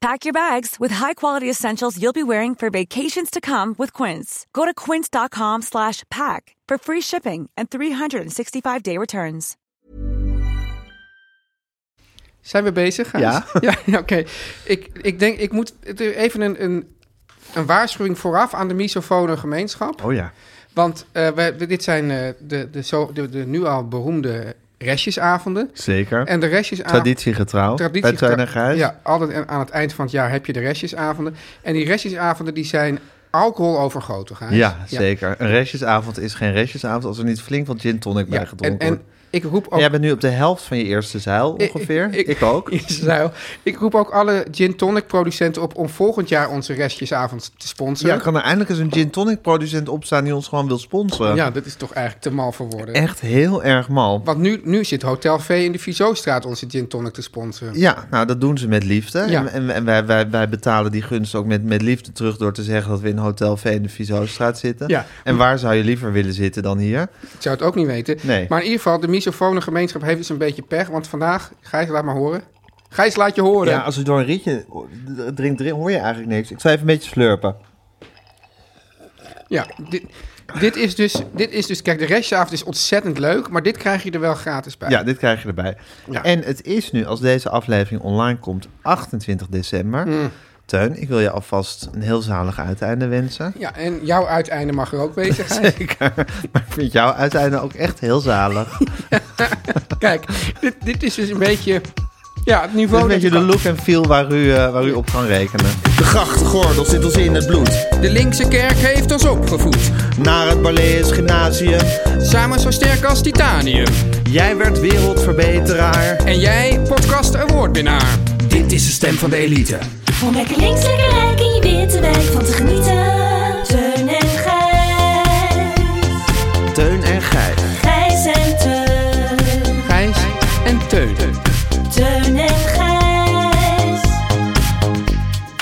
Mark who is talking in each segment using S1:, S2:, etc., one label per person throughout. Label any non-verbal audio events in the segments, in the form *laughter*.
S1: Pack your bags with high-quality essentials you'll be wearing for vacations to come with Quince. Go to quince.com slash pack for free shipping and 365-day returns.
S2: Zijn we bezig? Gijs?
S3: Ja.
S2: *laughs* Ja, oké. Ik, ik denk, ik moet het- even een, een, een waarschuwing vooraf aan de misofone gemeenschap.
S3: Oh ja.
S2: Want eh, we, dit zijn eh, de, de, zo, de, de nu al beroemde restjesavonden.
S3: Zeker.
S2: En de restjesavonden...
S3: Traditiegetrouw. Bij
S2: Traditie.
S3: Teun en Gijs.
S2: Ja, altijd en aan het eind van het jaar heb je de restjesavonden. En die restjesavonden die zijn alcohol overgoten, Gijs.
S3: Ja, zeker. Een restjesavond is geen restjesavond als er niet flink wat gin tonic
S2: Ja,
S3: bij
S2: en,
S3: gedronken
S2: en
S3: wordt.
S2: ik roep
S3: En
S2: ook...
S3: Jij bent nu op de helft van je eerste zeil *laughs* ongeveer. Ik,
S2: *laughs*
S3: ook.
S2: Ik, zei, ik roep ook alle gin tonic producenten op om volgend jaar onze restjesavond te
S3: Ja,
S2: sponsoren.
S3: kan er eindelijk eens een gin tonic producent opstaan die ons gewoon wil sponsoren.
S2: Ja, dat is toch eigenlijk te mal voor woorden.
S3: Echt heel erg mal.
S2: Want nu, nu zit Hotel V in de Vizostraat onze gin tonic te sponsoren.
S3: Ja, nou dat doen ze met liefde.
S2: Ja.
S3: En, en, en wij, wij, wij betalen die gunst ook met, met liefde terug door te zeggen dat we in Hotel V in de Vizostraat zitten.
S2: Ja.
S3: En waar zou je liever willen zitten dan hier?
S2: Ik zou het ook niet weten.
S3: Nee.
S2: Maar in ieder geval, de misofone gemeenschap heeft dus een beetje pech. Want vandaag, Gijs, laat maar horen. Gijs, laat je
S4: Oh,
S2: horen.
S3: Ja, als je door een rietje drinkt, hoor je eigenlijk niks. Ik zal even een beetje slurpen.
S2: Ja, dit, dit, is dus, dit is dus... Kijk, de restjesavond is ontzettend leuk, maar dit krijg je er wel gratis bij.
S3: Ja, dit krijg je erbij.
S2: Ja.
S3: En het is nu, als deze aflevering online komt, 28 december.
S4: Mm.
S3: Teun, ik wil je alvast een heel zalig uiteinde wensen.
S2: Ja, en jouw uiteinde mag er ook
S3: *laughs*
S2: bezig zijn.
S3: Zeker. Maar ik vind jouw uiteinde ook echt heel zalig. Het
S2: Kijk, dit, dit is dus een beetje... Ja, het
S3: is
S2: niveau...
S3: een
S2: dat
S3: beetje
S2: je
S3: de
S2: kan-
S3: look en feel waar u, eh, waar u op kan rekenen.
S4: De grachtgordel zit ons in het bloed.
S5: De linkse kerk heeft ons opgevoed.
S4: Naar het Barlees Gymnasium.
S5: Samen zo sterk als titanium.
S4: Jij werd wereldverbeteraar.
S5: En jij, podcast awardwinnaar.
S4: Dit is de stem van de elite.
S6: Om lekker links, lekker rijk in je witte wijk van te genieten. Teun en Gijs.
S4: Teun en Gijs.
S6: Gijs en Teun.
S5: Gijs en Teun.
S6: Teun en Gijs.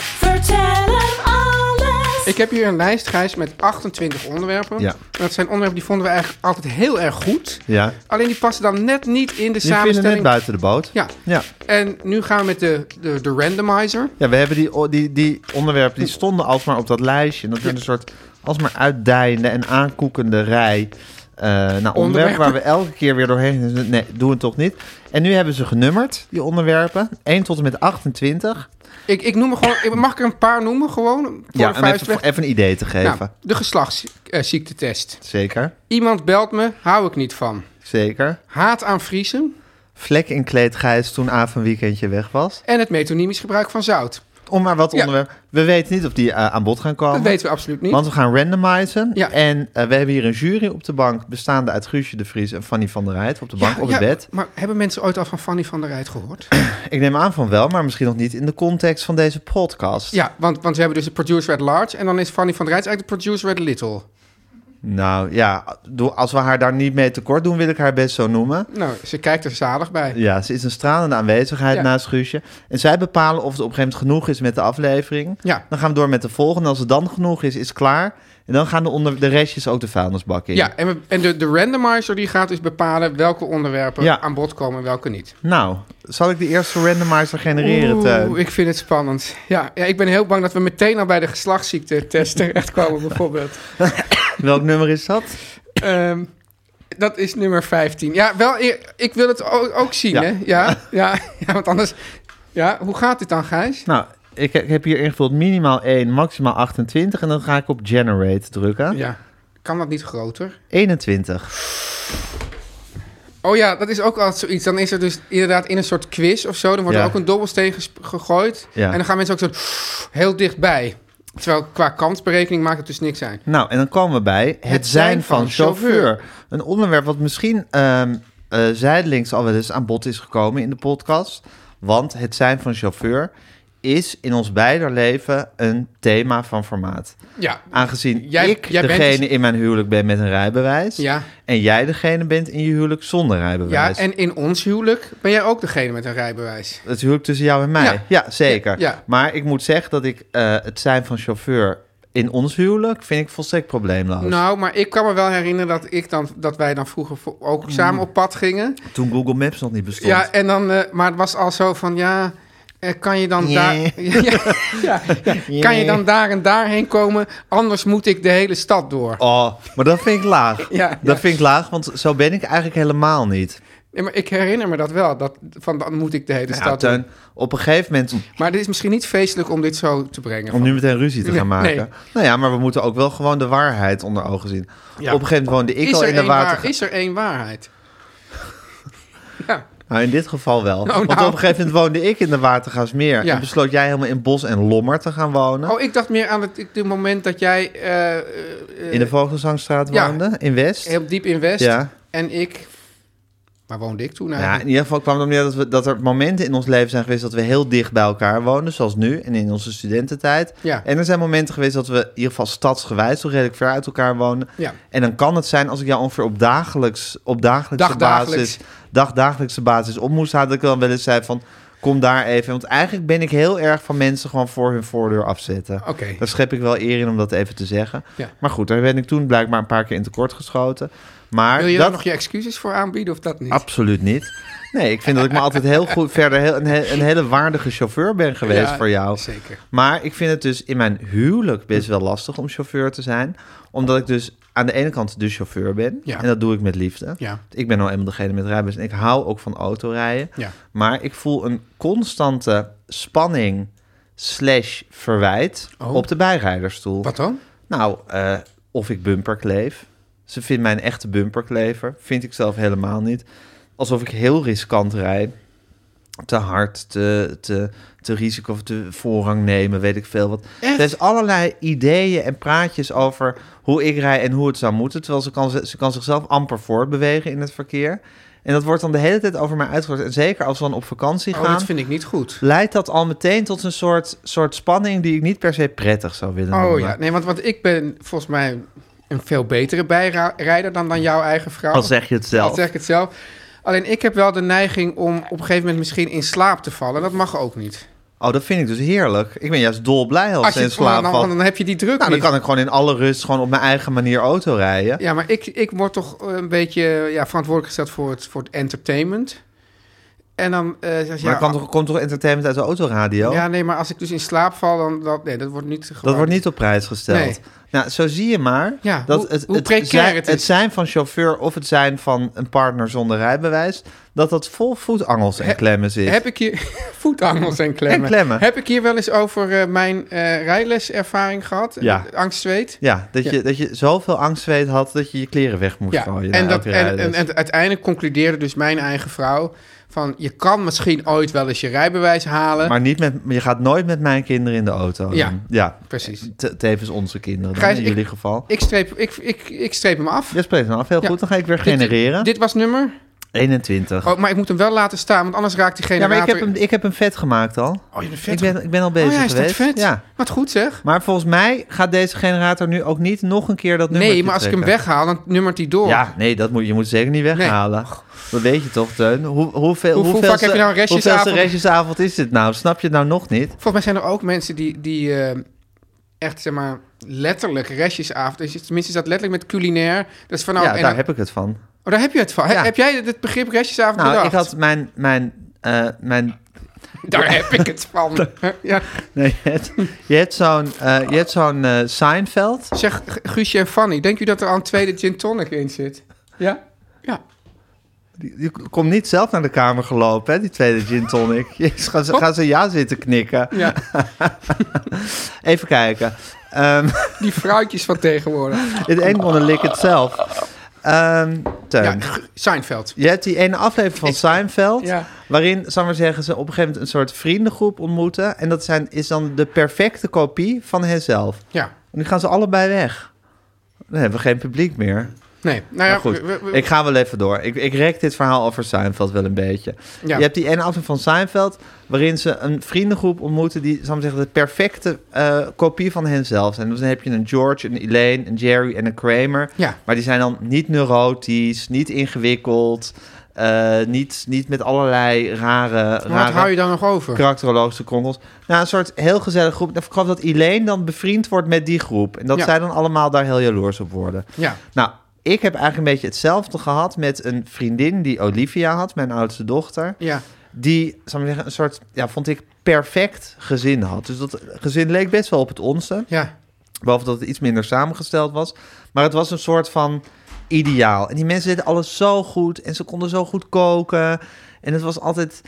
S6: Vertel hem alles.
S2: Ik heb hier een lijst, Gijs, met 28 onderwerpen.
S3: Ja.
S2: En dat zijn onderwerpen die vonden we eigenlijk altijd heel erg goed.
S3: Ja.
S2: Alleen die passen dan net niet in de
S3: Die vinden net
S2: samenstelling.
S3: buiten de boot.
S2: Ja.
S3: Ja.
S2: En nu gaan we met de, de, de randomizer.
S3: Ja, we hebben die, o- die,
S2: *laughs*
S3: die onderwerpen die stonden alsmaar op dat lijstje. En dat werd een soort alsmaar uitdijende en aankoekende rij. eh nou, onderwerpen waar we elke keer weer doorheen. Dus, Nee, doen we toch niet. En nu hebben ze genummerd, die onderwerpen. 1 tot en met 28.
S2: Ik, ik noem er gewoon... ik- Mag ik er een paar noemen gewoon? Voor
S3: ja,
S2: de
S3: om
S2: vuist
S3: even,
S2: weg?
S3: even een idee te geven.
S2: Nou, de geslachtsziektetest.
S3: Zeker,
S2: Iemand belt me, hou ik niet van.
S3: zeker.
S2: Haat aan Vriezen
S3: Vlek in kleed Gijs toen A van weekendje weg was.
S2: en het metonymisch gebruik van zout.
S3: Om maar wat
S2: Ja.
S3: onderwerpen. We weten niet of die eh, aan bod gaan komen.
S2: Dat weten we absoluut niet.
S3: Want we gaan randomizen.
S2: Ja.
S3: En eh, we hebben hier een jury op de bank, bestaande uit Guusje de Vries en Fanny van der Rijt. Op de bank,
S2: Ja,
S3: op het
S2: ja,
S3: bed.
S2: Maar hebben mensen ooit al van Fanny van der Rijt gehoord? *clears throat*
S3: Ik neem aan van wel, maar misschien nog niet in de context van deze podcast.
S2: ja, want, want we hebben dus de producer at large... en dan is Fanny van der Rijt eigenlijk de producer at little.
S3: Nou ja, doe- als we haar daar niet mee tekort doen, wil ik haar best zo noemen.
S2: Nou, ze kijkt er zalig bij.
S3: Ja, ze is een stralende aanwezigheid
S2: Ja.
S3: naast Guusje. En zij bepalen of het op een gegeven moment genoeg is met de aflevering.
S2: Ja.
S3: Dan gaan we door met de volgende. Als het dan genoeg is, is het klaar. En dan gaan de, onder, de restjes ook de vuilnisbak in.
S2: Ja, en, we- en de, de randomizer die gaat dus bepalen welke onderwerpen
S3: Ja.
S2: aan bod komen en welke niet.
S3: Nou, zal ik de eerste randomizer genereren, Teun?
S2: Oeh, ik vind het spannend. Ja, ja, ik ben heel bang dat we meteen al bij de geslachtsziektetest *laughs* terechtkomen bijvoorbeeld.
S3: Welk nummer is dat?
S2: Ehm, dat is nummer 15. Ja, wel, e- ik wil het o- ook zien,
S3: Ja.
S2: hè? Ja, ja, *laughs* ja, want anders... Ja, hoe gaat dit dan, Gijs?
S3: Nou, ik, ik heb hier ingevuld minimaal 1, maximaal 28. En dan ga ik op generate drukken.
S2: Ja. Kan dat niet groter?
S3: 21.
S2: Oh ja, dat is ook altijd zoiets. Dan is er dus inderdaad in een soort quiz of zo. Dan wordt
S3: Ja.
S2: er ook een dobbelsteen ges- gegooid.
S3: Ja.
S2: En dan gaan mensen ook zo heel dichtbij. Terwijl qua kansberekening maakt het dus niks uit.
S3: Nou, en dan komen we bij het, zijn van, chauffeur. Een onderwerp wat misschien ehm, eh, zijdelings al wel eens aan bod is gekomen in de podcast. Want het zijn van chauffeur is in ons beider leven een thema van formaat.
S2: Ja.
S3: Aangezien
S2: Jij-
S3: ik
S2: jij bent- dus-
S3: degene in mijn huwelijk ben met een rijbewijs...
S2: Ja.
S3: en jij degene bent in je huwelijk zonder
S2: ja,
S3: rijbewijs.
S2: en in ons huwelijk ben jij ook degene met een rijbewijs.
S3: Het huwelijk tussen jou en mij.
S2: Ja.
S3: Ja, zeker.
S2: Ja, ja.
S3: Maar ik moet zeggen dat ik eh, het zijn van chauffeur in ons huwelijk... vind ik volstrekt probleemloos.
S2: Nou, maar ik kan me wel herinneren dat, ik dan, dat wij dan vroeger vo-
S3: Mm.
S2: ook samen op pad gingen.
S3: Toen Google Maps nog niet bestond.
S2: Ja, en dan, eh, maar het was al zo van ja. eh, Kan je, dan
S3: Nee. *laughs*
S2: daar, *laughs* ja, ja, ja. kan je dan daar en daarheen komen? Anders moet ik de hele stad door.
S3: Oh, maar dat vind ik laag.
S2: *laughs* Ja,
S3: dat
S2: ja.
S3: vind ik laag, want zo ben ik eigenlijk helemaal niet.
S2: Nee, maar ik herinner me dat wel. Dat, van dan moet ik de hele
S3: Ja,
S2: stad
S3: Nou, Teun,
S2: doen.
S3: op een gegeven moment,
S2: Maar dit is misschien niet feestelijk om dit zo te brengen.
S3: om nu meteen ruzie te
S2: Nee,
S3: gaan maken.
S2: nee.
S3: Nou ja, maar we moeten ook wel gewoon de waarheid onder ogen zien. Op een gegeven moment woonde ik
S2: is,
S3: al
S2: er
S3: in de
S2: één
S3: water.
S2: waar- is er één
S3: *laughs*
S2: waarheid? ja.
S3: Nou, in dit geval wel.
S2: nou.
S3: Want op een gegeven moment woonde ik in de Watergaasmeer.
S2: Ja.
S3: En besloot jij helemaal in Bos en Lommer te gaan wonen.
S2: Oh, ik dacht meer aan het, het moment dat jij eh, eh,
S3: in de Vogelzangstraat
S2: ja.
S3: woonde, in West.
S2: heel diep in West
S3: Ja.
S2: en ik... Waar woonde ik toen
S3: Ja,
S2: eigenlijk?
S3: in ieder geval kwam het om neer dat, we, dat er momenten in ons leven zijn geweest dat we heel dicht bij elkaar woonden, zoals nu en in onze studententijd.
S2: Ja.
S3: En er zijn momenten geweest dat we in ieder geval stadsgewijs toch redelijk ver uit elkaar wonen.
S2: Ja.
S3: En dan kan het zijn als ik jou ongeveer op, dagelijks, op dagelijkse
S2: Dagdagelijks.
S3: basis, dagdagelijkse basis op moest halen, dat ik dan wel eens zei van kom daar even. Want eigenlijk ben ik heel erg van mensen gewoon voor hun voordeur afzetten.
S2: Oké.
S3: Daar schep ik wel eer in om dat even te zeggen.
S2: Ja.
S3: Maar goed, daar ben ik toen blijkbaar een paar keer in tekort geschoten. Maar
S2: Wil je daar
S3: dat,
S2: nog je excuses voor aanbieden of dat niet?
S3: Absoluut niet. Nee, ik vind dat ik me altijd heel goed verder heel, een, he- een hele waardige chauffeur ben geweest
S2: Ja,
S3: voor jou.
S2: zeker.
S3: Maar ik vind het dus in mijn huwelijk best wel lastig om chauffeur te zijn. Omdat ik dus aan de ene kant de chauffeur ben.
S2: Ja.
S3: En dat doe ik met liefde.
S2: Ja.
S3: Ik ben nou eenmaal degene met rijbewijs. En ik hou ook van autorijden.
S2: Ja.
S3: Maar ik voel een constante spanning slash verwijt
S2: Oh.
S3: op de bijrijderstoel.
S2: Wat dan?
S3: Nou, eh, of ik bumper kleef. Ze vindt mij een echte bumperklever. Vind ik zelf helemaal niet. Alsof ik heel riskant rijd. Te hard, te, te, te risico of te voorrang nemen, weet ik veel wat. Er is allerlei ideeën en praatjes over hoe ik rij en hoe het zou moeten. Terwijl ze kan, ze kan zichzelf amper voortbewegen in het verkeer. En dat wordt dan de hele tijd over mij uitgehoord. En zeker als we dan op vakantie
S2: Oh,
S3: gaan,
S2: dat vind ik niet goed.
S3: leidt dat al meteen tot een soort, soort spanning die ik niet per se prettig zou willen
S2: Oh
S3: noemen.
S2: ja, nee, want, want ik ben volgens mij een veel betere bijrijder dan, dan jouw eigen vrouw.
S3: Al zeg je het zelf.
S2: Al zeg ik het zelf. Alleen ik heb wel de neiging om op een gegeven moment misschien in slaap te vallen. Dat mag ook niet.
S3: Oh, dat vind ik dus heerlijk. Ik ben juist dolblij als, ze in
S2: het voelt,
S3: slaap
S2: dan,
S3: valt.
S2: dan heb je die druk
S3: Nou, dan
S2: niet.
S3: kan ik gewoon in alle rust gewoon op mijn eigen manier auto rijden.
S2: Ja, maar ik, ik word toch eh, een beetje ja, verantwoordelijk gesteld voor het, voor het entertainment. En dan eh, zeg je...
S3: maar
S2: ja,
S3: dan kan toch, komt toch entertainment uit de autoradio?
S2: ja, nee, maar als ik dus in slaap val, dan... Dat, nee, dat wordt niet...
S3: dat
S2: gewaardeerd.
S3: wordt niet op prijs gesteld.
S2: Nee.
S3: Nou, zo zie je maar
S2: Ja,
S3: dat
S2: hoe-
S3: het,
S2: hoe
S3: het,
S2: precair
S3: zijn,
S2: het is.
S3: zijn van chauffeur of het zijn van een partner zonder rijbewijs, dat dat vol voetangels en klemmen zit.
S2: Heb ik hier *laughs* voetangels en klemmen.
S3: En klemmen.
S2: Heb ik hier wel eens over eh, mijn eh, rijleservaring gehad?
S3: Ja.
S2: Eh, Angstzweet?
S3: ja, dat,
S2: Ja.
S3: Je, dat je zoveel angstzweet had dat je je kleren weg moest gooien.
S2: en,
S3: na
S2: dat,
S3: elke
S2: en,
S3: rijles.
S2: en, en uiteindelijk concludeerde dus mijn eigen vrouw... van je kan misschien ooit wel eens je rijbewijs halen.
S3: maar niet met, je gaat nooit met mijn kinderen in de auto.
S2: Ja.
S3: dan. ja.
S2: Precies.
S3: Te- tevens onze kinderen dan,
S2: Gijs,
S3: in
S2: ik-
S3: jullie geval.
S2: Ik streep, ik, ik, ik streep hem af.
S3: Je spreekt hem af, heel
S2: Ja.
S3: goed. Dan ga ik weer
S2: Dit-
S3: genereren.
S2: Dit, was nummer.
S3: 21.
S2: Oh, maar ik moet hem wel laten staan, want anders raakt die
S3: ja,
S2: generator...
S3: maar ik heb, hem, ik heb hem vet gemaakt al.
S2: Oh, je bent vet.
S3: ik, ben, ik ben al bezig
S2: oh ja, is dat
S3: geweest.
S2: vet?
S3: Ja.
S2: Wat goed zeg.
S3: Maar volgens mij gaat deze generator nu ook niet nog een keer dat nummer
S2: Nee, maar als ik hem weghaal, dan nummert hij door.
S3: Ja, nee, dat moet, je moet zeker niet weghalen. Dat weet je toch, Teun? Hoe, hoeveel,
S2: Hoe- hoe
S3: hoeveelste-
S2: vaak heb je nou een restjesavond?
S3: hoeveelste restjesavond is dit nou? Snap je het nou nog niet?
S2: Volgens mij zijn er ook mensen die, die eh, echt, zeg maar, letterlijk restjesavond... is het- Tenminste, is dat letterlijk met culinair. Dat is van, nou,
S3: ja,
S2: en
S3: daar
S2: dan-
S3: heb ik het van.
S2: oh, daar heb je het van. He-
S3: Ja.
S2: Heb jij het begrip restjesavond
S3: Nou,
S2: bedacht?
S3: ik had mijn... mijn, eh, mijn
S2: *laughs*
S3: *laughs*
S2: Daar heb ik het van. ja.
S3: nee, je hebt, je hebt zo'n eh, je hebt zo'n eh, Seinfeld.
S2: Zeg, Gu- Guusje en Fanny, denk u dat er al een tweede gin tonic in zit? Ja? Ja.
S3: Die, die komt niet zelf naar de kamer gelopen, hè, die tweede gin tonic. *laughs* Jezus, gaan ze, gaan ze ja zitten knikken.
S2: ja.
S3: Even kijken. Ehm, *laughs*
S2: Die vrouwtjes van tegenwoordig.
S3: it ain't gonna lick itself. Ehm, Teun,
S2: Ja, Seinfeld.
S3: je hebt die ene aflevering van Seinfeld...
S2: Ja.
S3: waarin, zal ik maar zeggen, ze op een gegeven moment een soort vriendengroep ontmoeten... en dat zijn, is dan de perfecte kopie van henzelf.
S2: Ja.
S3: En nu gaan ze allebei weg. Dan hebben we geen publiek meer.
S2: Nee, nou ja,
S3: Maar goed,
S2: we- we-
S3: ik ga wel even door. Ik, ik rek dit verhaal over Seinfeld wel een beetje.
S2: Ja.
S3: Je hebt die ene aflevering van Seinfeld... waarin ze een vriendengroep ontmoeten... die, zal ik maar zeggen, de perfecte eh, kopie van henzelf zijn. Dus dan heb je een George, een Elaine, een Jerry en een Kramer.
S2: Ja.
S3: Maar die zijn dan niet neurotisch, niet ingewikkeld... eh, niet, niet met allerlei rare...
S2: maar wat
S3: rare
S2: hou je dan nog over?
S3: karakterologische kronkels. Nou, een soort heel gezellige groep. Nou, Ik geloof dat Elaine dan bevriend wordt met die groep. En dat
S2: Ja.
S3: zij dan allemaal daar heel jaloers op worden.
S2: Ja.
S3: Nou, ik heb eigenlijk een beetje hetzelfde gehad met een vriendin die Olivia had, mijn oudste dochter.
S2: Ja.
S3: Die, zal ik maar zeggen, een soort, ja, vond ik perfect gezin had. Dus dat gezin leek best wel op het onze.
S2: Ja.
S3: Behalve dat het iets minder samengesteld was. Maar het was een soort van ideaal. En die mensen deden alles zo goed. En ze konden zo goed koken. En het was altijd...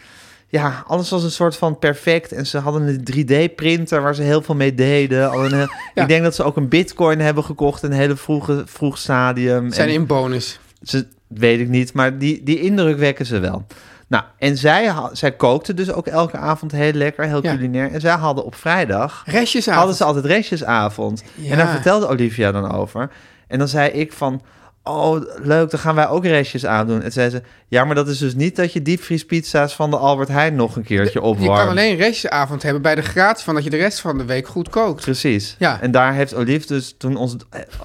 S3: Ja, alles was een soort van perfect. En ze hadden een 3D-printer waar ze heel veel mee deden. Al een heel-
S2: Ja.
S3: Ik denk dat ze ook een bitcoin hebben gekocht in een hele vroege, vroeg stadium.
S2: Zijn
S3: En-
S2: in bonus.
S3: ze, weet ik niet, maar die, die indruk wekken ze wel. Nou, en zij, ha- zij kookte dus ook elke avond heel lekker, heel
S2: Ja.
S3: culinair. En zij hadden op vrijdag...
S2: Restjesavond.
S3: Hadden ze altijd restjesavond.
S2: Ja.
S3: En daar vertelde Olivia dan over. En dan zei ik van... Oh, leuk, dan gaan wij ook restjes aandoen. En zei ze... Ja, maar dat is dus niet dat je diepvriespizza's van de Albert Heijn nog een keertje
S2: Je
S3: opwarmt.
S2: kan alleen restjesavond hebben bij de gratie van dat je de rest van de week goed kookt.
S3: Precies.
S2: Ja.
S3: En daar heeft Olive dus toen ons,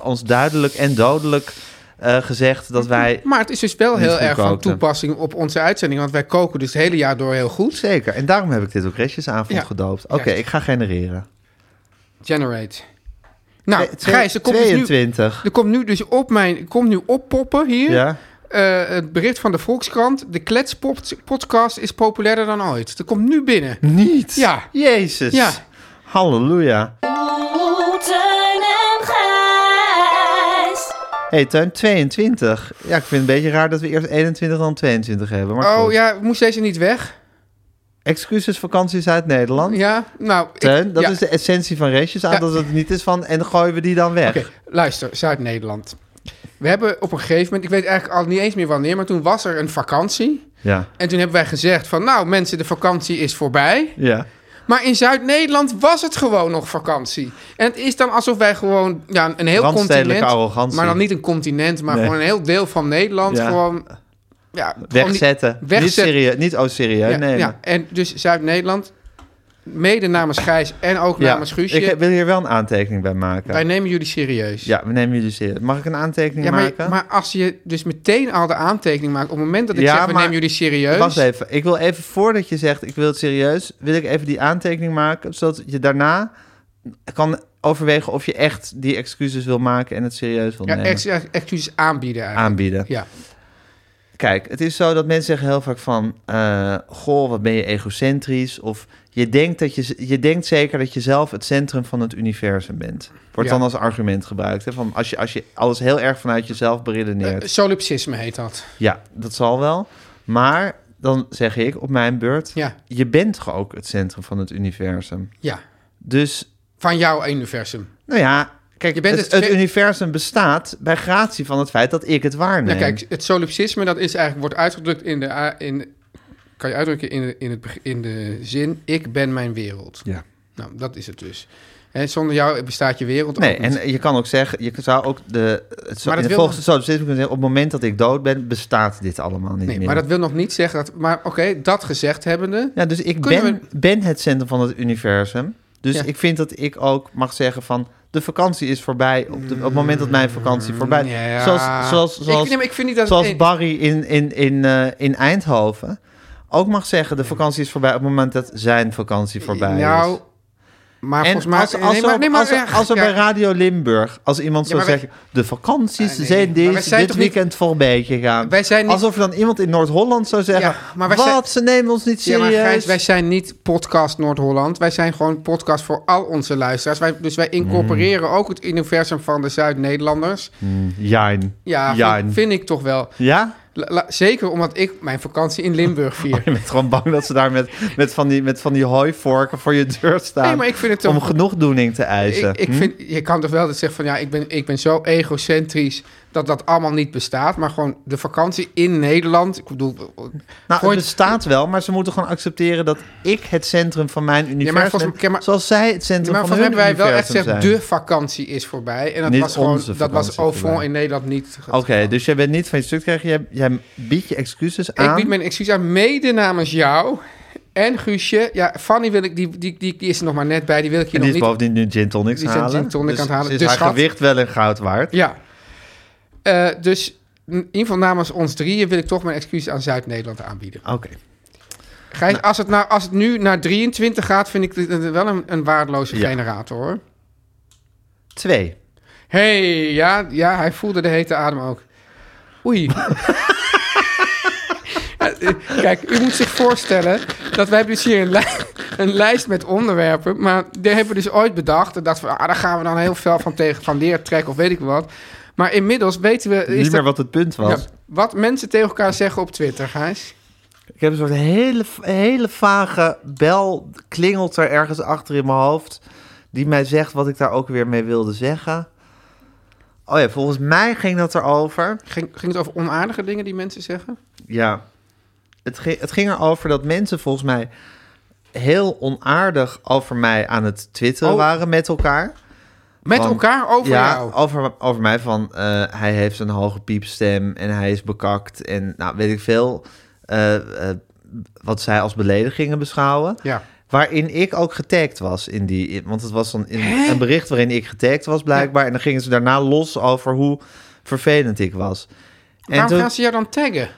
S3: ons duidelijk en dodelijk eh, gezegd...
S2: *laughs*
S3: dat wij
S2: Maar het is dus wel
S3: Niet
S2: heel
S3: goed
S2: erg van
S3: kookte.
S2: toepassing op onze uitzending, want wij koken dus het hele jaar door heel goed.
S3: Zeker. En daarom heb ik dit ook restjesavond
S2: Ja.
S3: gedoopt. Oké,
S2: Juist.
S3: ik ga genereren.
S2: Generate. Nou,
S3: Twee-
S2: Gijs, er komt, dus nu,
S3: 22.
S2: er komt nu dus op mijn, komt nu oppoppen hier.
S3: Ja.
S2: Eh, het bericht van de Volkskrant. De kletspodcast is populairder dan ooit. Dat komt nu binnen.
S3: Niet.
S2: Ja.
S3: Jezus.
S2: Ja.
S3: Halleluja.
S6: Oh, Teun en Gijs.
S3: Hé, hey, Tuin, 22. Ja, ik vind het een beetje raar dat we eerst 21 dan 22 hebben. Maar
S2: Oh
S3: goed.
S2: ja, moest deze niet weg?
S3: Excuses vakanties uit Nederland.
S2: Ja, nou... ik-
S3: Teun, dat
S2: ja.
S3: is de essentie van restjes aan,
S2: Ja.
S3: dat het niet is van en gooien we die dan weg.
S2: Oké, luister, Zuid-Nederland. We hebben op een gegeven moment, ik weet eigenlijk al niet eens meer wanneer, maar toen was er een vakantie.
S3: Ja.
S2: En toen hebben wij gezegd van, nou mensen, de vakantie is voorbij.
S3: Ja.
S2: Maar in Zuid-Nederland was het gewoon nog vakantie. En het is dan alsof wij gewoon ja, een heel
S3: Randstedelijke
S2: continent...
S3: arrogantie.
S2: Maar dan niet een continent, maar
S3: Nee.
S2: gewoon een heel deel van Nederland
S3: Ja.
S2: gewoon... Ja, gewoon die-
S3: Wegzetten. Niet,
S2: wegzetten.
S3: serieus, niet oh serieus
S2: Ja,
S3: nemen.
S2: ja, en dus Zuid-Nederland, mede namens Gijs en ook
S3: Ja,
S2: namens Guusje,
S3: Ik wil hier wel een aantekening bij maken.
S2: wij nemen jullie serieus.
S3: Ja, we nemen jullie serieus. Mag ik een aantekening
S2: Ja, maar,
S3: maken?
S2: maar als je dus meteen al de aantekening maakt... op het moment dat ik
S3: Ja,
S2: zeg, we
S3: maar-
S2: nemen jullie serieus...
S3: Wacht even. Ik wil even voordat je zegt, ik wil het serieus, wil ik even die aantekening maken, zodat je daarna kan overwegen of je echt die excuses wil maken en het serieus wil
S2: ja,
S3: nemen.
S2: ex- ex- excuses aanbieden eigenlijk.
S3: Aanbieden.
S2: Ja,
S3: Kijk, het is zo dat mensen zeggen heel vaak van, eh, goh, wat ben je egocentrisch? Of je denkt, dat je, z- je denkt zeker dat je zelf het centrum van het universum bent. Wordt
S2: Ja.
S3: dan als argument gebruikt. Hè? Van als, je, als je alles heel erg vanuit jezelf beredeneert.
S2: Eh, solipsisme heet dat.
S3: Ja, dat zal wel. Maar dan zeg ik op mijn beurt,
S2: Ja.
S3: je bent toch ook het centrum van het universum.
S2: Ja,
S3: Dus,
S2: van jouw universum.
S3: nou ja, kijk,
S2: Je bent
S3: het,
S2: het-
S3: het universum bestaat bij gratie van het feit dat ik het waarneem.
S2: Nou, kijk, het solipsisme dat is eigenlijk, wordt uitgedrukt in de... a- In, kan je uitdrukken in, de- in, het, beg- in de zin... ik ben mijn wereld.
S3: Ja.
S2: Nou, dat is het dus. Hè, zonder jou bestaat je wereld
S3: Nee,
S2: ook niet.
S3: en je kan ook zeggen, je zou ook de, het, zo-
S2: oh, Maar dat
S3: in de
S2: wil
S3: volgende
S2: nog-
S3: zo kunnen zeggen, op het moment dat ik dood ben, bestaat dit allemaal niet
S2: Nee,
S3: meer.
S2: maar dat wil nog niet zeggen dat... Maar oké, dat gezegd hebbende...
S3: Ja, dus ik
S2: Kunnen
S3: ben, ben het centrum van het universum. Dus
S2: Ja.
S3: ik vind dat ik ook mag zeggen van... de vakantie is voorbij op, de, op het moment dat mijn vakantie voorbij is.
S2: ja.
S3: Zoals, zoals,
S2: Ik-
S3: zoals,
S2: nee, maar ik vind niet dat het
S3: zoals
S2: een-
S3: Barry in, in, in, eh, in Eindhoven ook mag zeggen... de vakantie is voorbij op het moment dat zijn vakantie voorbij
S2: nou,
S3: is.
S2: maar
S3: En
S2: volgens mij...
S3: als, als,
S2: nee,
S3: er,
S2: maar- nee, maar-
S3: als, er-
S2: ja,
S3: als er
S2: ja.
S3: bij Radio Limburg, als iemand
S2: Ja,
S3: zou
S2: maar wij-
S3: zeggen... de vakanties
S2: Ah, nee,
S3: zijn
S2: maar
S3: deze-
S2: wij zijn
S3: dit
S2: toch niet-
S3: weekend voorbij gegaan.
S2: Wij zijn niet-
S3: Alsof er dan iemand in Noord-Holland zou zeggen...
S2: Ja, maar wij
S3: wat,
S2: zijn-
S3: ze nemen ons niet
S2: Ja,
S3: serieus.
S2: maar Gijs, wij zijn niet podcast Noord-Holland. Wij zijn gewoon podcast voor al onze luisteraars. Wij, dus
S3: Mm.
S2: wij incorporeren ook het universum van de Zuid-Nederlanders.
S3: Jijn.
S2: Ja, vind-
S3: Jijn.
S2: vind, ik toch wel.
S3: Ja?
S2: La- la- zeker omdat ik mijn vakantie in Limburg
S3: *laughs*
S2: vier.
S3: Je bent gewoon bang dat ze daar met, met, van, die, met van die hooivorken voor je deur staan.
S2: Nee, maar ik vind het toch-
S3: Om genoegdoening te hm? eisen.
S2: Ik, ik vind, je kan toch wel dat zeggen van ja, ik ben, ik ben zo egocentrisch dat dat allemaal niet bestaat. Maar gewoon de vakantie in Nederland. Ik bedoel,
S3: Nou,
S2: gooi-
S3: het bestaat wel, maar ze moeten gewoon accepteren dat ik het centrum van mijn universum
S2: volgens mij-
S3: ben,
S2: kijk, maar-
S3: zoals zij het centrum
S2: maar
S3: van
S2: van
S3: hun
S2: hebben wij wel echt
S3: universum
S2: gezegd,
S3: zijn.
S2: de vakantie is voorbij. En dat
S3: Niet
S2: was gewoon,
S3: onze
S2: dat was
S3: vakantie
S2: au fond
S3: voorbij.
S2: in Nederland niet.
S3: Oké, dus jij bent niet van je stuk krijgen. Jij, jij biedt je excuses aan.
S2: Ik bied mijn excuus aan, mede namens jou en Guusje. Ja, Fanny wil ik, die, die, die, die is er nog maar net bij, die wil ik hier
S3: en die
S2: nog
S3: is
S2: niet...
S3: bovendien nu gin tonics
S2: Die is een
S3: halen.
S2: gin tonic
S3: dus,
S2: aan het halen.
S3: Is
S2: Dus
S3: haar
S2: schat-
S3: gewicht wel een goud waard?
S2: Ja. Eh, dus in ieder geval namens ons drieën wil ik toch mijn excuus aan Zuid-Nederland aanbieden.
S3: Oké. Ah,
S2: Gijs, als, het nou, als het nu naar 23 gaat, vind ik dit een- wel een, een waardeloze
S3: Ja.
S2: generator, hoor.
S3: Twee.
S2: Hé, hey, ja, ja, hij voelde de hete adem ook.
S3: *laughs*
S2: Oei. eh, Kijk, u moet zich voorstellen dat wij hebben dus hier een, lij- een lijst met onderwerpen. Maar die hebben we dus ooit bedacht. En dachten we, ah, daar gaan we dan heel fel van tegen van leer trekken of weet ik wat. Maar inmiddels weten we...
S3: Niet meer wat het punt was.
S2: ja, wat mensen tegen elkaar zeggen op Twitter, Gijs.
S3: Ik heb een soort hele, hele vage bel klingelt er ergens achter in mijn hoofd. Die mij zegt wat ik daar ook weer mee wilde zeggen. Oh ja, volgens mij ging dat erover.
S2: Ging, ging het over onaardige dingen die mensen zeggen?
S3: Ja. Het, ging- het ging erover dat mensen volgens mij heel onaardig over mij aan het twitteren
S2: Oh.
S3: waren met elkaar.
S2: Met
S3: Van-
S2: elkaar over
S3: ja,
S2: jou.
S3: Over, over mij van eh, hij heeft een hoge piepstem en hij is bekakt en nou weet ik veel eh, eh, wat zij als beledigingen beschouwen.
S2: Ja.
S3: Waarin ik ook getagd was in die, in- want het was dan in een bericht waarin ik getagd was blijkbaar en dan gingen ze daarna los over hoe vervelend ik was. En
S2: Waarom
S3: toen,
S2: gaan ze jou dan taggen?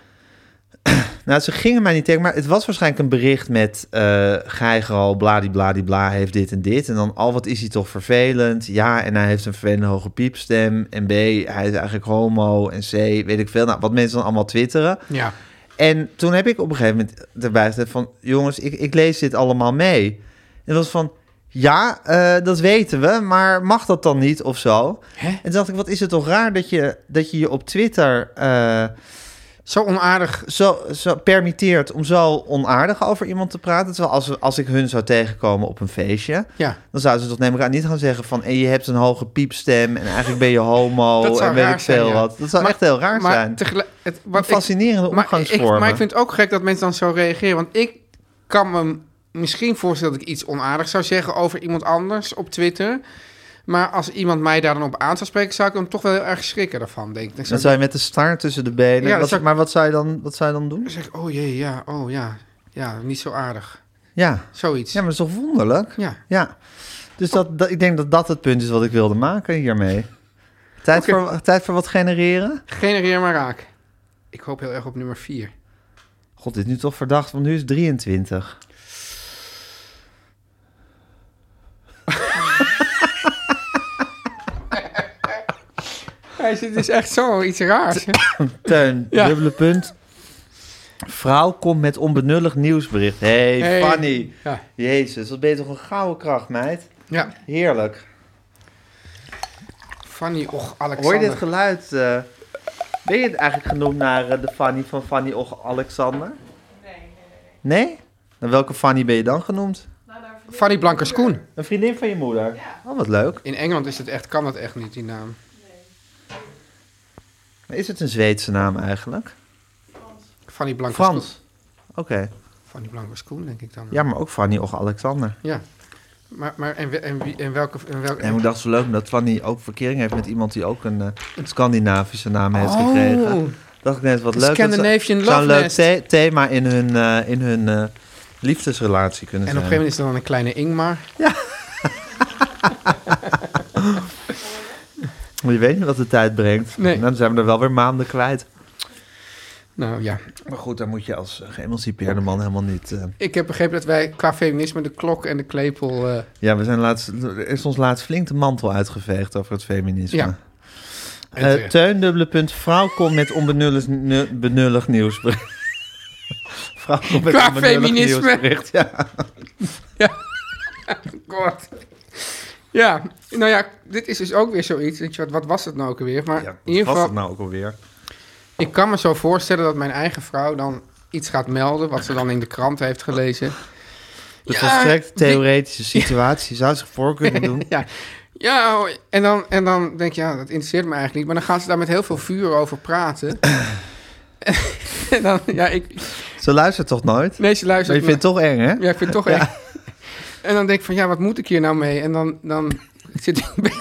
S3: nou, ze gingen mij niet tegen, maar het was waarschijnlijk een bericht met eh Geigeral, bladibladibla, heeft dit en dit. En dan, al wat is hij toch vervelend. Ja, en hij heeft een vervelende hoge piepstem. En B, hij is eigenlijk homo. En C, weet ik veel. Nou, wat mensen dan allemaal twitteren.
S2: Ja.
S3: En toen heb ik op een gegeven moment erbij gezet van... jongens, ik, ik lees dit allemaal mee. En dat was van... ja, eh, dat weten we, maar mag dat dan niet of zo? En toen dacht ik, wat is het toch raar dat je dat je, je op Twitter... eh,
S2: Zo onaardig.
S3: zo, zo permitteert om zo onaardig over iemand te praten. Terwijl als, als ik hun zou tegenkomen op een feestje...
S2: Ja.
S3: dan zouden ze toch neem ik aan niet gaan zeggen van... en je hebt een hoge piepstem en eigenlijk ben je homo...
S2: Dat zou
S3: Oh, en weet
S2: raar
S3: ik veel
S2: zijn, ja.
S3: wat. Dat zou
S2: Maar-
S3: echt heel raar
S2: maar
S3: zijn.
S2: tegelijk- het, wat ik-
S3: fascinerende
S2: maar ik-
S3: omgangsvormen.
S2: Maar ik vind het ook gek dat mensen dan zo reageren. Want ik kan me misschien voorstellen dat ik iets onaardigs zou zeggen over iemand anders op Twitter. Maar als iemand mij daar dan op aan zou spreken, zou ik dan toch wel heel erg schrikken daarvan, denk ik. Dan
S3: Dan
S2: zou
S3: zou je met de staart tussen de benen...
S2: Ja, dat
S3: wat-
S2: zou ik-
S3: maar wat zou, je dan, wat zou je dan doen?
S2: ik zeggen, oh jee, ja, oh ja, ja, niet zo aardig.
S3: Ja.
S2: Zoiets.
S3: ja, maar dat is toch wonderlijk?
S2: Ja.
S3: Ja. Dus dat, dat, ik denk dat dat het punt is wat ik wilde maken hiermee. Tijd,
S2: Oké.
S3: voor, tijd voor wat genereren?
S2: Genereer maar raak. Ik hoop heel erg op nummer 4.
S3: God, dit is nu toch verdacht, want nu is het 23.
S2: Hij dit is echt zo iets *laughs* raars. hè? *laughs*
S3: Teun,
S2: Ja.
S3: dubbele punt. Vrouw komt met onbenullig nieuwsbericht. hey,
S2: Hey.
S3: Fanny.
S2: Ja.
S3: Jezus, wat ben je toch een gouden kracht, meid.
S2: Ja,
S3: Heerlijk.
S2: Fanny, och, Alexander.
S3: Hoor je dit geluid? eh? ben je het eigenlijk genoemd naar eh, de Fanny van Fanny och Alexander? Nee, nee, nee. Nou, welke Fanny ben je dan genoemd?
S2: Fanny Blankers-Koen.
S3: Een vriendin van je moeder? Oh, wat leuk.
S2: In Engeland is het echt, kan dat echt niet, die naam.
S3: Maar Is het een Zweedse naam eigenlijk?
S2: Fanny Blankers-Koen.
S3: Frans. Oké.
S2: Fanny Blankers-Koen, denk ik dan.
S3: Ja, maar ook Fanny och Alexander.
S2: Ja. Maar, maar en, we- en, wie- en welke... En welke
S3: En ik dacht zo leuk omdat Fanny ook verkering heeft met iemand die ook een, eh, een Scandinavische naam heeft gekregen. Dacht ik net wat leuk. Dat zou-
S2: Oh, Scandinavian
S3: zou een
S2: Love
S3: leuk
S2: Nest.
S3: the- thema in hun, eh, in hun eh, liefdesrelatie kunnen
S2: En op een
S3: zijn.
S2: gegeven moment is er dan een kleine Ingmar.
S3: Maar Je weet niet wat de tijd brengt.
S2: Nee.
S3: En dan zijn we er wel weer maanden kwijt.
S2: Nou ja.
S3: Maar goed, daar moet je als eh, geëmancipeerde man helemaal niet. eh.
S2: Ik heb begrepen dat wij qua feminisme de klok en de klepel... eh,
S3: Ja, we zijn laatst, er is ons laatst flink de mantel uitgeveegd over het feminisme.
S2: Ja. en
S3: Eh,
S2: terecht.
S3: Teun, dubbele punt. Vrouw komt met onbenullig nu- benullig nieuwsbericht. *laughs* Vrouw komt met
S2: Qua
S3: onbenullig
S2: feminisme.
S3: nieuwsbericht. Ja.
S2: God. Oh, Ja, nou ja, dit is dus ook weer zoiets. Weet je wat, wat was het nou ook weer? Maar
S3: Ja,
S2: in
S3: wat
S2: ieder
S3: was nou?
S2: geval,
S3: dat nou ook alweer?
S2: ik kan me zo voorstellen dat mijn eigen vrouw dan iets gaat melden... wat ze dan in de krant heeft gelezen.
S3: De
S2: Ja,
S3: volstrekt
S2: wie- *laughs*
S3: theoretische situatie zou zich voor kunnen doen.
S2: Ja, Ja, hoi. en dan, en dan denk je, ja, dat interesseert me eigenlijk niet. Maar dan gaan ze daar met heel veel vuur over
S3: *clears throat*
S2: praten. en dan, ja, ik...
S3: Ze luistert toch nooit?
S2: Nee, ze
S3: Maar
S2: luistert
S3: je vindt het toch eng, hè?
S2: me. Ja, ik vind het toch
S3: Ja.
S2: echt... En dan denk ik van, ja, wat moet ik hier nou mee? En dan, dan zit ik... bij-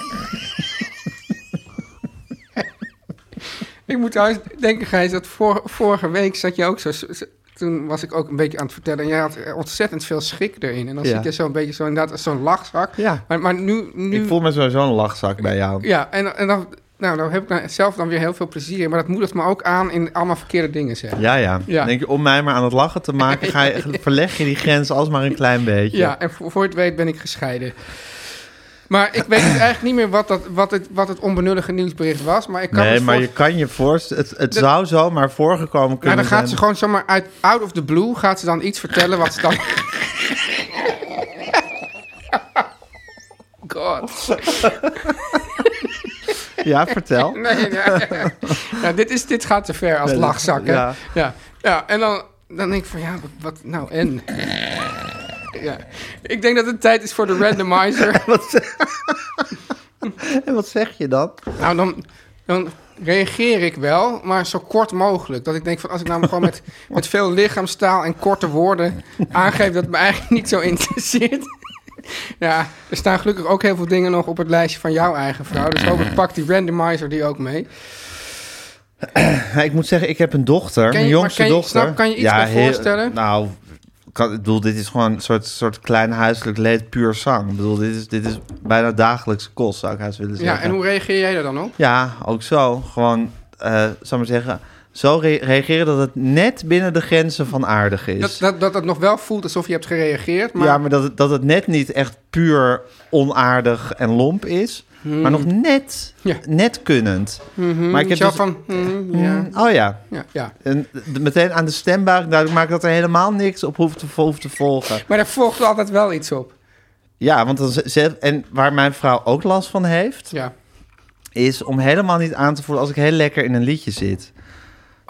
S2: *laughs* ik moet trouwens denken, Gijs, dat vor- vorige week zat je ook zo... zo- zo- Toen was ik ook een beetje aan het vertellen. En jij had eh, ontzettend veel schrik erin. En dan
S3: Ja.
S2: zit je zo'n beetje zo, inderdaad, als zo'n lachzak.
S3: Ja.
S2: Maar, maar nu... nu...
S3: Ik voel me sowieso een lachzak bij jou.
S2: Ja, en, en dan, nou, dan heb ik dan zelf dan weer heel veel plezier in. Maar dat moedigt me ook aan in allemaal verkeerde dingen zeggen.
S3: Ja, ja.
S2: Ja.
S3: Denk je, om mij maar aan het lachen te maken,
S2: *laughs*
S3: ga je, verleg je die grens alsmaar een klein beetje.
S2: Ja, en voor, voor je het weet ben ik gescheiden. Maar ik weet dus eigenlijk niet meer wat, dat, wat, het, wat het onbenullige nieuwsbericht was. Maar ik kan
S3: nee,
S2: me
S3: maar
S2: voor-
S3: je kan je voorstellen, het, het zou zomaar voorgekomen
S2: Nou,
S3: kunnen
S2: dan gaat ze
S3: zijn.
S2: gewoon zomaar uit out of the blue gaat ze dan iets vertellen wat ze
S3: *laughs*
S2: dan... God. *laughs*
S3: Ja, vertel.
S2: Nee, nee, nee. Ja, Nou, dit, is, dit gaat te ver als
S3: Nee, dit-
S2: lachzak, hè?
S3: ja.
S2: Ja. Ja. en dan, dan denk ik van, ja, wat, wat nou en? Ja. Ik denk dat het tijd is voor de randomizer.
S3: *laughs* En wat zeg je dan?
S2: Nou, dan, dan reageer ik wel, maar zo kort mogelijk. Dat ik denk van, als ik nou maar gewoon
S3: *laughs*
S2: met, met veel lichaamstaal en korte woorden aangeef dat het me eigenlijk niet zo interesseert. *laughs* Ja, er staan gelukkig ook heel veel dingen nog op het lijstje van jouw eigen vrouw. Dus hopelijk pakt die randomizer die ook mee.
S3: Ja, ik moet zeggen, ik heb een dochter,
S2: je-
S3: mijn
S2: maar
S3: jongste
S2: kan je-
S3: dochter.
S2: snap, kan je iets bij voorstellen?
S3: Nou, kan, ik bedoel, dit is gewoon een soort, soort klein huiselijk leed puur zang. Ik bedoel, dit is, dit is bijna dagelijkse kost, zou ik haast willen zeggen.
S2: Ja, en hoe reageer jij daar dan op?
S3: Ja, ook zo. Gewoon, eh zou maar zeggen, zo re- reageren dat het net binnen de grenzen van aardig is.
S2: Dat, dat, dat het nog wel voelt alsof je hebt gereageerd, maar...
S3: Ja, maar dat het, dat het net niet echt puur onaardig en lomp is. Maar nog net,
S2: Hmm. Ja. Hmm,
S3: net kunnend. Maar ik heb
S2: Zo
S3: dus-
S2: van, mm, ja,
S3: Oh ja.
S2: ja, ja.
S3: En d- meteen aan de stembuik duidelijk maken dat er helemaal niks op hoeft te, hoeft te volgen.
S2: Maar daar volgt altijd wel iets op.
S3: Ja, want dan z- zelf, en waar mijn vrouw ook last van heeft,
S2: Ja.
S3: is om helemaal niet aan te voelen als ik heel lekker in een liedje zit.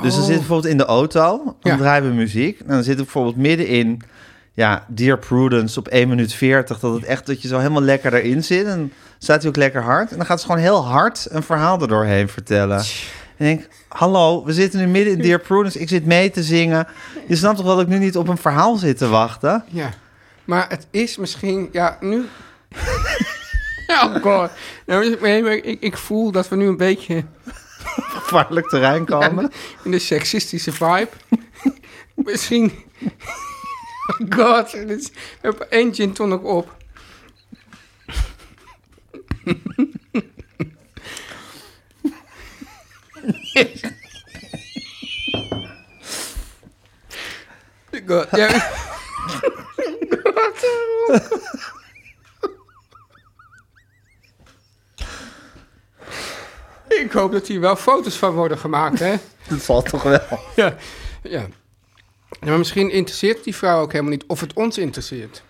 S3: Dus dan zit ik bijvoorbeeld in de auto, dan
S2: Ja.
S3: draaien we muziek. En dan zit ik bijvoorbeeld middenin, ja, Dear Prudence op 1 minuut 40. Dat het echt, dat je zo helemaal lekker erin zit. En dan staat hij ook lekker hard. En dan gaat ze gewoon heel hard een verhaal er doorheen vertellen. En ik denk, hallo, we zitten nu midden in Dear Prudence. Ik zit mee te zingen. Je snapt toch wel dat ik nu niet op een verhaal zit te wachten?
S2: Ja. Maar het is misschien, ja, nu... *laughs* ja, oh god. Nou, maar- nee, maar ik, ik voel dat we nu een beetje
S3: Gevaarlijk terrein komen.
S2: in de seksistische vibe. *laughs* misschien... oh god, dit is, ik heb één gin tonic op. *laughs* God, ja. Ik hoop dat hier wel foto's van worden gemaakt, hè?
S3: Dat valt toch wel.
S2: Ja. ja. Ja, maar misschien interesseert die vrouw ook helemaal niet of het ons interesseert.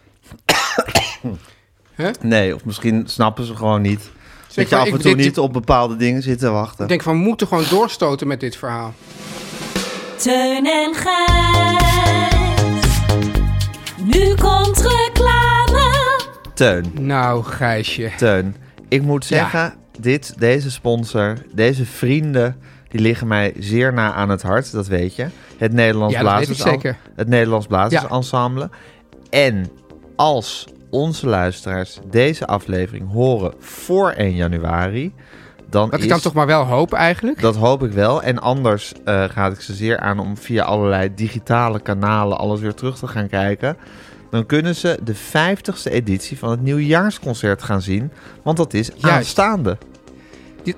S2: Hè?
S3: Nee, of misschien snappen ze gewoon niet. dat je
S2: maar,
S3: af
S2: ik-
S3: en toe
S2: dit-
S3: niet op bepaalde dingen zit te wachten.
S2: Ik denk van, we moeten gewoon doorstoten met dit verhaal.
S6: Teun en Gijs. Nu komt reclame.
S3: Teun,
S2: Nou, Gijsje.
S3: Teun. Ik moet zeggen, dit, deze sponsor, deze vrienden, die liggen mij zeer na aan het hart, dat weet je. Het Nederlands
S2: Ja, dat weet ik
S3: Blazers,
S2: zeker.
S3: Het Nederlands Blazers Ensemble. En als onze luisteraars deze aflevering horen voor 1 januari, dan
S2: Dat
S3: is
S2: ik dan toch maar wel hoop eigenlijk.
S3: Dat hoop ik wel. En anders eh raad ik ze zeer aan om via allerlei digitale kanalen alles weer terug te gaan kijken. Dan kunnen ze de 50ste editie van het nieuwjaarsconcert gaan zien. Want dat is aanstaande.
S2: Dit-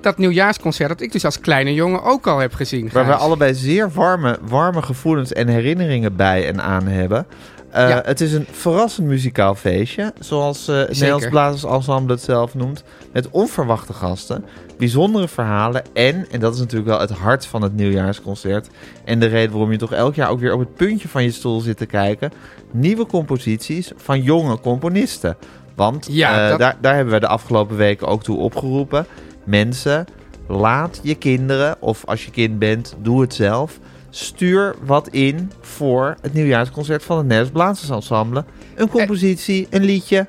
S2: Dat nieuwjaarsconcert dat ik dus als kleine jongen ook al heb gezien.
S3: Waar we
S2: Gijs.
S3: allebei zeer warme, warme gevoelens en herinneringen bij en aan hebben. Eh,
S2: Ja.
S3: Het is een verrassend muzikaal feestje, zoals eh, het Nederlands Blazers Ensemble het zelf noemt. Met onverwachte gasten, bijzondere verhalen en, en dat is natuurlijk wel het hart van het nieuwjaarsconcert. En de reden waarom je toch elk jaar ook weer op het puntje van je stoel zit te kijken. Nieuwe composities van jonge componisten. Want
S2: Ja,
S3: eh,
S2: dat-
S3: daar, daar hebben we de afgelopen weken ook toe opgeroepen. Mensen, laat je kinderen, of als je kind bent, doe het zelf. Stuur wat in voor het nieuwjaarsconcert van het Nederlands Blazers Ensemble. Een compositie, een liedje.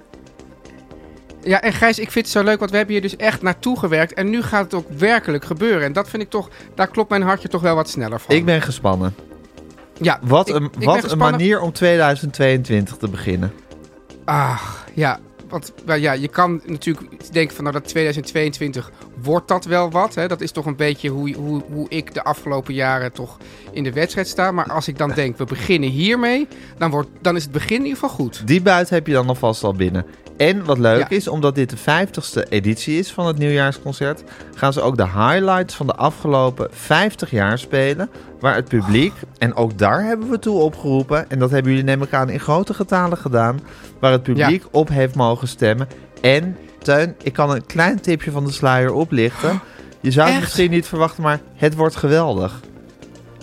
S2: Ja, en Gijs, ik vind het zo leuk, want we hebben hier dus echt naartoe gewerkt. En nu gaat het ook werkelijk gebeuren. En dat vind ik toch, daar klopt mijn hartje toch wel wat sneller van.
S3: Ik ben gespannen.
S2: ja,
S3: Wat
S2: ik-
S3: een,
S2: ik ben
S3: wat een
S2: gespannen.
S3: manier om 2022 te beginnen.
S2: Ach, Ah, ja. Want nou ja, je kan natuurlijk denken van nou dat 2022 wordt dat wel wat. Hè? Dat is toch een beetje hoe, hoe, hoe ik de afgelopen jaren toch in de wedstrijd sta. Maar als ik dan denk we beginnen hiermee, dan, wordt, dan is het begin in ieder geval goed.
S3: Die buit heb je dan alvast al binnen. En wat leuk
S2: Ja.
S3: is, omdat dit de 50ste editie is van het nieuwjaarsconcert, gaan ze ook de highlights van de afgelopen 50 jaar spelen. Waar het
S2: Ah.
S3: publiek, en ook daar hebben we toe opgeroepen, en dat hebben jullie neem ik aan in grote getalen gedaan, waar het publiek op heeft mogen stemmen. En, Teun, ik kan een klein tipje van de sluier oplichten. Je zou het
S2: Echt?
S3: misschien niet verwachten, maar het wordt geweldig.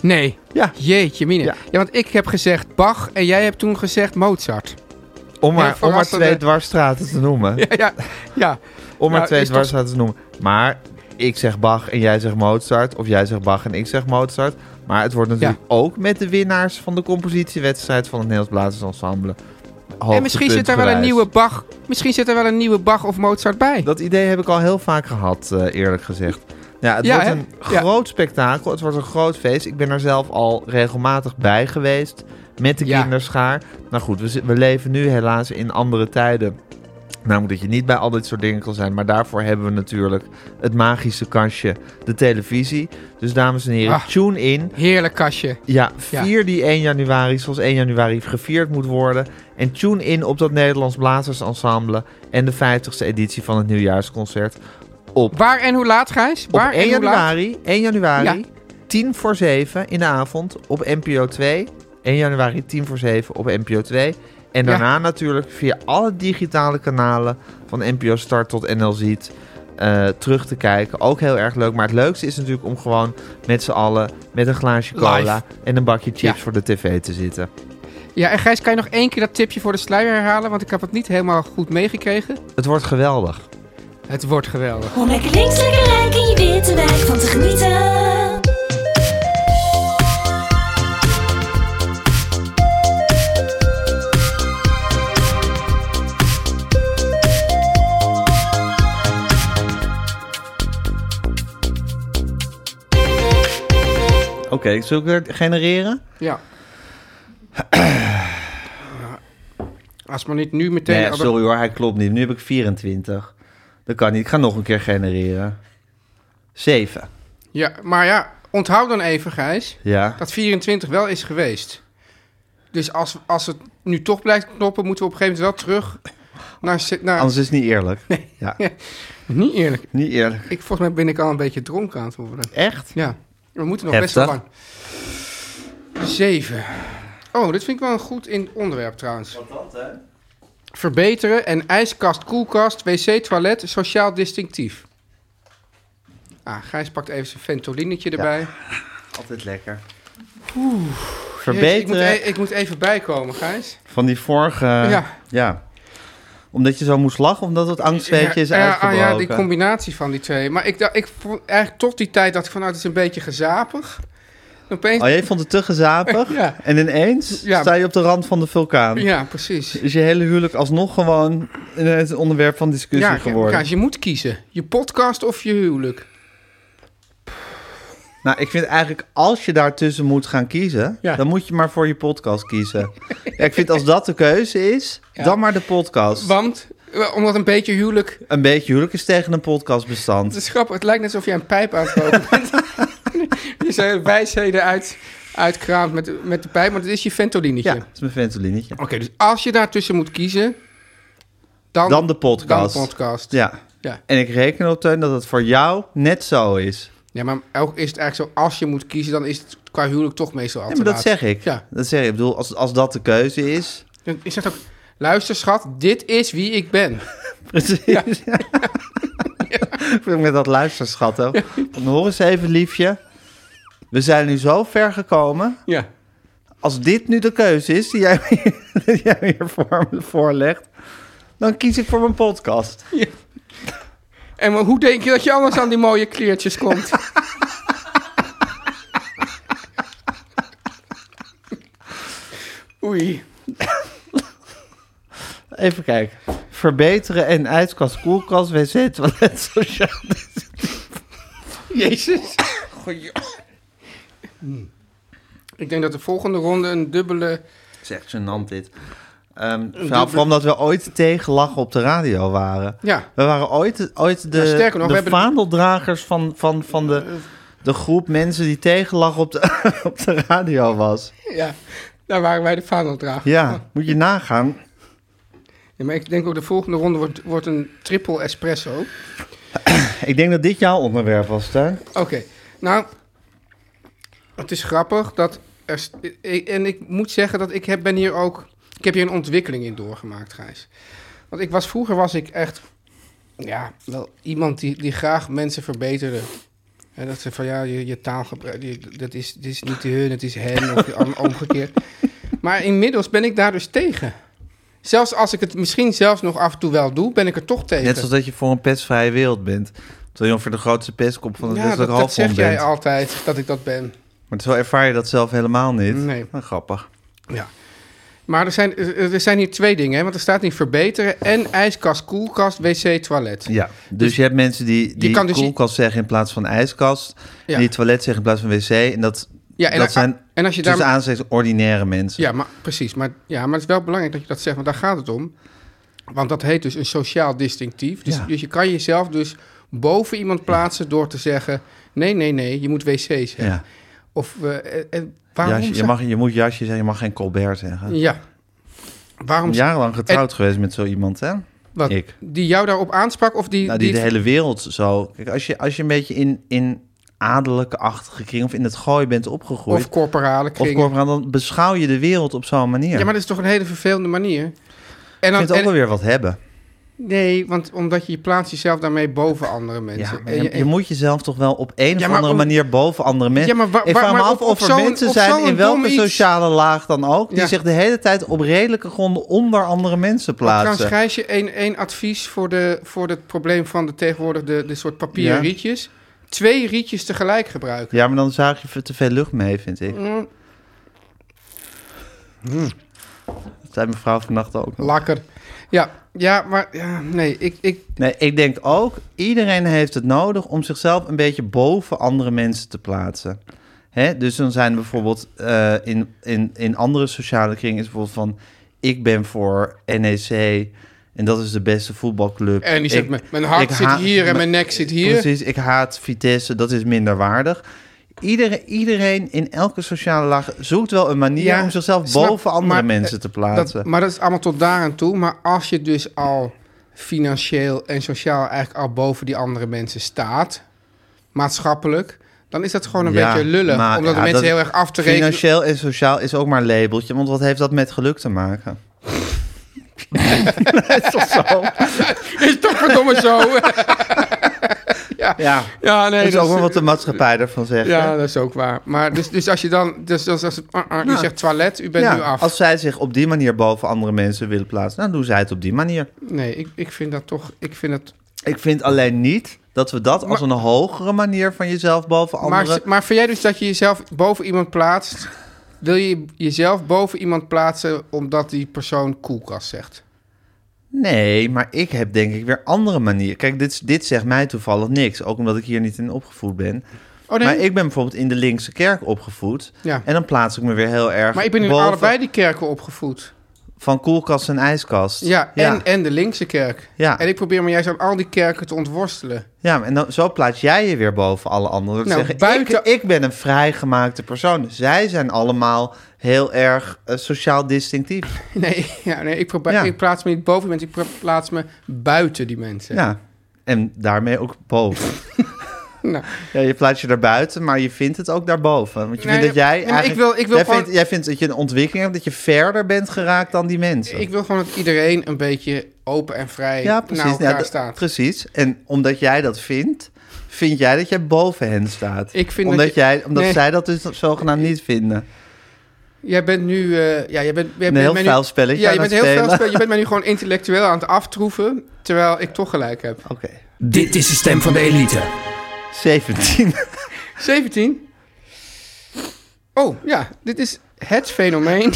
S2: Nee,
S3: Ja,
S2: jeetje mine.
S3: Ja.
S2: Ja. want ik heb gezegd Bach en jij hebt toen gezegd Mozart. *laughs*
S3: om maar,
S2: Heel
S3: om maar twee
S2: verrassende-
S3: dwarsstraten te noemen.
S2: Ja, ja, ja.
S3: Om maar
S2: Nou,
S3: twee
S2: is
S3: dwars te noemen. Maar ik zeg Bach en jij zegt Mozart. Of jij zegt Bach en ik zeg Mozart. Maar het wordt natuurlijk ook met de winnaars van de compositiewedstrijd van het Nederlands Blazers Ensemble.
S2: En misschien zit er wel een
S3: hoogtepuntgewijs.
S2: nieuwe Bach, misschien zit er wel een nieuwe Bach of Mozart bij.
S3: Dat idee heb ik al heel vaak gehad, eh, eerlijk gezegd. Ja, het
S2: Ja,
S3: wordt
S2: hè?
S3: een
S2: Ja.
S3: groot spektakel. Het wordt een groot feest. Ik ben er zelf al regelmatig bij geweest met de
S2: Ja.
S3: kinderschaar. Nou goed, we, zi- we leven nu helaas in andere tijden. Namelijk dat je niet bij al dit soort dingen kan zijn. Maar daarvoor hebben we natuurlijk het magische kastje, de televisie. Dus dames en heren,
S2: Ah.
S3: tune in.
S2: Heerlijk kastje.
S3: Ja,
S2: Ja.
S3: vier die 1 januari, zoals 1 januari gevierd moet worden. En tune in op dat Nederlands Blazers Ensemble en de 50ste editie van het nieuwjaarsconcert. Op,
S2: Waar en hoe laat, Gijs?
S3: op
S2: Waar
S3: 1
S2: en hoe laat?
S3: januari, 1 januari
S2: Ja.
S3: 10 voor 7 in de avond op NPO 2. 1 januari 10 voor 7 op NPO 2. En
S2: Ja.
S3: daarna natuurlijk via alle digitale kanalen van NPO Start tot NLZ eh, terug te kijken. Ook heel erg leuk. Maar het leukste is natuurlijk om gewoon met z'n allen met een glaasje cola
S2: Live.
S3: en een bakje chips
S2: Ja.
S3: voor de tv te zitten.
S2: Ja, en Gijs, kan je nog één keer dat tipje voor de sluier herhalen? Want ik heb het niet helemaal goed meegekregen.
S3: Het wordt geweldig.
S2: Het wordt geweldig.
S6: Om lekker links, lekker rijk in je witte wijk van te genieten.
S3: Oké, zullen we het genereren?
S2: Ja. Als maar niet nu meteen...
S3: Nee, sorry hoor, hij klopt niet. Nu heb ik 24. Dat kan niet. Ik ga nog een keer genereren. 7.
S2: Ja, maar ja, onthoud dan even, Gijs,
S3: Ja.
S2: dat 24 wel is geweest. Dus als, als het nu toch blijft knoppen, moeten we op een gegeven moment wel terug naar... zit- naar...
S3: Anders is het niet eerlijk. Ja,
S2: Niet eerlijk.
S3: niet eerlijk.
S2: Ik, volgens mij ben ik al een beetje dronken aan het worden.
S3: Echt?
S2: Ja, we moeten nog
S3: Heftig.
S2: best wel lang. Zeven. Oh, dit vind ik wel een goed in onderwerp trouwens. Wat dat, hè? Verbeteren en ijskast, koelkast, wc, toilet, sociaal distinctief. Ah, Gijs pakt even zijn ventolinetje erbij.
S3: Altijd lekker.
S2: Jeetje, ik, moet
S3: Verbeteren
S2: e- ik moet even bijkomen, Gijs.
S3: van die vorige...
S2: Ja.
S3: ja. Omdat je zo moest lachen, omdat het angstzweetje is
S2: Ja, ja, ah
S3: uitgebroken.
S2: ja, die combinatie van die twee. Maar ik, dacht- ik vond eigenlijk tot die tijd dat ik van, nou, het is een beetje gezapig. En Opeens,
S3: Oh, jij vond het te gezapig?
S2: *laughs* Ja.
S3: En ineens
S2: Ja.
S3: sta je op de rand van de vulkaan.
S2: ja, precies.
S3: Is je hele huwelijk alsnog gewoon een onderwerp van discussie
S2: Ja,
S3: geworden?
S2: Gijs, je moet kiezen. Je podcast of je huwelijk.
S3: Nou, ik vind eigenlijk als je daartussen moet gaan kiezen,
S2: Ja.
S3: dan moet je maar voor je podcast kiezen. ja, ik vind als dat de keuze is, dan maar de podcast.
S2: Want, eh, omdat een beetje huwelijk...
S3: Een beetje huwelijk is tegen een
S2: Het
S3: podcastbestand.
S2: is grappig, het lijkt net alsof jij een pijp aan het
S3: *laughs*
S2: roken bent. je zijn wijsheden uit, uitkraamt met, de- met de pijp, maar het is je ventolinetje.
S3: Ja, dat is mijn ventolinetje.
S2: Oké, dus als je daartussen moet kiezen... Dan,
S3: Dan de podcast.
S2: Dan de podcast. Ja.
S3: Ja.
S2: Ja.
S3: En ik reken erop, Teun, dat het voor jou net zo is.
S2: maar ook is het eigenlijk zo, als je moet kiezen, dan is het qua huwelijk toch meestal
S3: Nee,
S2: altijd
S3: maar dat zeg ik.
S2: Ja.
S3: Dat zeg ik. Ik bedoel, als, als dat de keuze
S2: *laughs*
S3: is.
S2: Ik zeg ook, luister schat, dit is wie ik ben.
S3: Precies. *laughs* Ik vind met dat luisterschat ook. Dan hoor eens even, liefje. We zijn nu zo ver gekomen.
S2: Ja.
S3: als dit nu de keuze is die jij, die jij hier *laughs* voor me voorlegt, dan kies ik voor mijn podcast.
S2: En maar hoe denk je dat je anders aan die mooie kleertjes komt? Oei.
S3: Even kijken. verbeteren en uitkast, koelkast, wc, toilet, sociaal. *laughs*
S2: Jezus. Goh, joh. Ik denk dat de volgende ronde een dubbele...
S3: Zegt gênant dit. Ehm, vooral, vooral omdat we ooit tegen lachen op de radio waren.
S2: Ja.
S3: We waren ooit, ooit de,
S2: Ja, sterker nog, we
S3: de
S2: hebben- Eh,
S3: vaandeldragers van, van, van de, de groep mensen die tegen lachen op de, *laughs* op de radio was.
S2: Ja, daar waren wij de vaandeldrager.
S3: Ja, moet je nagaan.
S2: Ja, maar ik denk ook de volgende ronde wordt, wordt een triple espresso.
S3: Ik denk dat dit jouw onderwerp was, Tuin.
S2: Oké, nou, het is grappig dat er... st- ik- En ik moet zeggen dat ik heb, ben hier ook... Ik heb hier een ontwikkeling in doorgemaakt, Gijs. Want ik was, vroeger was ik echt... Ja, wel iemand die, die graag mensen verbeterde. En dat ze van, ja, je, je taalgebruik... je- dat is, dit is niet hun, het is hen, of om- omgekeerd.
S3: *laughs*
S2: Maar inmiddels ben ik daar dus tegen. Zelfs als ik het misschien zelfs nog af en toe wel doe, ben ik er toch tegen.
S3: Net zoals dat je voor een pestvrije wereld bent. Terwijl je ongeveer de grootste pestkop van het
S2: ja, dat,
S3: westelijk
S2: dat
S3: halfrond
S2: zeg
S3: bent.
S2: jij altijd, dat ik dat ben.
S3: Maar terwijl ervaar je dat zelf helemaal niet.
S2: Nee.
S3: Nou, grappig.
S2: Ja. Maar er zijn, er er zijn hier twee dingen, hè? want er staat niet verbeteren en ijskast, koelkast, wc, toilet.
S3: Ja. Dus, je hebt mensen die, die
S2: kan dus-
S3: koelkast zeggen in plaats van ijskast.
S2: Ja.
S3: En die toilet zeggen in plaats van wc. En dat,
S2: Ja, en
S3: dat
S2: a-
S3: zijn
S2: en als je
S3: tussen
S2: daar-
S3: aanzet ordinaire mensen.
S2: Ja, maar, precies. Maar, ja, maar het is wel belangrijk dat je dat zegt, want daar gaat het om. Want dat heet dus een sociaal distinctief. Dus,
S3: Ja.
S2: dus je kan jezelf dus boven iemand plaatsen door te zeggen... nee, nee, nee, je moet wc's hebben.
S3: Ja.
S2: Of eh, eh, eh, waarom...
S3: Jasje, je,
S2: zou-
S3: mag, je moet jasje zeggen, je mag geen Colbert zeggen. Ik
S2: Ja. Waarom...
S3: ben jarenlang getrouwd geweest met zo iemand, hè?
S2: wat,
S3: ik.
S2: Die jou daarop aansprak of die...
S3: Nou, die
S2: die-
S3: de hele wereld zo... Kijk, als je, als je een beetje in, in adellijke achtige kring of in het gooi bent opgegroeid...
S2: of corporale
S3: Of
S2: kringen.
S3: corporaal, dan beschouw je de wereld op zo'n manier.
S2: Ja, maar dat is toch een hele vervelende manier. En dan,
S3: ik vind het ook
S2: en-
S3: wel weer wat hebben.
S2: Nee, want omdat je je plaatst jezelf daarmee boven andere
S3: Ja,
S2: mensen.
S3: maar
S2: En
S3: je,
S2: je-
S3: je moet jezelf toch wel op een
S2: Ja,
S3: of
S2: maar
S3: andere
S2: om-
S3: manier boven andere mensen.
S2: Ja, maar wa-
S3: ik
S2: wa-
S3: vraag me
S2: maar
S3: af
S2: op-
S3: of
S2: op
S3: er
S2: zo'n-
S3: mensen
S2: op
S3: zijn
S2: zo'n
S3: in welke
S2: dom iets.
S3: sociale laag dan ook... die
S2: Ja.
S3: zich de hele tijd op redelijke gronden onder andere mensen
S2: Trouwens,
S3: plaatsen.
S2: Gijsje, één, één advies voor, de, voor het probleem van de tegenwoordig de, de soort papieren
S3: Ja.
S2: rietjes. Twee rietjes tegelijk gebruiken.
S3: Ja, maar dan zuig je te veel lucht mee, vind ik.
S2: Mm.
S3: Dat zei mevrouw vannacht ook nog.
S2: Lakker. Ja, ja maar ja, nee, ik, ik,
S3: Nee, ik denk ook, iedereen heeft het nodig om zichzelf een beetje boven andere mensen te plaatsen. Hè? Dus dan zijn er bijvoorbeeld eh, in, in, in andere sociale kringen is bijvoorbeeld van... ik ben voor NEC en dat is de beste voetbalclub.
S2: En die zegt,
S3: Ik-
S2: "Mijn- mijn hart
S3: ik
S2: zit
S3: haat-
S2: hier en mijn nek zit hier."
S3: Precies, ik haat Vitesse, dat is minderwaardig. Iedereen, iedereen in elke sociale laag zoekt wel een manier
S2: Ja,
S3: om zichzelf
S2: snap,
S3: boven andere
S2: maar,
S3: mensen
S2: eh, dat,
S3: te plaatsen.
S2: maar dat is allemaal tot daar aan toe. Maar als je dus al financieel en sociaal eigenlijk al boven die andere mensen staat, maatschappelijk, dan is dat gewoon een beetje lullen.
S3: maar
S2: omdat de
S3: ja,
S2: mensen
S3: dat-
S2: heel erg af te rekenen.
S3: Financieel en sociaal is ook maar een labeltje, want wat heeft dat met geluk te maken?
S2: *laughs*
S3: is toch zo?
S2: *laughs* Is toch verdomme
S3: *laughs*
S2: zo?
S3: Ja,
S2: ja, nee.
S3: dat is
S2: dat
S3: ook wel
S2: is-
S3: wat de maatschappij ervan zegt.
S2: Ja,
S3: hè?
S2: dat is ook waar. Maar dus, dus als je dan... Dus, als als- ah, ah, u zegt toilet, u bent
S3: Nou, Ja,
S2: nu af.
S3: Als zij zich op die manier boven andere mensen willen plaatsen, dan doen zij het op die manier.
S2: Nee, ik, ik vind dat toch... Ik vind dat...
S3: Ik vind alleen niet dat we dat als een hogere manier van jezelf boven
S2: Maar,
S3: anderen...
S2: maar vind jij dus dat je jezelf boven iemand plaatst... Wil je jezelf boven iemand plaatsen omdat die persoon koelkast zegt?
S3: Nee, maar ik heb denk ik weer andere manieren. Kijk, dit, dit zegt mij toevallig niks, ook omdat ik hier niet in opgevoed ben.
S2: Oh nee,
S3: Maar ik ben bijvoorbeeld in de linkse kerk opgevoed.
S2: Ja.
S3: En dan plaats ik me weer heel erg
S2: Maar ik ben in
S3: boven
S2: allebei die kerken opgevoed.
S3: van koelkast en ijskast.
S2: Ja,
S3: ja.
S2: En, en de linkse kerk.
S3: Ja.
S2: En ik probeer me juist aan al die kerken te ontworstelen. *laughs*
S3: Ja, en dan, zo plaats jij je weer boven alle anderen. Door te
S2: Nou,
S3: zeggen,
S2: buiten-
S3: ik, ik ben een vrijgemaakte persoon. Dus Zij zijn allemaal heel erg eh, sociaal distinctief.
S2: Nee, ja, nee ik, probeer,
S3: Ja.
S2: ik plaats me niet boven mensen. Ik pro- plaats me buiten die mensen.
S3: Ja. En daarmee ook
S2: *laughs*
S3: boven.
S2: Nou,
S3: Ja, je plaatst je daarbuiten, maar je vindt het ook daarboven. Want je
S2: Nee,
S3: vindt dat jij
S2: nee, maar ik
S3: eigenlijk-
S2: wil- ik wil
S3: jij,
S2: gewoon-
S3: vindt, jij vindt dat je een ontwikkeling hebt, dat je verder bent geraakt dan die mensen.
S2: ik wil gewoon dat iedereen een beetje open en vrij
S3: ja, precies.
S2: naar elkaar
S3: Ja, dat-
S2: nou, staat.
S3: Precies. En omdat jij dat vindt, vind jij dat jij boven hen staat.
S2: Ik vind dat
S3: omdat
S2: je-
S3: jij, omdat
S2: Nee.
S3: zij dat dus zogenaamd niet vinden.
S2: Jij bent nu... eh, ja, jij bent, jij bent
S3: heel
S2: mij
S3: vuil
S2: nu,
S3: spelletje
S2: Ja,
S3: aan
S2: je bent
S3: het
S2: heel vuil
S3: spelen.
S2: spelletje. Je
S3: *laughs*
S2: bent mij nu gewoon intellectueel aan het aftroeven... terwijl ik toch gelijk heb.
S3: Oké.
S4: Dit is de stem van de elite.
S3: 17.
S2: 17. Oh, ja. Dit is
S3: *laughs*
S2: Oh, het fenomeen.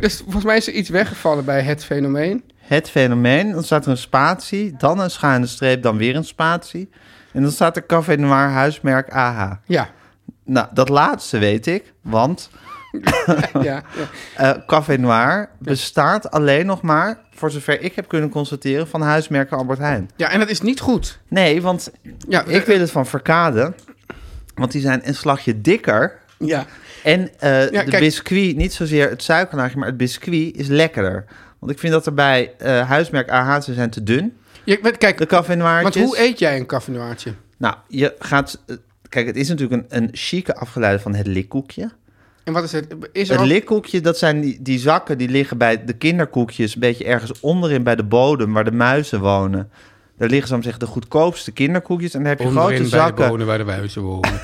S2: dus volgens mij is er iets weggevallen bij het fenomeen.
S3: *laughs* het fenomeen. Dan staat er een spatie, dan een schuine streep, dan weer een spatie. En dan staat er Café Noir huismerk AH.
S2: Ja.
S3: Nou, dat laatste weet ik, want
S2: ja, ja.
S3: eh, Café Noir bestaat alleen nog maar, voor zover ik heb kunnen constateren, van huismerken Albert Heijn.
S2: ja, en dat is niet goed.
S3: Nee, want
S2: Ja, eh,
S3: ik weet het van Verkade, want die zijn een slagje dikker.
S2: Ja.
S3: En eh,
S2: Ja,
S3: de
S2: kijk.
S3: biscuit, niet zozeer het suikerlaagje, maar het biscuit is lekkerder. Want ik vind dat er bij eh, huismerk AH, ze zijn te dun,
S2: Je, maar kijk,
S3: de café
S2: want
S3: noirtjes.
S2: hoe eet jij een caffinoirtje?
S3: Nou, je gaat... eh, Kijk, het is natuurlijk een, een chique afgeleide van het likkoekje.
S2: En wat is het? Is er
S3: Het
S2: ook-
S3: likkoekje, dat zijn die, die zakken die liggen bij de kinderkoekjes... een beetje ergens onderin bij de bodem, waar de muizen wonen. Daar liggen, zo om te zeggen, de goedkoopste kinderkoekjes. En dan heb je
S5: Onderin bij
S3: grote
S5: de
S3: zakken.
S5: bonen waar de muizen wonen.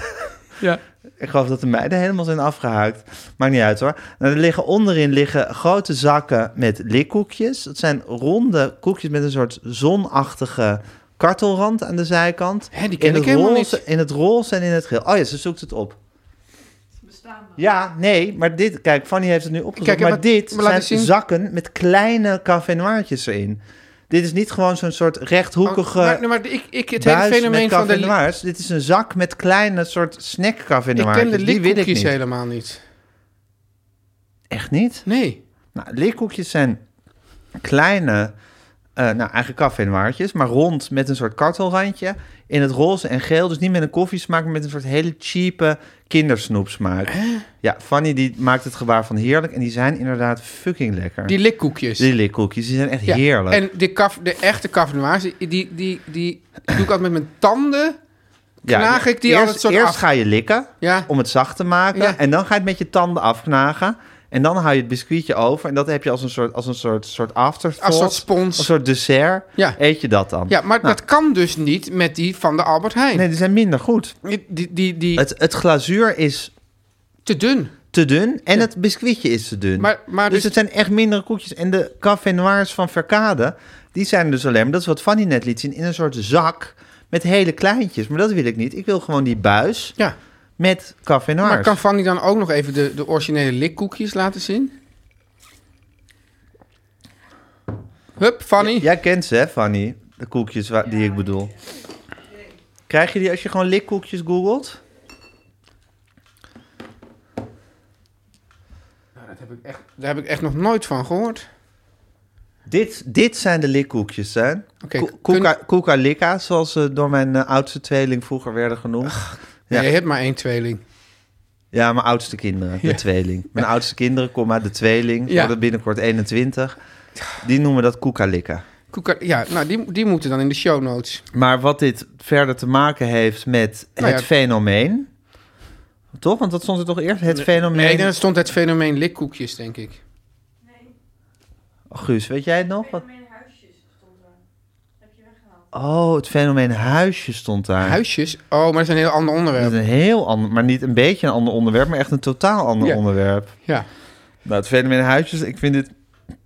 S2: ja.
S3: Ik geloof dat de meiden helemaal zijn afgehaakt. Maakt niet uit hoor. Nou, er liggen onderin liggen grote zakken met likkoekjes. Dat zijn ronde koekjes met een soort zonachtige kartelrand aan de zijkant.
S2: Hè, die ken
S3: in
S2: ik
S3: het
S2: helemaal
S3: roze, In het roze en in het geel. Oh ja, ze zoekt het op. Ja, nee, maar dit, kijk, Fanny heeft het nu opgezocht.
S2: Kijk, en
S3: maar
S2: wat-
S3: dit
S2: maar laat
S3: zijn
S2: eens zien.
S3: zakken met kleine café noirtjes erin. Dit is niet gewoon zo'n soort rechthoekige
S2: Oh, maar, nee, maar ik, ik, het hele
S3: buis
S2: fenomeen
S3: met
S2: van de...
S3: café
S2: li-
S3: noirs. Dit is een zak met kleine soort snack café
S2: Ik
S3: noirs.
S2: ken de
S3: Dus Die wil ik
S2: likkoekjes
S3: niet.
S2: helemaal niet.
S3: Echt niet?
S2: Nee.
S3: Nou, leerkoekjes zijn kleine, eh nou eigenlijk café-noirtjes, maar rond met een soort kartelrandje in het roze en geel. Dus niet met een koffiesmaak, maar met een soort hele cheap kindersnoepsmaak. Ja, Fanny die maakt het gebaar van heerlijk en die zijn inderdaad fucking lekker.
S2: Die likkoekjes.
S3: die leerkoekjes, die zijn echt
S2: Ja.
S3: heerlijk.
S2: En de, kaf, de echte caffinoirs, die, die, die, die doe ik altijd met mijn tanden. knaag ik die
S3: eerst,
S2: altijd soort
S3: Eerst
S2: af.
S3: ga je likken
S2: Ja.
S3: om het zacht te maken.
S2: Ah. Ja.
S3: En dan ga je het met je tanden afknagen. En dan hou je het biscuitje over. En dat heb je als een soort, als een soort, soort afterthought.
S2: Als soort spons.
S3: Als een soort dessert.
S2: Ja.
S3: Eet je dat dan.
S2: Ja, maar
S3: Nou,
S2: dat kan dus niet met die van de Albert Heijn.
S3: Nee, die zijn minder goed.
S2: Die, die, die, die-
S3: Het, het glazuur is
S2: te dun.
S3: te dun en het biscuitje is te dun.
S2: Maar- maar
S3: dus,
S2: dus-
S3: het zijn echt mindere koekjes. En de café noirs van Verkade, die zijn dus alleen... maar Dat is wat Fanny net liet zien, in een soort zak met hele kleintjes. Maar dat wil ik niet. Ik wil gewoon die buis
S2: Ja.
S3: met café noirs.
S2: Maar kan Fanny dan ook nog even de, de originele likkoekjes laten zien? Hup, Fanny.
S3: Jij kent ze, hè, Fanny? De koekjes wa- die ik bedoel. Krijg je die als je gewoon likkoekjes googelt?
S2: Daar heb ik echt nog nooit van gehoord.
S3: Dit, dit zijn de likkoekjes, hè?
S2: Oké,
S3: Ko-
S2: kun-
S3: koeka- Koeka-likka, zoals ze door mijn eh, oudste tweeling vroeger werden genoemd. Ja.
S2: Ja. Je hebt maar één tweeling.
S3: Ja, mijn oudste kinderen, de tweeling. Mijn oudste kinderen, komma, de tweeling,
S2: Ja.
S3: worden binnenkort 21. Die noemen dat koeka-likka.
S2: Koeka- ja, nou, die, die moeten dan in de show notes.
S3: Maar wat dit verder te maken heeft met
S2: Nou
S3: het
S2: ja.
S3: fenomeen... Toch? Want dat stond er toch eerst? Het fenomeen...
S2: Nee, ik denk dat stond het fenomeen likkoekjes, denk ik.
S3: Oh, Guus, weet jij het nog? Het fenomeen huisjes stond daar. Heb je weggehaald. Oh, het fenomeen huisjes stond daar.
S2: Huisjes? Oh, maar dat is een heel ander
S3: Dat is
S2: onderwerp.
S3: een heel ander, maar niet een beetje een ander onderwerp, maar echt een totaal ander
S2: Ja.
S3: onderwerp.
S2: Ja.
S3: Nou, het fenomeen huisjes, ik vind dit...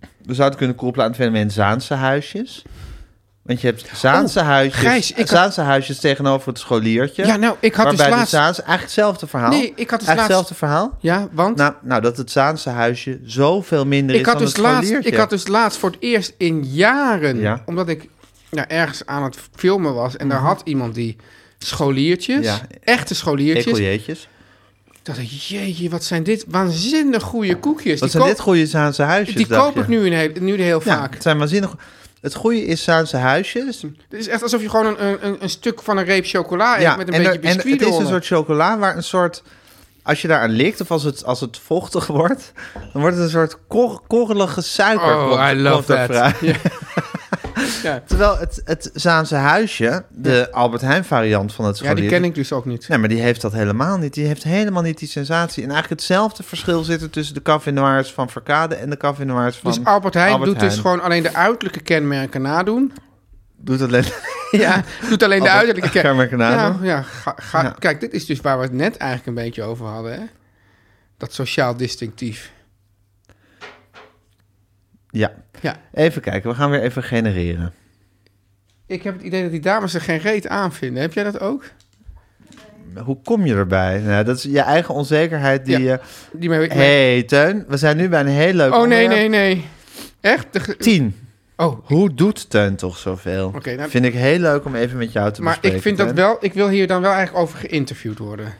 S3: We zouden het kunnen koppelen aan het fenomeen Zaanse huisjes. Want je hebt Zaanse huisjes,
S2: Oh, Gijs, ik had-
S3: Zaanse huisjes tegenover het scholiertje.
S2: Ja, nou, ik had dus
S3: waarbij de
S2: laatst-
S3: Zaanse... Eigenlijk hetzelfde verhaal.
S2: Nee, ik had dus
S3: Eigenlijk
S2: laatst-
S3: hetzelfde verhaal.
S2: Ja, want
S3: Nou, nou, dat het Zaanse huisje zoveel minder
S2: ik
S3: is
S2: had,
S3: dan
S2: dus
S3: het
S2: laatst,
S3: scholiertje.
S2: ik had dus laatst voor het eerst in jaren,
S3: Ja. Mhm.
S2: omdat ik nou, ergens aan het filmen was en daar had iemand die scholiertjes,
S3: Ja.
S2: echte scholiertjes. Ik
S3: Ecoliertjes.
S2: dacht, ik, jeetje, wat zijn dit waanzinnig goede koekjes.
S3: Wat
S2: die
S3: zijn
S2: koop-
S3: dit goede Zaanse huisjes?
S2: die
S3: dacht
S2: koop
S3: je?
S2: ik nu, in heel, nu heel
S3: Ja,
S2: vaak.
S3: het zijn waanzinnig. go- Het goede is Zaanse huisjes.
S2: Het is echt alsof je gewoon een, een- een, een stuk van een reep chocola eet
S3: Ja,
S2: met een
S3: en,
S2: beetje
S3: er- en
S2: biscuit
S3: het is een
S2: eronder.
S3: soort chocola waar een soort... Als je daaraan likt of als het, als het vochtig wordt... dan wordt het een soort kor, korrelige suiker.
S2: Oh,
S3: komt-
S2: I love
S3: komt er
S2: that.
S3: vooruit. *laughs*
S2: Ja.
S3: Terwijl het, het Zaanse huisje, de Albert Heijn variant van het
S2: Ja, die
S3: scholier-
S2: ken ik dus ook niet.
S3: Nee, maar die heeft dat helemaal niet. Die heeft helemaal niet die sensatie. En eigenlijk hetzelfde verschil zit er tussen de café noirs van Verkade... en de café noirs van
S2: Dus Albert Heijn
S3: Albert
S2: doet dus
S3: Heijn.
S2: gewoon alleen de uiterlijke kenmerken
S3: *laughs*
S2: nadoen.
S3: Doet dat alleen...
S2: Ja, *laughs* doet alleen de
S3: Albert- *laughs*
S2: uiterlijke ken-
S3: Kenmerken nadoen.
S2: Ja, ja, ga, ga-
S3: Ja.
S2: Kijk, dit is dus waar we het net eigenlijk een beetje over hadden. Hè? Dat sociaal distinctief.
S3: Ja.
S2: Ja,
S3: Even kijken, we gaan weer even genereren.
S2: ik heb het idee dat die dames er geen reet aan vinden. Heb jij dat ook?
S3: Hoe kom je erbij? Nou, dat is je eigen onzekerheid die
S2: Ja.
S3: je...
S2: Die mee,
S3: Hé, hey, Teun, we zijn nu bij een heel leuk
S2: Oh nee,
S3: onderwerp.
S2: nee, nee. Echt? De ge-
S3: Tien.
S2: Oh,
S3: Hoe doet Teun toch zoveel?
S2: Oké, nou-
S3: vind ik heel leuk om even met jou te
S2: maar
S3: bespreken.
S2: ik vind dat
S3: Teun.
S2: wel... Ik wil hier dan wel eigenlijk over geïnterviewd worden.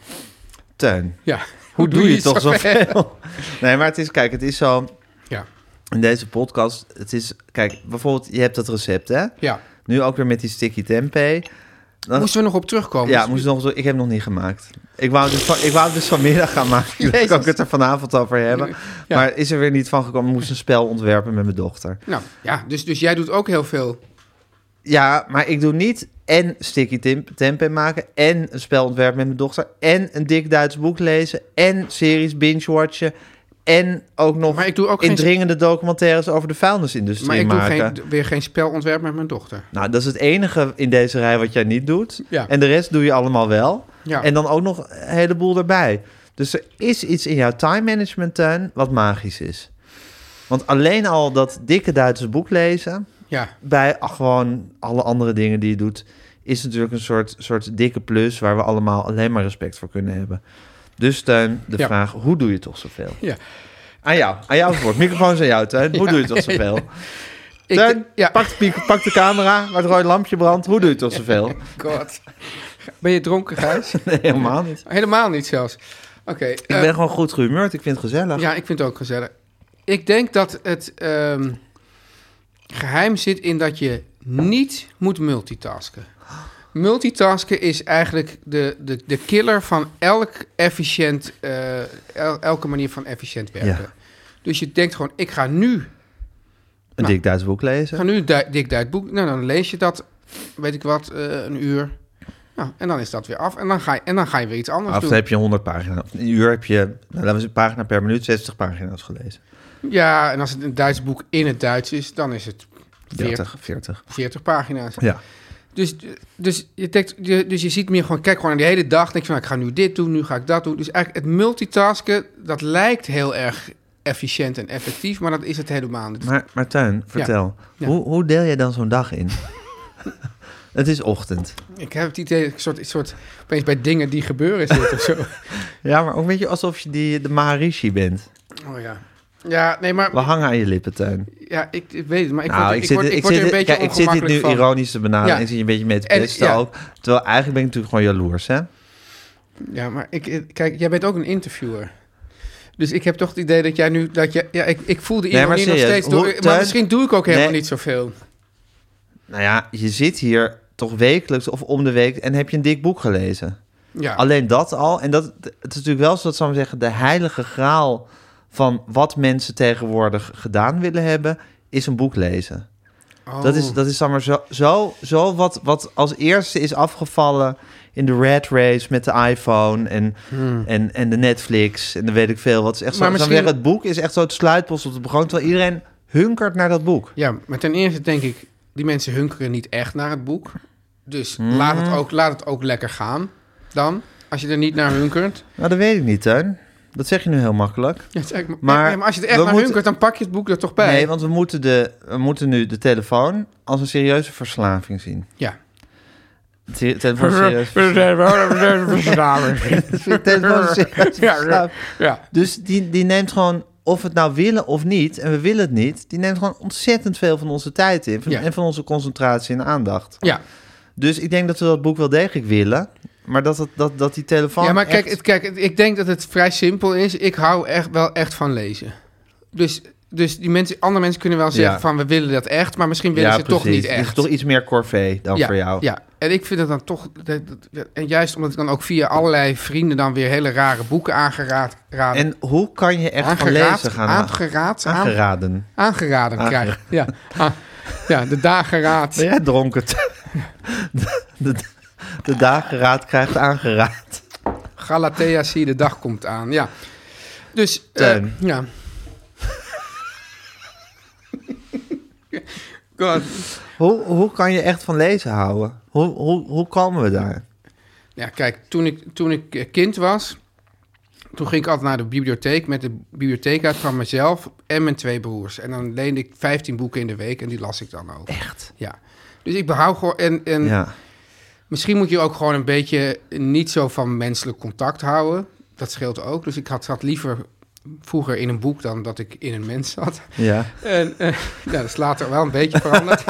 S3: Teun,
S2: Ja.
S3: *laughs* hoe doe, je toch
S2: zoveel?
S3: zoveel? *laughs* nee, maar het is, kijk, het is zo...
S2: Ja.
S3: In deze podcast, het is... Kijk, bijvoorbeeld, je hebt dat recept, hè? *laughs*
S2: Ja.
S3: Nu ook weer met die sticky tempeh. Dan-
S2: Moesten we nog op terugkomen?
S3: ja, moest nog, zo- ik heb het nog niet gemaakt. Ik wou het dus, van- ik wou het dus vanmiddag gaan maken. Ik dacht, kan ik het er vanavond over hebben.
S2: Ja.
S3: Maar is er weer niet van gekomen. Ik moest een spel ontwerpen met mijn dochter.
S2: Nou, ja, dus, dus jij doet ook heel veel.
S3: Ja, maar ik doe niet en sticky temp tempeh maken... en een spel ontwerpen met mijn dochter... en een dik Duits boek lezen... en series binge-watchen... en ook nog
S2: Maar ik doe ook geen-
S3: indringende documentaires over de vuilnisindustrie
S2: Maar ik doe
S3: maken.
S2: geen, weer geen spelontwerp met mijn dochter.
S3: Nou, dat is het enige in deze rij wat jij niet doet.
S2: Ja.
S3: En de rest doe je allemaal wel.
S2: Ja.
S3: En dan ook nog een heleboel erbij. Dus er is iets in jouw time management tuin wat magisch is. Want alleen al dat dikke Duitse boek lezen...
S2: Ja.
S3: bij ach, gewoon alle andere dingen die je doet... is natuurlijk een soort, soort dikke plus... waar we allemaal alleen maar respect voor kunnen hebben. Dus Tuin, de
S2: Ja.
S3: vraag, hoe doe je toch zoveel?
S2: Ja.
S3: Aan jou, aan jou het woord. Microfoons aan jou, Tuin. Hoe
S2: *laughs*
S3: doe je toch zoveel?
S2: Ik,
S3: Teun,
S2: ja.
S3: pak, de, piek- pak de camera, waar het rode lampje brandt. Hoe doe je toch zoveel?
S2: God. *laughs* Ben je dronken, Gijs?
S3: *laughs* Nee, helemaal niet.
S2: Helemaal niet zelfs. Oké. eh,
S3: Ik ben gewoon goed gehumeurd. Ik vind het gezellig.
S2: Ja, ik vind het ook gezellig. Ik denk dat het ehm, geheim zit in dat je niet moet multitasken. Multitasken is eigenlijk de, de, de killer van elk efficiënt, eh, el- elke manier van efficiënt werken.
S3: Ja.
S2: Dus je denkt gewoon, ik ga nu
S3: Een
S2: nou,
S3: dik Duits boek
S2: Ik
S3: lezen.
S2: ga nu du- dik duit boek. Nou, dan lees je dat, weet ik wat, eh, een uur. Nou, en dan is dat weer af. En dan ga je, en dan ga je weer iets anders
S3: Af
S2: doen.
S3: dan heb je 100 pagina's. Een uur heb je, nou, laten we zeggen, pagina per minuut, 60 pagina's gelezen.
S2: Ja, en als het een Duits boek in het Duits is, dan is het 40,
S3: 30, 40.
S2: 40 pagina's.
S3: Ja.
S2: Dus, dus, je denkt, je- dus je ziet meer gewoon, kijk gewoon naar die hele dag. Denk je van, nou, ik ga nu dit doen, nu ga ik dat doen. Dus eigenlijk het multitasken, dat lijkt heel erg efficiënt en effectief, maar dat is het helemaal niet.
S3: Maar, maar Tuin, vertel.
S2: Ja.
S3: Hoe, hoe deel jij dan zo'n dag in? *laughs* het is ochtend.
S2: Ik heb het idee, dat ik soort, soort, opeens bij dingen die gebeuren zit of zo.
S3: *laughs* Ja, maar ook weet je alsof je die, de Maharishi bent.
S2: Oh ja. Ja, nee, maar...
S3: We hangen aan je lippen, Tuin.
S2: Ja, ik, ik weet het, maar ik,
S3: nou,
S2: word,
S3: ik,
S2: ik,
S3: zit,
S2: word,
S3: ik,
S2: ik word
S3: zit,
S2: er een beetje
S3: kijk, ik zit dit
S2: ongemakkelijk van.
S3: nu ironisch te benaderen.
S2: Ja.
S3: Ik zit je een beetje mee te
S2: En-
S3: pesten
S2: ja.
S3: ook. Terwijl eigenlijk ben ik natuurlijk gewoon jaloers, hè?
S2: Ja, maar ik, ik- kijk, jij bent ook een interviewer. Dus ik heb toch het idee dat jij nu... Dat je, ja, ik, ik voel de
S3: Nee, maar
S2: ironie nog
S3: serieus,
S2: steeds
S3: hoe-
S2: door.
S3: Teun-
S2: maar misschien doe ik ook helemaal
S3: Nee.
S2: niet zoveel.
S3: Nou ja, je zit hier toch wekelijks of om de week en heb je een dik boek gelezen.
S2: Ja.
S3: Alleen dat al. En dat, het is natuurlijk wel zo dat, zou ik zeggen, de heilige graal van wat mensen tegenwoordig gedaan willen hebben, is een boek lezen.
S2: Oh.
S3: Dat is, dat is dan maar zo, zo, zo wat, wat als eerste is afgevallen in de red race met de iPhone en, en, en de Netflix en dan weet ik veel. Wat is echt zo,
S2: Hmm. Maar
S3: dan
S2: misschien-
S3: zeggen, het boek is echt zo het sluitpost op de begroting, terwijl iedereen hunkert naar dat boek.
S2: Ja, maar ten eerste denk ik... Die mensen hunkeren niet echt naar het boek. Dus
S3: Hmm.
S2: laat, het ook, laat het ook lekker gaan dan. Als je er niet naar hunkert.
S3: Nou, dat weet ik niet, Tuin. Dat zeg je nu heel makkelijk.
S2: Ja, het is eigenlijk-
S3: Maar
S2: nee, maar als je er echt
S3: we
S2: naar
S3: moeten-
S2: hunkert, dan pak je het boek er toch bij.
S3: Nee, want we moeten, de, we moeten nu de telefoon als een serieuze verslaving zien.
S2: Ja.
S3: De te- telefoon is
S2: *laughs*
S3: serieus. *laughs* De telefoon is serieus verslaafd.
S2: ja.
S3: Dus die, die neemt gewoon, of we het nou willen of niet, en we willen het niet, die neemt gewoon ontzettend veel van onze tijd in van-
S2: Ja.
S3: en van onze concentratie en aandacht.
S2: ja.
S3: Dus ik denk dat we dat boek wel degelijk willen, maar dat, het, dat, dat die telefoon.
S2: Ja, maar
S3: echt-
S2: kijk, het, kijk, het- ik denk dat het vrij simpel is. Ik hou echt wel echt van lezen. Dus, dus die mensen, andere mensen kunnen wel zeggen
S3: Ja.
S2: van we willen dat echt, maar misschien willen
S3: Ja,
S2: ze het toch
S3: precies.
S2: niet
S3: Het
S2: echt.
S3: is toch iets meer corvée dan
S2: ja,
S3: voor jou.
S2: Ja, en ik vind dat dan toch. dat- dat- En juist omdat ik dan ook via allerlei vrienden dan weer hele rare boeken aangeraad. raad-
S3: En hoe kan je echt van
S2: aangeraad-
S3: lezen gaan?
S2: aangeraad, aan-
S3: aangeraden.
S2: aangeraden
S3: Aange-
S2: krijgen. Ja. Ah, ja, de dageraad.
S3: Ben jij dronken? *laughs* De, de, de dageraad krijgt aangeraad.
S2: Galatea zie je de dag komt aan. Ja. Dus eh,
S3: Teun.
S2: ja. God.
S3: Hoe, hoe kan je echt van lezen houden? Hoe, hoe, hoe komen we daar?
S2: Ja, kijk, toen ik, toen ik eh, kind was, toen ging ik altijd naar de bibliotheek met de bibliotheek uit van mezelf en mijn twee broers. En dan leende ik 15 boeken in de week en die las ik dan ook.
S3: Echt?
S2: Ja. Dus ik behoud gewoon. En, en
S3: Ja.
S2: Misschien moet je ook gewoon een beetje niet zo van menselijk contact houden. Dat scheelt ook. Dus ik had, had liever vroeger in een boek dan dat ik in een mens zat.
S3: Ja.
S2: *laughs* En, eh, nou, dat is later wel een beetje *laughs* veranderd.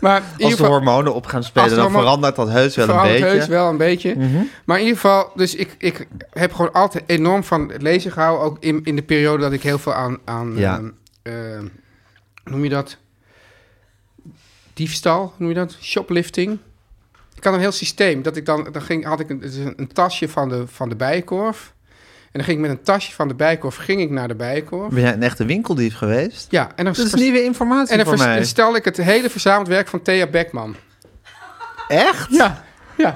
S2: maar in ieder
S3: Als de
S2: geval-
S3: hormonen op gaan
S2: Als
S3: spelen,
S2: de
S3: dan
S2: hormonen-
S3: verandert dat heus wel een
S2: verandert
S3: beetje.
S2: heus wel een beetje.
S3: Mhm.
S2: Maar in ieder geval, dus ik, ik heb gewoon altijd enorm van het lezen gehouden. Ook in, in de periode dat ik heel veel aan, aan
S3: Ja.
S2: ehm, eh, noem je dat? Diefstal, noem je dat? Shoplifting. Ik had een heel systeem. Dat ik dan, dan ging, had ik een, dus een, een tasje van de, van de bijenkorf. En dan ging ik met een tasje van de bijenkorf ging ik naar de bijenkorf.
S3: Ben jij een echte winkeldief geweest?
S2: Ja, en dan,
S3: Dat is
S2: vers-
S3: nieuwe informatie
S2: en dan
S3: voor
S2: vers-
S3: mij.
S2: stel ik het hele verzameld werk van Thea Beckman.
S3: Echt?
S2: Ja, ja.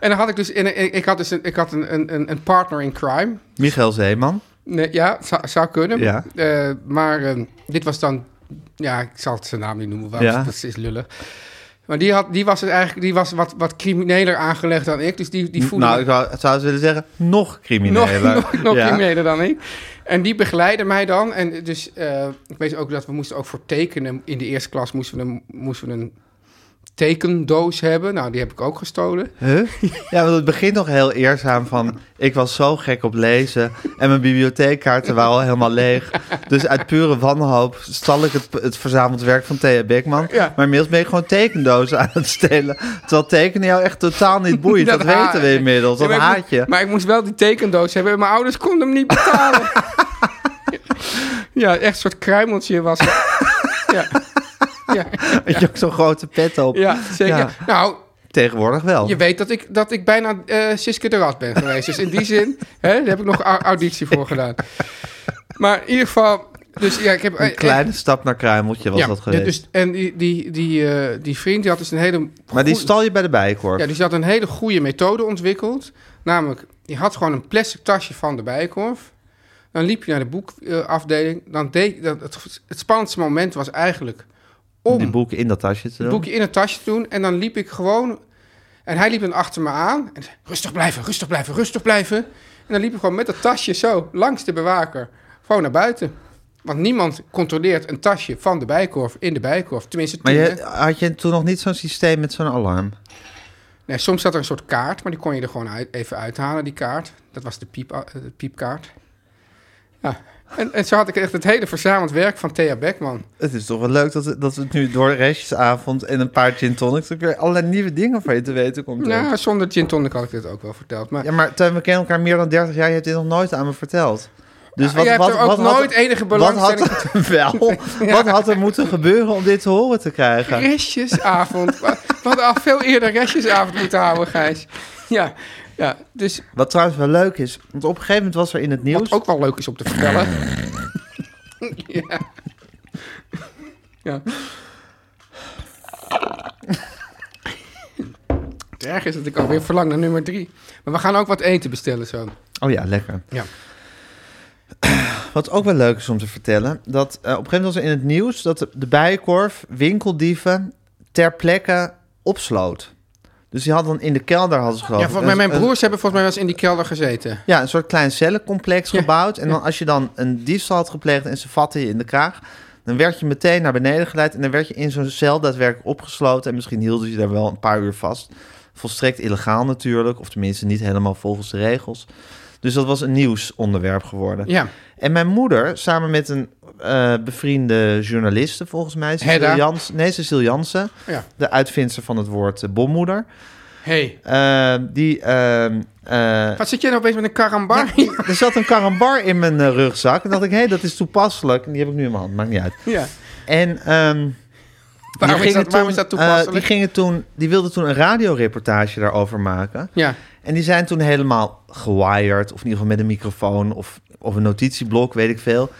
S2: En dan had ik dus, en ik- ik had dus een, ik had een, een- een, een partner in crime.
S3: Michael Zeeman.
S2: Nee, ja, zou, zou kunnen.
S3: Ja.
S2: Eh, maar ehm, dit was dan, ja, ik zal het zijn naam niet noemen, want
S3: Ja.
S2: dat is lullig. Maar die, had, die was dus eigenlijk die was wat, wat crimineler aangelegd dan ik. Dus die, die voelde
S3: nou,
S2: me
S3: ik zou, zou eens willen zeggen, nog
S2: nog,
S3: crimineler.
S2: *laughs* nog, nog
S3: Ja.
S2: crimineler dan ik. En die begeleidde mij dan. En dus, eh, ik weet ook dat we moesten ook voor tekenen. In de eerste klas moesten we een, moesten we een tekendoos hebben. Nou, die heb ik ook gestolen.
S3: Huh? Ja, want het begint nog heel eerzaam van... ik was zo gek op lezen en mijn bibliotheekkaarten waren al helemaal leeg. Dus uit pure wanhoop stal ik het, het verzameld werk van Thea Beckman.
S2: Ja.
S3: Maar inmiddels ben ik gewoon tekendozen aan het stelen. Terwijl tekenen jou echt totaal niet boeit. Dat,
S2: ha-
S3: weten we inmiddels, dat
S2: Ja, maar ik
S3: haat
S2: moest-
S3: je.
S2: Maar ik moest wel die tekendoos hebben. Mijn ouders konden hem niet betalen.
S3: *laughs*
S2: ja, echt een soort kruimeltje was het. ja. Ja,
S3: Had je ook zo'n grote pet op.
S2: ja, zeker.
S3: Ja.
S2: Nou,
S3: Tegenwoordig wel.
S2: je weet dat ik, dat ik bijna eh Siske de Rat ben geweest. Dus in die zin hè, daar heb ik nog au- auditie voor gedaan. Maar in ieder geval... Dus, ja, ik heb,
S3: Een kleine stap naar Kruimeltje was dat geweest.
S2: Dus, en die, die, die, eh, die vriend die had dus een hele...
S3: maar die
S2: goe-
S3: stal je bij de bijenkorf.
S2: Ja, dus die had een hele goede methode ontwikkeld. Namelijk, je had gewoon een plastic tasje van de bijenkorf. Dan liep je naar de boekafdeling. Dan deed, dat, het, het spannendste moment was eigenlijk om
S3: die
S2: het
S3: boeken in dat tasje te doen.
S2: boekje in het tasje te doen. En dan liep ik gewoon... En hij liep dan achter me aan. En zei, rustig blijven, rustig blijven, rustig blijven. En dan liep ik gewoon met dat tasje zo langs de bewaker. Gewoon naar buiten. Want niemand controleert een tasje van de bijenkorf in de bijenkorf. Tenminste,
S3: Maar
S2: toen,
S3: je,
S2: hè.
S3: had je toen nog niet zo'n systeem met zo'n alarm?
S2: Nee, soms zat er een soort kaart, maar die kon je er gewoon uit, even uithalen, die kaart. Dat was de, piep, eh, de piepkaart. Ja. En, en zo had ik echt het hele verzameld werk van Thea Beckman.
S3: Het is toch wel leuk dat, dat het nu door restjesavond en een paar gin tonics... ook weer allerlei nieuwe dingen van je te weten komt.
S2: Nou, zonder gin tonic had ik dit ook wel verteld. Maar
S3: Ja, maar Teun, we kennen elkaar meer dan 30 jaar. Je hebt dit nog nooit aan me verteld. Dus
S2: Ja, jij hebt er ook nooit enige belangstelling-
S3: Wat had, er- *laughs* wel, wat had er moeten gebeuren om dit te horen te krijgen?
S2: restjesavond. *laughs* we we hadden al veel eerder restjesavond moeten houden, Gijs. Ja, ja dus
S3: Wat trouwens wel leuk is, want op een gegeven moment was er in het nieuws...
S2: wat ook wel leuk is om te vertellen. *laughs* ja. ja. Het erg is dat ik alweer verlang naar nummer drie. Maar we gaan ook wat eten bestellen zo.
S3: Oh ja, lekker.
S2: Ja.
S3: Wat ook wel leuk is om te vertellen, dat eh, op een gegeven moment was er in het nieuws dat de, de bijenkorf winkeldieven ter plekke opsloot. Dus die hadden dan in de kelder hadden ze geloof
S2: Ja,
S3: ik
S2: volgens mij,
S3: een-
S2: mijn
S3: een-
S2: broers hebben volgens mij wel eens in die kelder gezeten.
S3: ja, een soort klein cellencomplex
S2: Ja,
S3: gebouwd. En dan als je dan een diefstal had gepleegd en ze vatten je in de kraag, dan werd je meteen naar beneden geleid en dan werd je in zo'n cel daadwerkelijk opgesloten. En misschien hielden ze je daar wel een paar uur vast. Volstrekt illegaal natuurlijk, of tenminste niet helemaal volgens de regels. Dus dat was een nieuwsonderwerp geworden.
S2: Ja.
S3: En mijn moeder, samen met een eh, bevriende journaliste, volgens mij, Cecile
S2: Hedda.
S3: Jans, nee, Cecile Jansen,
S2: Ja.
S3: de uitvindster van het woord eh, bommoeder,
S2: Hey.
S3: eh, die ehm, eh,
S2: Wat zit jij nou opeens met een karambar? *laughs* Ja.
S3: *laughs* er zat een karambar in mijn eh, rugzak. En dacht ik, hé, dat is toepasselijk. En die heb ik nu in mijn hand, maakt niet uit. En ehm die,
S2: Waarom, is
S3: gingen
S2: dat, waarom is dat
S3: toen, eh, die,
S2: toepasselijk?
S3: gingen toen, die wilden toen een radioreportage daarover maken.
S2: ja.
S3: En die zijn toen helemaal gewired, of in ieder geval met een microfoon of, of een notitieblok, weet ik veel.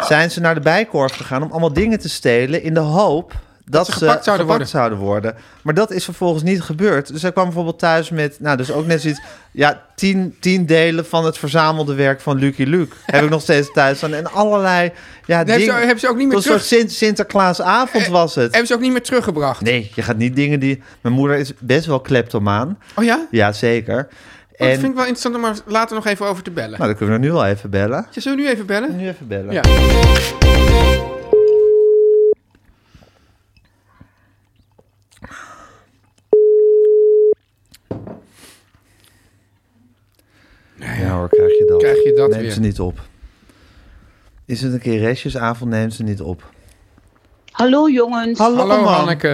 S3: Zijn ze naar de bijkorf gegaan om allemaal dingen te stelen in de hoop dat,
S2: ze
S3: ze
S2: gepakt zouden worden.
S3: zouden worden. Maar dat is vervolgens niet gebeurd. Dus hij kwam bijvoorbeeld thuis met, nou, dus ook net zoiets, ja, tien, tien delen van het verzamelde werk van Lucky Luke. Heb ik nog steeds thuis staan. En allerlei, ja,
S2: Hebben ze-
S3: dingen.
S2: hebben ze ook niet meer
S3: Een soort
S2: terug- Eh,
S3: Sint- Sinterklaasavond was het.
S2: Hebben ze ook niet meer teruggebracht?
S3: Nee, je gaat niet dingen die... Mijn moeder is best wel kleptomaan.
S2: Oh ja? Oh,
S3: Ja, zeker.
S2: Dat vind ik wel interessant om er later nog even over te bellen.
S3: Nou, dan kunnen we nu al even bellen.
S2: Ja, Zullen we nu even bellen?
S3: Nu even bellen.
S2: Ja.
S3: Nou Ja hoor, krijg je dat.
S2: Krijg je dat
S3: neemt
S2: weer.
S3: ze niet op. Is het een keer restjesavond, neemt ze niet op.
S7: Hallo jongens.
S2: Hallo
S3: man.
S2: Hanneke.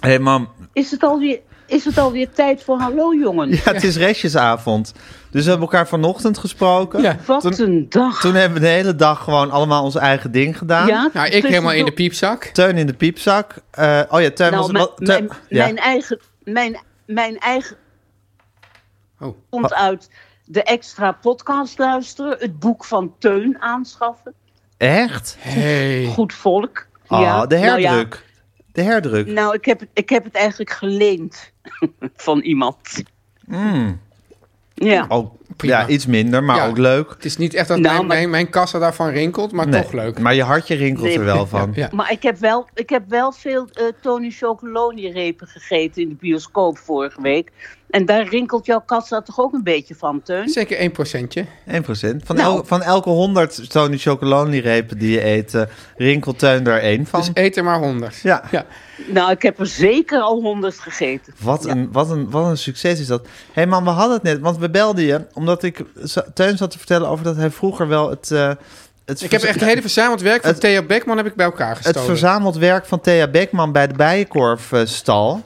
S3: Hé hey, mam,
S7: Is het alweer, is het alweer tijd voor hallo jongens?
S3: ja, het is restjesavond. Dus we hebben elkaar vanochtend gesproken.
S2: Ja.
S7: Wat een dag.
S3: Toen hebben we de hele dag gewoon allemaal ons eigen ding gedaan.
S7: ja,
S2: Nou, ik helemaal in de
S7: tussendoor-
S2: piepzak.
S3: Teun in de piepzak. Eh, oh ja, Teun was...
S7: Nou, mijn,
S3: wat- Teun-
S7: mijn,
S3: ja.
S7: mijn eigen... Mijn, mijn eigen...
S2: Oh.
S7: Komt uit de extra podcast luisteren. Het boek van Teun aanschaffen.
S3: Echt?
S2: Hey.
S7: Goed volk.
S3: Oh,
S7: ja.
S3: de
S7: Nou ja,
S3: herdruk. De herdruk.
S7: Nou, ik heb, het- ik heb het eigenlijk geleend *laughs* van iemand. Ja.
S3: Oh,
S2: prima.
S3: Ja, iets minder, maar
S2: Ja.
S3: ook leuk.
S2: Het is niet echt dat
S7: Nou,
S2: mijn,
S7: maar-
S2: mijn, mijn kassa daarvan rinkelt, maar
S3: Nee,
S2: toch leuk.
S3: Maar je hartje rinkelt
S7: Nee,
S3: er wel van.
S2: Ja.
S7: Maar ik heb wel, ik heb wel veel eh, Tony Chocoloni repen gegeten in de bioscoop vorige week. En daar rinkelt jouw kassa toch ook een beetje van, Teun?
S2: Zeker 1 procentje.
S3: 1%. Van,
S7: Nou.
S3: el- van elke 100 Tony Chocolonely repen die je eet, eh, rinkelt Teun daar één van.
S2: Dus eet er maar 100.
S3: Ja.
S2: ja.
S7: Nou, ik heb er zeker al honderd gegeten.
S3: Wat, een, wat, een, wat een succes is dat. Hé hey man, we hadden het net, want we belden je omdat ik za- Teun zat te vertellen over dat hij vroeger wel het... eh, het
S2: Ik heb echt het hele verzameld werk van
S3: Het-
S2: Theo Beckman heb ik bij elkaar
S3: het
S2: gestolen.
S3: verzameld werk van Thea Beckman bij de Bijenkorfstal.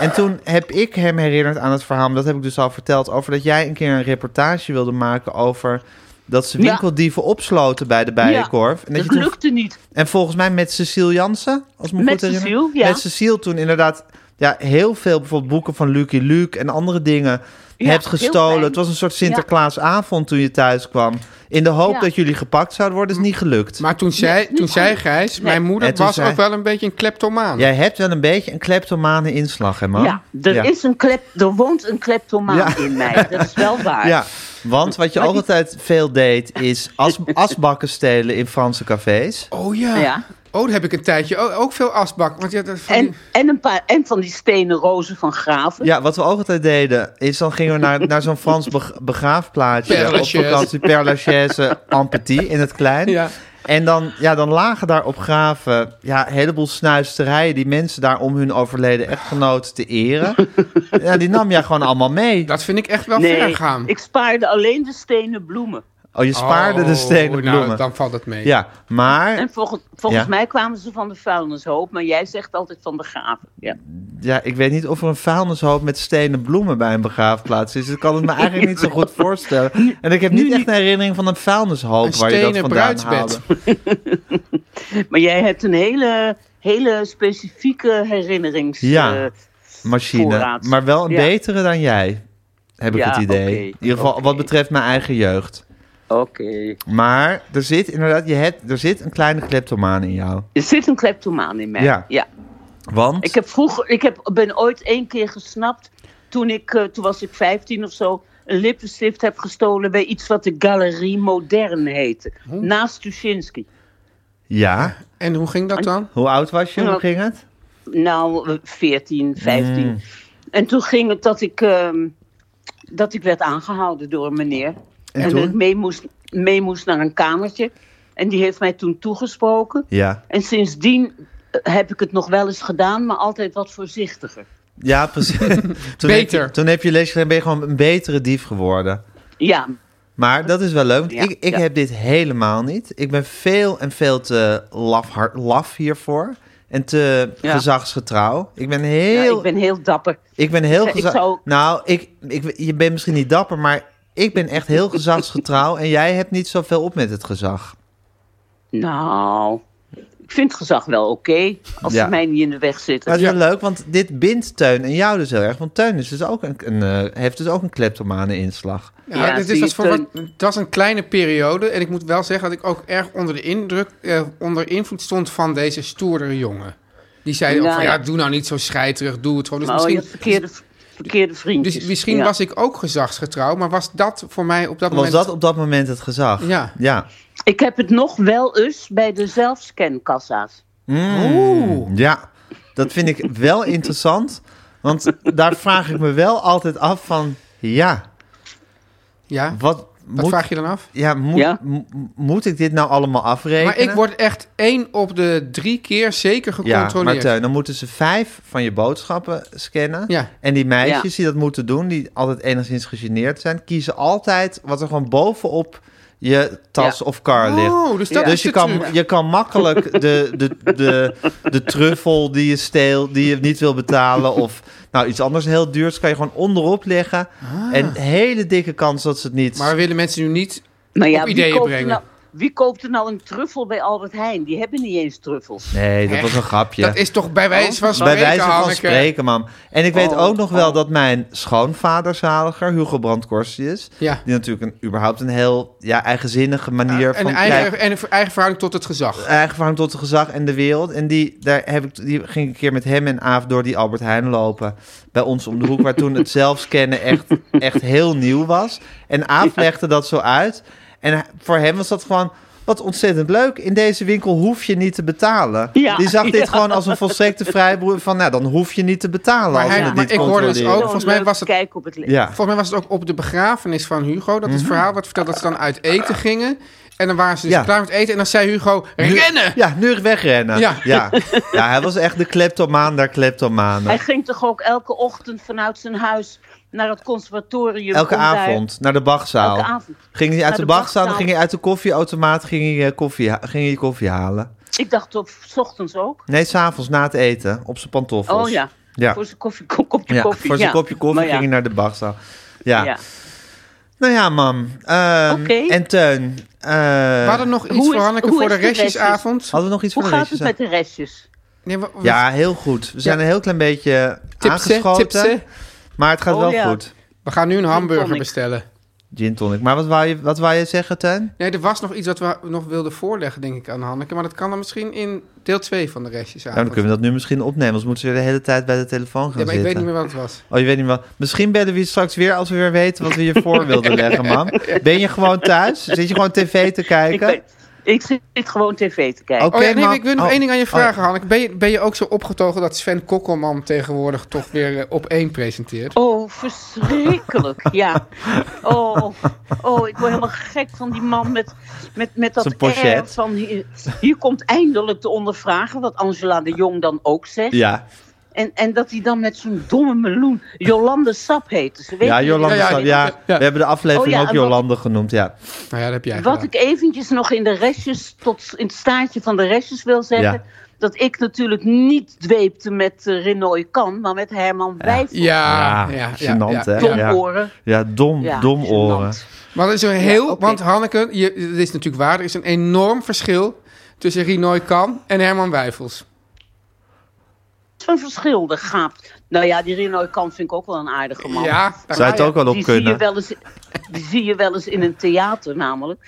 S3: en toen heb ik hem herinnerd aan het verhaal, maar dat heb ik dus al verteld, over dat jij een keer een reportage wilde maken over dat ze
S7: Ja.
S3: winkeldieven opsloten bij de Bijenkorf. en, dat
S7: dat
S3: je toen-
S7: lukte niet.
S3: en volgens mij met Cecile Jansen, als ik me
S7: Met
S3: goed herinner.
S7: Cecile, ja.
S3: Met Cecile toen inderdaad ja, heel veel bijvoorbeeld boeken van Lucky Luke en andere dingen
S7: Ja,
S3: hebt
S7: heel
S3: gestolen.
S7: fijn.
S3: Het was een soort Sinterklaasavond toen je thuis kwam. In de hoop
S7: Ja.
S3: dat jullie gepakt zouden worden, is niet gelukt.
S2: Maar toen zei, toen zei Gijs, mijn moeder
S3: En toen
S2: was
S3: zei-
S2: ook wel een beetje een kleptomaan.
S3: Jij hebt wel een beetje een kleptomane inslag, hè man?
S7: Ja, er, Is een klep, er woont een kleptomaan
S3: Ja.
S7: in mij. Dat is wel waar.
S3: Ja, want wat je ook altijd veel deed, is as, asbakken stelen in Franse cafés.
S2: Oh ja.
S7: Ja.
S2: Oh, daar heb ik een tijdje o- ook veel asbak. Want ja, dat van
S7: En,
S2: die-
S7: en, een paar, en van die stenen rozen van graven.
S3: Ja, wat we ook altijd deden, is dan gingen we naar, naar zo'n Frans beg- begraafplaatsje.
S2: Père
S3: op
S2: Lachaise.
S3: vakantie, Père Lachaise, en Petit in het klein.
S2: Ja.
S3: En dan, ja, dan lagen daar op graven ja, een heleboel snuisterijen... die mensen daar om hun overleden echtgenoot te
S2: *laughs*
S3: eren. Ja, die nam jij gewoon allemaal mee.
S2: dat vind ik echt wel ver
S7: nee,
S2: gaan.
S7: ik spaarde alleen de stenen bloemen.
S3: Oh, je spaarde de
S2: Oh,
S3: stenen
S2: nou,
S3: bloemen.
S2: dan valt het mee.
S3: Ja, maar
S7: En volgens, volgens
S3: Ja.
S7: mij kwamen ze van de vuilnishoop, maar jij zegt altijd van de graven. Ja.
S3: Ja, ik weet niet of er een vuilnishoop met stenen bloemen bij een begraafplaats is. Ik kan het me eigenlijk niet zo
S2: *laughs*
S3: goed voorstellen. En ik heb niet echt een herinnering van een vuilnishoop
S2: Een
S3: waar je dat
S2: stenen
S3: vandaan
S2: bruidsbed.
S3: haalde.
S7: Maar jij hebt een hele, hele specifieke herinnerings...
S3: Ja,
S7: eh,
S3: Machine,
S7: Voorraad.
S3: maar wel een
S7: Ja.
S3: betere dan jij, heb ik
S7: Ja,
S3: het idee.
S7: oké,
S3: In ieder geval
S7: oké.
S3: wat betreft mijn eigen jeugd.
S7: Oké.
S3: Maar er zit inderdaad, je hebt, er zit een kleine kleptomaan in jou.
S7: Er zit een kleptomaan in mij.
S3: Ja.
S7: Ja.
S3: Want,
S7: Ik, heb vroeger, ik heb, ben ooit één keer gesnapt, toen, ik, eh, toen was ik 15 of zo, een lippenstift heb gestolen bij iets wat de Galerie Moderne heette. Naast Tuschinski.
S3: ja,
S2: En hoe ging dat dan?
S3: hoe oud was je? Hoe
S7: Nou,
S3: ging het?
S7: Nou, eh, 14, 15. En toen ging het dat ik, ehm, dat ik werd aangehouden door een meneer. En,
S3: toen?
S7: dat ik mee moest, mee moest naar een kamertje. En die heeft mij toen toegesproken.
S3: Ja.
S7: En sindsdien eh, heb ik het nog wel eens gedaan, maar altijd wat voorzichtiger.
S2: *laughs*
S3: Ja, precies. Toen Heb je,
S2: Beter.
S3: toen heb je lesgegeven, ben je gewoon een betere dief geworden.
S7: Ja,
S3: Maar dat is wel leuk. want
S7: Ja,
S3: ik ik
S7: ja.
S3: heb dit helemaal niet. Ik ben veel en veel te laf, hard- laf hiervoor. En te
S7: Ja.
S3: gezagsgetrouw. Ik ben
S7: ja,
S3: heel.
S7: ik ben heel dapper.
S3: ik ben heel
S7: ik
S3: geza-
S7: zou-
S3: Nou, ik, ik, je bent misschien niet dapper, maar ik ben echt heel gezagsgetrouw. en jij hebt niet zoveel op met het gezag.
S7: Nou, ik vind het gezag wel oké, als
S3: Ja.
S7: ze mij niet in de weg
S3: Maar
S7: zitten. oh,
S3: het is wel leuk, want dit bindt Teun en jou dus heel erg. Want Teun is dus ook een, een, eh, heeft dus ook een kleptomane inslag.
S2: Ja, dus
S7: Ja,
S2: dit
S7: zie
S2: is
S7: je,
S2: wat voor wat, het was een kleine periode. En ik moet wel zeggen dat ik ook erg onder de indruk, eh, onder invloed stond van deze stoerdere jongen. Die zei ook
S7: Ja,
S2: van,
S7: ja.
S2: ja, doe nou niet zo scheiterig, doe het gewoon. Dus
S7: maar oh, je hebt
S2: misschien,
S7: verkeerde, verkeerde vriendjes.
S2: dus misschien
S7: Ja.
S2: was ik ook gezagsgetrouw, maar was dat voor mij op dat
S3: Was
S2: moment...
S3: dat op dat moment het gezag?
S2: Ja.
S3: Ja.
S7: Ik heb het nog wel eens bij de zelfscankassa's.
S3: Ja, dat vind ik wel interessant. Want daar vraag ik me wel altijd af van... Ja,
S2: Ja,
S3: wat,
S2: Wat
S3: moet,
S2: vraag je dan af?
S3: ja, moet,
S7: Ja?
S3: m- m- moet ik dit nou allemaal afrekenen?
S2: Maar ik word echt één op de drie keer zeker
S3: Ja, maar eh,
S2: gecontroleerd.
S3: Teun, dan moeten ze vijf van je boodschappen scannen.
S2: Ja.
S3: En die meisjes die dat moeten doen, die altijd enigszins gegeneerd zijn, kiezen altijd wat er gewoon bovenop je tas
S7: Ja.
S3: of kar ligt.
S2: Oh, dus dat
S3: dus
S2: is
S3: je
S2: de
S3: kan,
S2: truc.
S3: je kan makkelijk de, de, de, de truffel die je steelt, die je niet wil betalen, of nou iets anders heel duurs, kan je gewoon onderop leggen. En hele dikke kans dat ze het niet.
S2: Ah. Maar we willen mensen nu niet...
S7: Maar ja,
S2: Op
S7: wie
S2: ideeën
S7: koopt, er
S2: brengen.
S7: nou, wie koopt er nou een truffel bij Albert Heijn? Die hebben niet eens truffels.
S3: Nee, dat was een
S2: Echt?
S3: grapje.
S2: Dat is toch bij wijze van
S3: Bij
S2: spreken,
S3: wijze van
S2: Hanneke?
S3: spreken, mam. En ik weet
S7: Oh,
S3: ook nog wel
S7: oh.
S3: dat mijn schoonvader zaliger, Hugo Brandkorstius,
S2: Ja.
S3: die natuurlijk een, überhaupt een heel ja, eigenzinnige manier
S2: En
S3: van
S2: eigen,
S3: kijk-
S2: en een eigen verhouding tot het gezag.
S3: eigen verhouding tot het gezag en de wereld. En die, daar heb ik, die ging ik een keer met hem en Aaf door die Albert Heijn lopen. Bij ons om de hoek, waar toen
S7: *laughs*
S3: het zelfscannen echt, echt heel nieuw was. En Aaf legde dat zo uit. En hij- voor hem was dat gewoon... Wat ontzettend leuk. In deze winkel hoef je niet te betalen.
S7: Ja,
S3: die zag dit
S7: ja.
S3: gewoon als een volstrekte vrijboer. Van nou, dan hoef je niet te betalen.
S2: Maar
S3: als
S2: hij-
S3: we dit
S2: maar ik hoorde dus
S3: controleren.
S2: ook-
S7: Zo'n
S2: volgens mij
S7: leuk
S2: was het-
S7: Kijk op het leven.
S3: Ja. Mhm.
S2: Volgens mij was het ook op de begrafenis van Hugo. Dat het verhaal werd verteld dat ze dan uit eten gingen. En dan waren ze dus
S3: Ja. Eh,
S2: klaar met eten. En dan zei Hugo,
S3: Nu-
S2: rennen!
S3: Ja, nu wegrennen.
S2: Ja.
S3: Ja. Ja. hij was echt de kleptomaan daar kleptomanen.
S7: Hij ging toch ook elke ochtend vanuit zijn huis naar het conservatorium.
S3: Elke
S7: om daar-
S3: avond naar de Bachzaal.
S7: Elke avond.
S3: Ging hij uit
S7: Naar
S3: de,
S7: de
S3: Bachzaal, dan
S7: Bachzaal.
S3: ging hij uit de koffieautomaat ging hij, eh, koffie, ha- ging hij koffie halen.
S7: Ik dacht op s ochtends ook.
S3: Nee, s'avonds na het eten, op zijn pantoffels.
S7: Oh ja.
S3: Ja.
S7: Voor zijn koffie, ko- kopje
S3: Ja,
S7: koffie.
S3: voor zijn
S7: ja.
S3: kopje koffie
S7: Maar ja.
S3: ging hij naar de Bachzaal. Ja.
S7: Ja.
S3: Nou ja, mam. Ehm,
S7: Oké.
S3: En Teun. eh,
S2: We hadden nog iets
S7: hoe
S2: voor
S7: is-
S2: Hanneke
S7: hoe
S2: voor de
S7: is de
S2: restjesavond.
S3: hadden we nog iets
S7: Hoe
S3: van de
S7: gaat het
S3: restjes?
S7: met de restjes?
S2: Nee, we- we-
S3: Ja, heel goed. We zijn een heel klein beetje
S2: tipsen,
S3: aangeschoten.
S2: tipsen.
S3: Maar het gaat
S7: Oh
S3: wel
S7: ja.
S3: goed.
S2: We gaan nu een hamburger
S7: tonic.
S2: bestellen.
S3: Gin tonic. Maar wat wou je, wat wou je zeggen, Teun? Nou,
S2: Nee, er was nog iets wat we nog wilden voorleggen, denk ik, aan Hanneke. Maar dat kan dan misschien in deel 2 van de restjesavond.
S3: Nou, dan kunnen we dat nu misschien opnemen. Anders moeten we weer de hele tijd bij de telefoon
S2: Ja,
S3: gaan
S2: maar ik
S3: zitten.
S2: weet niet meer wat het was.
S3: Oh, je weet niet wat. Misschien bellen we je straks weer als we weer weten wat we je voor wilden leggen, mam. Ben je gewoon thuis? Zit je gewoon tv te
S7: Ik,
S3: kijken?
S7: ben, ik zit gewoon tv te kijken.
S3: Oké,
S2: oh ja, nee,
S3: mam.
S2: ik wil nog
S3: Oh,
S2: één ding aan je
S3: oh ja.
S2: vragen, Hanneke. Ben je, ben je ook zo opgetogen dat Sven Kokkelman tegenwoordig toch weer eh, op één presenteert?
S7: Oh, verschrikkelijk, ja. Oh, oh, ik word helemaal gek van die man met, met, met dat
S3: Zijn pochet.
S7: air van... Hier, hier komt eindelijk de ondervragen, wat Angela de Jong dan ook zegt.
S3: Ja,
S7: En, en dat hij dan met zo'n domme meloen... Jolande Sap heette ze. weet
S3: ja
S7: je?
S3: Jolande.
S2: Ja, ja,
S3: staat-
S2: ja.
S3: Ja, we hebben de aflevering
S7: Oh ja,
S3: ook
S7: en wat-
S3: Jolande genoemd, ja.
S2: Nou ja, dat heb jij
S7: Wat ik eventjes nog in de restjes, tot in het staartje van de restjes wil zeggen...
S3: Ja.
S7: Dat ik natuurlijk niet dweepte met eh, Renoy Kan, maar met Herman Wijfel.
S2: Ja, ja,
S3: Ja,
S2: ja.
S3: gênant,
S2: ja,
S3: hè?
S2: ja.
S3: Ja.
S7: Domoren.
S3: Ja, dom,
S7: Ja,
S3: dom
S7: gênant.
S3: oren.
S2: Maar dat is een heel...
S7: oké.
S2: Want Hanneke, je, dit is natuurlijk waar. Er is een enorm verschil tussen Rinoy Kan en Herman Wijfels.
S7: Zo'n verschil, de gaap. Nou ja, die Renoy Kan vind ik ook wel een aardige man.
S2: Ja, daar
S3: Zou je
S2: ga
S3: het ook wel op
S7: die zie, je
S3: kunnen?
S7: wel eens, die zie je wel eens in een theater namelijk.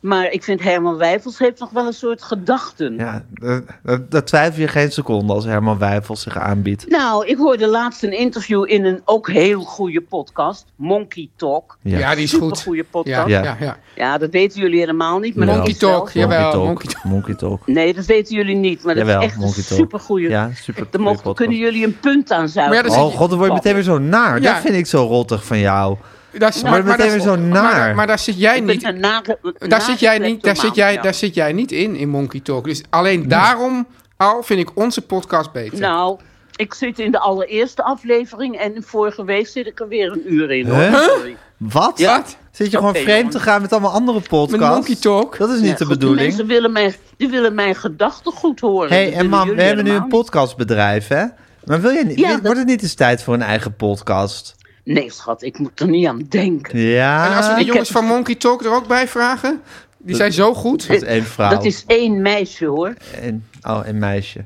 S7: Maar ik vind Herman Wijfels heeft nog wel een soort gedachten.
S3: Ja, daar- daar- daar twijfel je geen seconde als Herman Wijfels zich aanbiedt.
S7: Nou, ik hoorde laatst een interview in een ook heel goede podcast. Monkey Talk.
S3: Ja.
S2: Ja, die is goed.
S7: Supergoede
S2: Ja,
S7: podcast. Ja.
S2: ja.
S3: Ja.
S2: Ja, ja.
S7: dat weten jullie helemaal niet. Maar
S3: Jawel.
S7: dat is
S2: Monkey
S7: wel
S2: Talk,
S7: zo.
S2: ja. Jawel,
S3: Monkey
S2: Monkey
S3: Talk. Monkey Talk.
S7: Nee, dat weten jullie niet. Maar dat
S3: Jawel,
S7: is echt een
S3: Monkey Talk.
S7: supergoeie.
S3: Ja, super.
S7: Daar mogen- kunnen jullie een punt aan zuigen.
S2: Maar ja, dat is-
S3: Oh god, dan word je meteen weer zo naar.
S2: Ja.
S3: Dat vind ik zo rottig van jou.
S2: Daar zit-
S3: Maar dat
S2: daar-
S3: meteen weer zo naar.
S2: Maar, daar- maar daar zit jij
S7: Ik ben
S2: niet...
S7: een nare-
S2: Daar
S7: nare
S2: zit, jij niet, daar, zit jij,
S7: kleptomaan, ja.
S2: daar zit jij niet in, in Monkey Talk. Dus alleen daarom al vind ik onze podcast beter.
S7: Nou, ik zit in de allereerste aflevering en vorige week zit ik er weer een uur in. Hoor.
S3: Huh?
S7: Sorry.
S3: Wat?
S2: Wat?
S3: Zit je gewoon
S7: Oké,
S3: vreemd
S7: jongen.
S3: te gaan met allemaal andere podcasts?
S2: Met Monkey Talk?
S3: Dat is niet
S7: Ja,
S3: de
S7: goed, die
S3: bedoeling.
S7: Mensen willen mijn, die willen mijn gedachten goed horen.
S3: hey,
S7: Dat
S3: en
S7: willen
S3: mam, we
S7: jullie
S3: hebben nu een
S7: helemaal niet.
S3: podcastbedrijf, hè? Maar wil je niet,
S7: Ja,
S3: wil-
S7: dat-
S3: wordt het niet eens tijd voor een eigen podcast?
S7: Nee, schat, ik moet er niet aan denken.
S3: Ja.
S2: en als we die
S7: ik
S2: jongens
S7: heb-
S2: van Monkey Talk er ook bij vragen, die zijn zo goed.
S3: Dat is één vrouw
S7: Dat is één meisje hoor.
S3: en, oh, een meisje.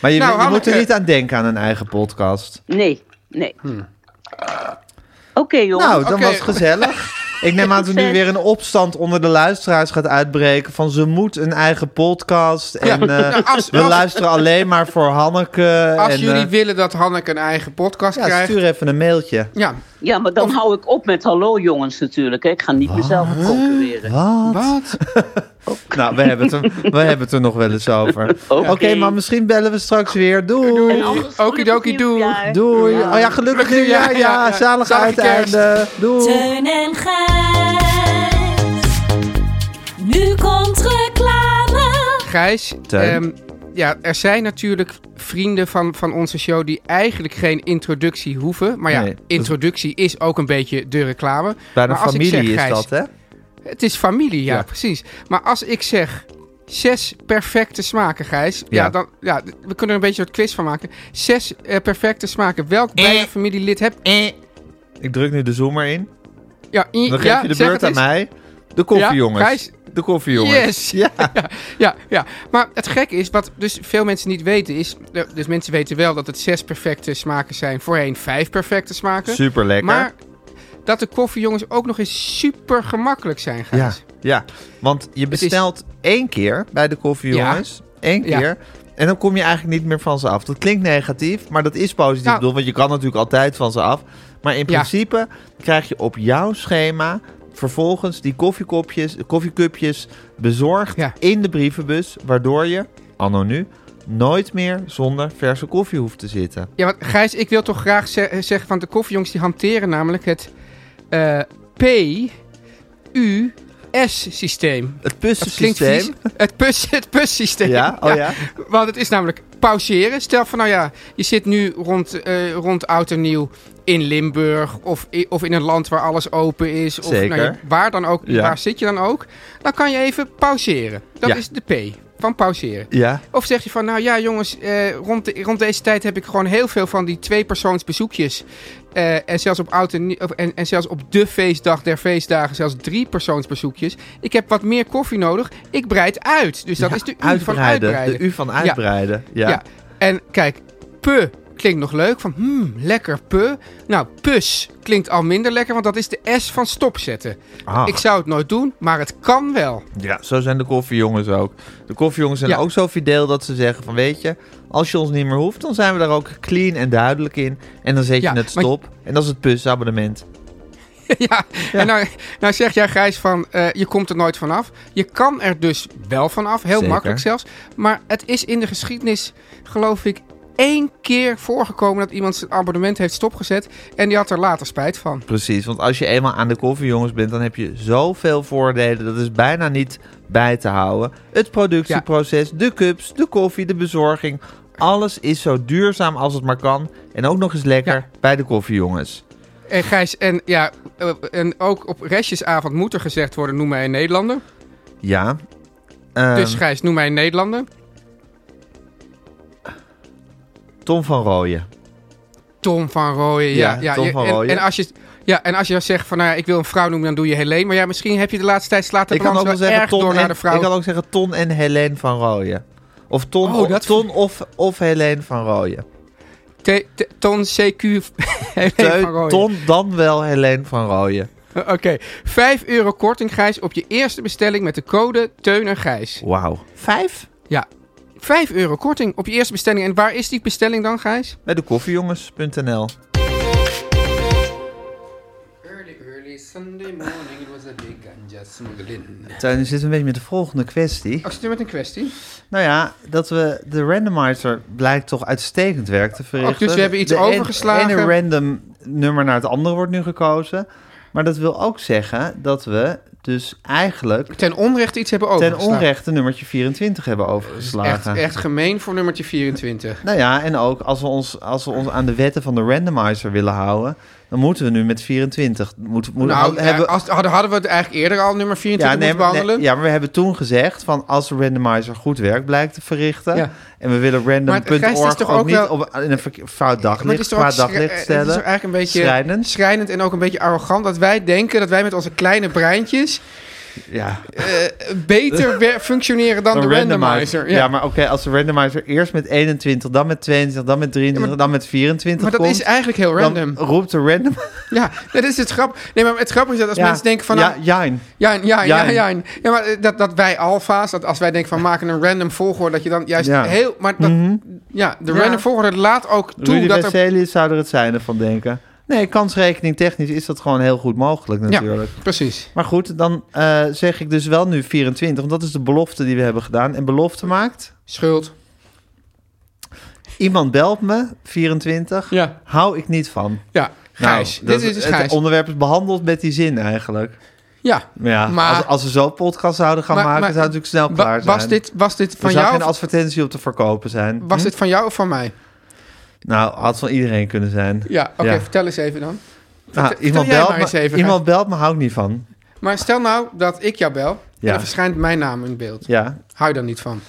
S3: Maar je,
S2: Nou,
S3: je moet er
S2: Hanneke.
S3: niet aan denken aan een eigen podcast.
S7: Nee, nee. Oké, jongens.
S3: Hm. Nou, dan
S2: Oké.
S3: was het gezellig. Ik neem aan dat er nu weer een opstand onder de luisteraars gaat uitbreken. Van ze moet een eigen podcast. En eh,
S2: Nou, als-
S3: we
S2: als-
S3: luisteren alleen maar voor Hanneke.
S2: Als
S3: en,
S2: jullie
S3: eh,
S2: willen dat Hanneke een eigen podcast
S3: ja,
S2: krijgt.
S3: stuur even een mailtje.
S2: Ja,
S7: ja, maar dan hou ik op met hallo jongens natuurlijk. Hè. Ik ga niet mezelf concurreren.
S3: Wat?
S2: wat?
S3: Nou, we hebben, het er, we hebben het er nog wel eens over. Oké,
S7: Oké.
S3: maar misschien bellen we straks weer. Doei. Doei.
S7: En anders
S2: Okidoki
S7: gelukkig
S2: doei.
S7: nieuwjaar.
S3: Oh ja, gelukkig nieuwjaar. Ja,
S2: ja, ja.
S3: zalig
S2: Zalige kerst.
S3: uiteinde. Doei.
S6: Teun en Gijs.
S2: Gijs.
S3: Teun.
S2: ehm, ja, er zijn natuurlijk vrienden van, van onze show die eigenlijk geen introductie hoeven. Maar ja,
S3: Nee, dat-
S2: introductie is ook een beetje de reclame.
S3: Bij de
S2: maar als ik
S3: familie
S2: zeg,
S3: is
S2: Gijs,
S3: dat, hè?
S2: Het is familie, ja,
S3: Ja.
S2: precies. Maar als ik zeg zes perfecte smaken, Gijs. Ja,
S3: Ja.
S2: dan, ja d- we kunnen er een beetje een soort quiz van maken. Zes eh, perfecte smaken. Welk bij je familielid heb
S3: Ik druk nu de zoomer in.
S2: Eh. Ja, i-
S3: Dan geef
S2: ja,
S3: je de
S2: zeg
S3: beurt
S2: het
S3: aan
S2: eens.
S3: mij. De koffiejongens.
S2: Ja, Gijs.
S3: De koffiejongens.
S2: Yes.
S3: Ja.
S2: Ja, ja, maar het gekke is, wat dus veel mensen niet weten is... eh, Dus mensen weten wel dat het zes perfecte smaken zijn. Voorheen vijf perfecte smaken.
S3: Super lekker.
S2: Maar dat de koffiejongens ook nog eens super gemakkelijk zijn,
S3: Ja,
S2: Gijs.
S3: ja, want je
S2: is-
S3: bestelt één keer bij de koffiejongens. Eén
S2: Ja.
S3: keer. En dan kom je eigenlijk niet meer van ze af. Dat klinkt negatief, maar dat is positief.
S2: Nou.
S3: bedoel, want je kan natuurlijk altijd van ze af. Maar in
S2: Ja.
S3: principe krijg je op jouw schema vervolgens die koffiekopjes, koffiecupjes bezorgd
S2: Ja.
S3: in de brievenbus. Waardoor je, anno nu, nooit meer zonder verse koffie hoeft te zitten.
S2: Ja, want Gijs, ik wil toch graag ze- eh, zeggen van de koffiejongens die hanteren namelijk het eh, P-U-S-systeem.
S3: Het
S2: Dat klinkt
S3: pussensysteem.
S2: vies. Het, pus, het pussysteem. *laughs*
S3: Ja, oh ja.
S2: Want het is namelijk pauzeren. Stel van, nou ja, je zit nu rond, eh, rond Oud en Nieuw in Limburg of, i- of in een land waar alles open is. Of
S3: Zeker.
S2: Nou ja, waar dan ook,
S3: Ja.
S2: waar zit je dan ook. Dan kan je even pauzeren. Dat
S3: Ja.
S2: is de P van pauzeren.
S3: Ja,
S2: Of zeg je van, nou ja jongens, eh, rond, de- rond deze tijd heb ik gewoon heel veel van die tweepersoonsbezoekjes. Eh, en, zelfs op oud en, nieuw- of- en, en zelfs op de feestdag der feestdagen, zelfs drie persoonsbezoekjes. Ik heb wat meer koffie nodig. Ik breid uit. Dus dat is de U van
S3: uitbreiden.
S2: uitbreiden.
S3: De U van uitbreiden. Ja.
S2: Ja. En kijk, pu klinkt nog leuk. Van, hmm, lekker pu. Nou, pus klinkt al minder lekker, want dat is de S van stopzetten.
S3: Ah.
S2: Ik zou het nooit doen, maar het kan wel. *laughs*
S3: Ja, zo zijn de koffiejongens ook. De koffiejongens zijn
S2: Ja.
S3: ook zo fideel dat ze zeggen van... weet je, als je ons niet meer hoeft, dan zijn we daar ook clean en duidelijk in. En dan zet
S2: Ja,
S3: je het
S2: maar-
S3: stop. En dat is het pusabonnement.
S2: ja, en nou, nou zeg jij Gijs van, eh, je komt er nooit vanaf. Je kan er dus wel vanaf, heel
S3: Zeker.
S2: makkelijk zelfs. Maar het is in de geschiedenis, geloof ik, één keer voorgekomen dat iemand zijn abonnement heeft stopgezet. En die had er later spijt van.
S3: Precies, want als je eenmaal aan de koffiejongens bent... dan heb je zoveel voordelen, dat is bijna niet bij te houden. Het productieproces, de cups, de koffie, de bezorging... alles is zo duurzaam als het maar kan. En ook nog eens lekker bij de koffiejongens.
S2: En Gijs, en, ja, eh, en ook op restjesavond moet er gezegd worden, noem mij een Nederlander.
S3: Ja. Ehm,
S2: Dus Gijs, noem mij een Nederlander.
S3: Tom van Rooyen.
S2: Tom van Rooyen, ja.
S3: Ja,
S2: ja,
S3: Tom
S2: je-
S3: van
S2: en,
S3: Rooyen.
S2: En als je, ja, en als je dan zegt van, nou ja, ik wil een vrouw noemen, dan doe je Helene. Maar ja, misschien heb je de laatste tijd slaat de
S3: Ik kan
S2: balans
S3: ook wel
S2: wel erg
S3: zeggen Ton
S2: door
S3: en,
S2: naar de vrouw.
S3: Ik kan ook zeggen Ton en Helene van Rooyen. Of Ton,
S2: Oh,
S3: of,
S2: dat-
S3: Ton of, of Helene van Rooyen.
S2: Te- te- Ton CQ *laughs* Helene
S3: Teu-
S2: van Rooyen.
S3: Ton dan wel Helene van Rooyen.
S2: *laughs* Oké, 5 euro korting Gijs op je eerste bestelling met de code Teun en Gijs.
S3: Wauw. Vijf?
S2: Ja, 5 euro korting op je eerste bestelling. En waar is die bestelling dan Gijs?
S3: Bij de koffiejongens.nl.
S5: Early, early Sunday morning, it was a big ganja smuggling.
S3: Tuin, nu zitten we een beetje met de volgende kwestie.
S2: Als je Oh, met een kwestie.
S3: Nou ja, dat we de randomizer blijkt toch uitstekend werk te verrichten.
S2: dus we hebben iets
S3: de
S2: overgeslagen.
S3: Het ene random nummer naar het andere wordt nu gekozen. Maar dat wil ook zeggen dat we dus eigenlijk
S2: Ten onrechte iets hebben
S3: ten
S2: overgeslagen.
S3: onrechte nummertje 24 hebben overgeslagen.
S2: Echt, echt gemeen voor nummertje 24.
S3: Nou ja, en ook als we, ons, als we ons aan de wetten van de randomizer willen houden, dan moeten we nu met 24. Moet, moet,
S2: nou,
S3: hou- hebben,
S2: eh, als, hadden, hadden we het eigenlijk eerder al nummer 24
S3: nee,
S2: moeten
S3: maar- nee,
S2: behandelen?
S3: ja, maar we hebben toen gezegd van als de randomizer goed werk blijkt te verrichten
S2: Ja.
S3: en we willen
S2: Maar het- Gijs, het is
S3: random.org ook,
S2: toch ook
S3: niet
S2: wel-
S3: op, in een verke- fout daglicht,
S2: ook
S3: kwaad
S2: schrij-
S3: daglicht
S2: eh,
S3: stellen.
S2: Het is toch eigenlijk een beetje
S3: Schrijnend.
S2: schrijnend. en ook een beetje arrogant dat wij denken dat wij met onze kleine breintjes
S3: ja, *laughs*
S2: beter wer- functioneren dan, de randomizer.
S3: Ja, maar oké, als de randomizer eerst met 21, dan met 22, dan met 23, dan met 24
S2: Maar dat
S3: komt,
S2: is eigenlijk heel
S3: dan
S2: random.
S3: roept de random.
S2: Ja, dat is het grap. Nee, maar het grappige is dat als mensen denken van...
S3: ja,
S2: nou,
S3: jijn.
S2: ja, ja, ja, ja,
S3: Jijn.
S2: Ja, maar eh, dat, dat wij alfa's, dat als wij denken van maken een random volgorde, dat je dan juist
S3: Ja. Mhm.
S2: heel... Maar dat, ja, de
S3: Ja.
S2: random volgorde laat ook toe
S3: Rudy
S2: dat er...
S3: Westelius zou er het zijne van denken. Nee, kansrekening technisch is dat gewoon heel goed mogelijk natuurlijk.
S2: Ja, precies.
S3: Maar goed, dan eh, zeg ik dus wel nu 24, want dat is de belofte die we hebben gedaan. En belofte maakt,
S2: Schuld.
S3: iemand belt me, 24,
S2: Ja.
S3: hou ik niet van.
S2: Ja,
S3: Nou,
S2: Gijs.
S3: dat-
S2: dit is
S3: het
S2: Gijs.
S3: onderwerp is behandeld met die zin eigenlijk.
S2: Ja,
S3: Maar ja,
S2: Maar-
S3: als, als ze zo'n podcast zouden gaan
S2: Maar-
S3: maken,
S2: maar-
S3: zou het natuurlijk snel
S2: Wa-
S3: klaar zijn.
S2: was, dit, was dit
S3: er
S2: van
S3: zou
S2: jou?
S3: geen advertentie op te verkopen zijn. Hm?
S2: Was dit van jou of van mij?
S3: Nou, had van iedereen kunnen zijn.
S2: Ja, oké,
S3: Ja.
S2: vertel eens even dan.
S3: Nou,
S2: vertel
S3: iemand,
S2: jij
S3: belt
S2: maar eens
S3: me,
S2: even,
S3: iemand belt me, hou ik niet van.
S2: Maar stel nou dat ik jou bel en
S3: Ja.
S2: dan verschijnt mijn naam in beeld.
S3: Ja,
S2: Hou je daar niet van?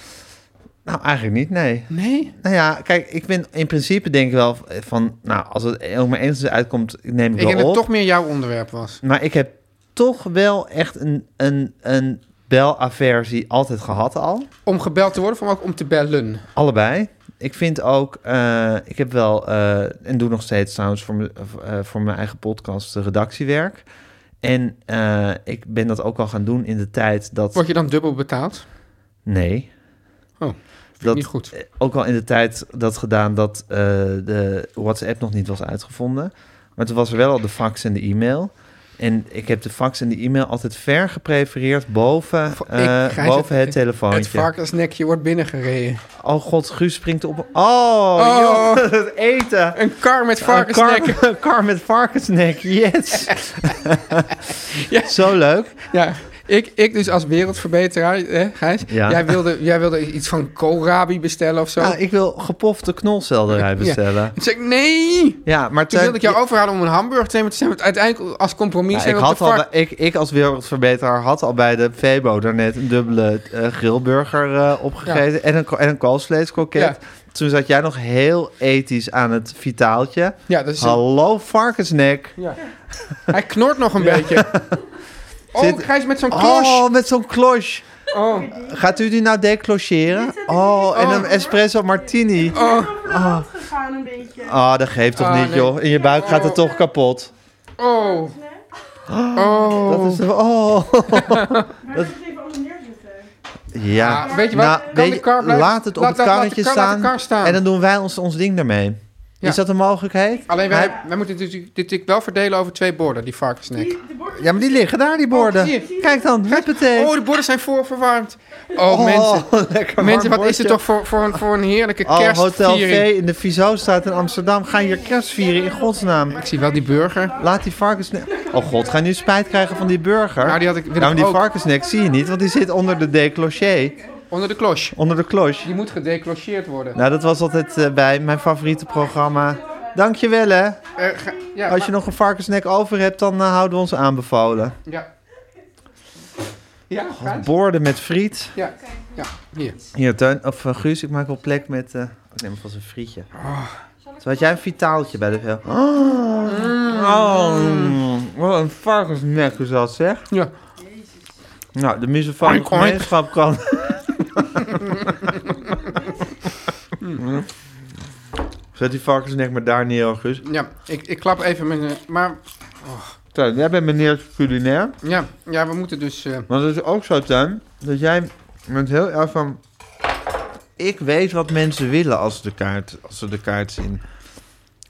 S3: nou eigenlijk niet, nee.
S2: Nee?
S3: Nou ja, kijk, ik ben in principe denk ik wel van... Nou, als het ook maar eens uitkomt, neem ik,
S2: Ik denk dat het
S3: wel op.
S2: toch meer jouw onderwerp was.
S3: Maar ik heb toch wel echt een, een, een belaversie altijd gehad al.
S2: Om gebeld te worden, of ook om te bellen.
S3: Allebei. Ik vind ook, eh, ik heb wel, eh, en doe nog steeds trouwens voor, mijn- eh, voor mijn eigen podcast eh, redactiewerk. En eh, ik ben dat ook al gaan doen in de tijd dat.
S2: Word je dan dubbel betaald?
S3: Nee.
S2: Oh, vind
S3: Dat-
S2: Niet goed.
S3: eh, Ook al in de tijd dat gedaan dat eh, de WhatsApp nog niet was uitgevonden. Maar toen was er wel al de fax en de e-mail. En ik heb de fax en de e-mail altijd ver geprefereerd boven,
S2: Ik-
S3: eh,
S2: Gijs,
S3: boven het,
S2: het-
S3: telefoontje.
S2: Het varkensnekje wordt binnengereden.
S3: Oh god, Guus springt op. Oh,
S2: Oh.
S3: joh, *laughs* het eten.
S2: Een kar met
S3: Een
S2: varkensnekken.
S3: kar, *laughs* een kar met varkensnek,
S2: *laughs*
S3: yes. Zo leuk.
S2: Ja, ik, ik dus als wereldverbeteraar, hè, Gijs.
S3: Ja.
S2: Jij, wilde, jij wilde iets van koolrabi bestellen of zo.
S3: Nou, ik wil gepofte knolselderij bestellen. Ja,
S2: Ik zeg nee.
S3: maar
S2: Toen
S3: Teun,
S2: wilde ik jou
S3: ja,
S2: overhalen om een hamburger te nemen. Toen zijn we het uiteindelijk als compromis
S3: nou,
S2: zijn
S3: ik,
S2: we op
S3: had
S2: de
S3: al,
S2: vark-
S3: bij- ik, ik als wereldverbeteraar had al bij de Febo daarnet een dubbele eh, grillburger eh, opgegeten en een, ko- en een koolvleeskroket.
S2: Ja.
S3: Toen zat jij nog heel ethisch aan het vitaaltje.
S2: Ja, dat is een-
S3: Hallo varkensnek.
S2: ja. Hij knort nog een
S3: *laughs*
S2: beetje. Oh,
S3: Zit-
S2: Gijs met zo'n klosh.
S3: Oh, met zo'n kloche.
S2: Oh.
S3: Gaat u die nou declocheren? Oh, en een espresso martini.
S2: Oh.
S3: Ah, dat geeft toch
S2: Ah,
S3: niet,
S2: nee.
S3: joh. In je buik gaat het toch kapot.
S2: Oh.
S3: *gasps*
S2: Oh.
S3: Dat is... Oh. Ja. Nou,
S2: Ah, weet je wat? Kan die kar blijven-
S3: laat het op
S2: laat-
S3: het
S2: laat- laat
S3: karretje
S2: de kar- laat de
S3: staan,
S2: kar staan.
S3: En dan doen wij ons, ons ding daarmee.
S2: Ja.
S3: Is dat een mogelijkheid?
S2: Alleen wij,
S3: Maar-
S2: wij moeten dit, dit natuurlijk wel verdelen over twee borden, die varkensnek.
S3: Ah, Ja, maar die liggen daar, die borden.
S2: Oh, hier.
S3: Kijk dan, huppatee.
S2: Oh, de borden zijn voorverwarmd. Oh,
S3: Oh, *laughs*
S2: mensen.
S3: lekker warm
S2: Mensen, wat is
S3: bordje.
S2: het toch voor, voor, een, voor een heerlijke
S3: Oh, Hotel
S2: kerstviering.
S3: V in de Vizostraat in Amsterdam. Ga hier kerst vieren, in godsnaam.
S2: Ik zie wel die burger.
S3: Laat die varkensnek... Oh god, ga je nu spijt krijgen van die burger?
S2: Nou, die had ik- wil
S3: Nou, maar
S2: ik
S3: die
S2: ook.
S3: varkensnek zie je niet, want die zit onder de décloché.
S2: Onder de kloche.
S3: Onder de cloche.
S2: Die moet gedeclocheerd worden.
S3: Nou, dat was altijd eh, bij mijn favoriete programma. Dankjewel, hè.
S2: Eh, ga- ja,
S3: Als je nog een varkensnek over hebt, dan eh, houden we ons aanbevolen.
S2: maar- Ja. Ja, Gijs?
S3: Borden met friet.
S2: ja, ja, hier.
S3: Hier, Teun, of eh, Guus, ik maak wel plek met... eh ik neem vast een frietje.
S2: Oh.
S3: Zo had jij een vitaaltje bij de veel. Oh, mm, wat een varkensnek is dat, zeg.
S2: Ja.
S3: Nou, de misophonie
S2: Oink, oink.
S3: gemeenschap kan...
S2: *laughs*
S3: Zet die varkensnek maar daar neer, Guus.
S2: Ja, ik, ik klap even met... eh, Maar
S3: Teun, jij bent meneer culinair.
S2: ja, ja, we moeten dus... eh,
S3: Maar dat is ook zo, Tuin, dat jij bent heel erg van... Ik weet wat mensen willen als, de kaart, als ze de kaart zien.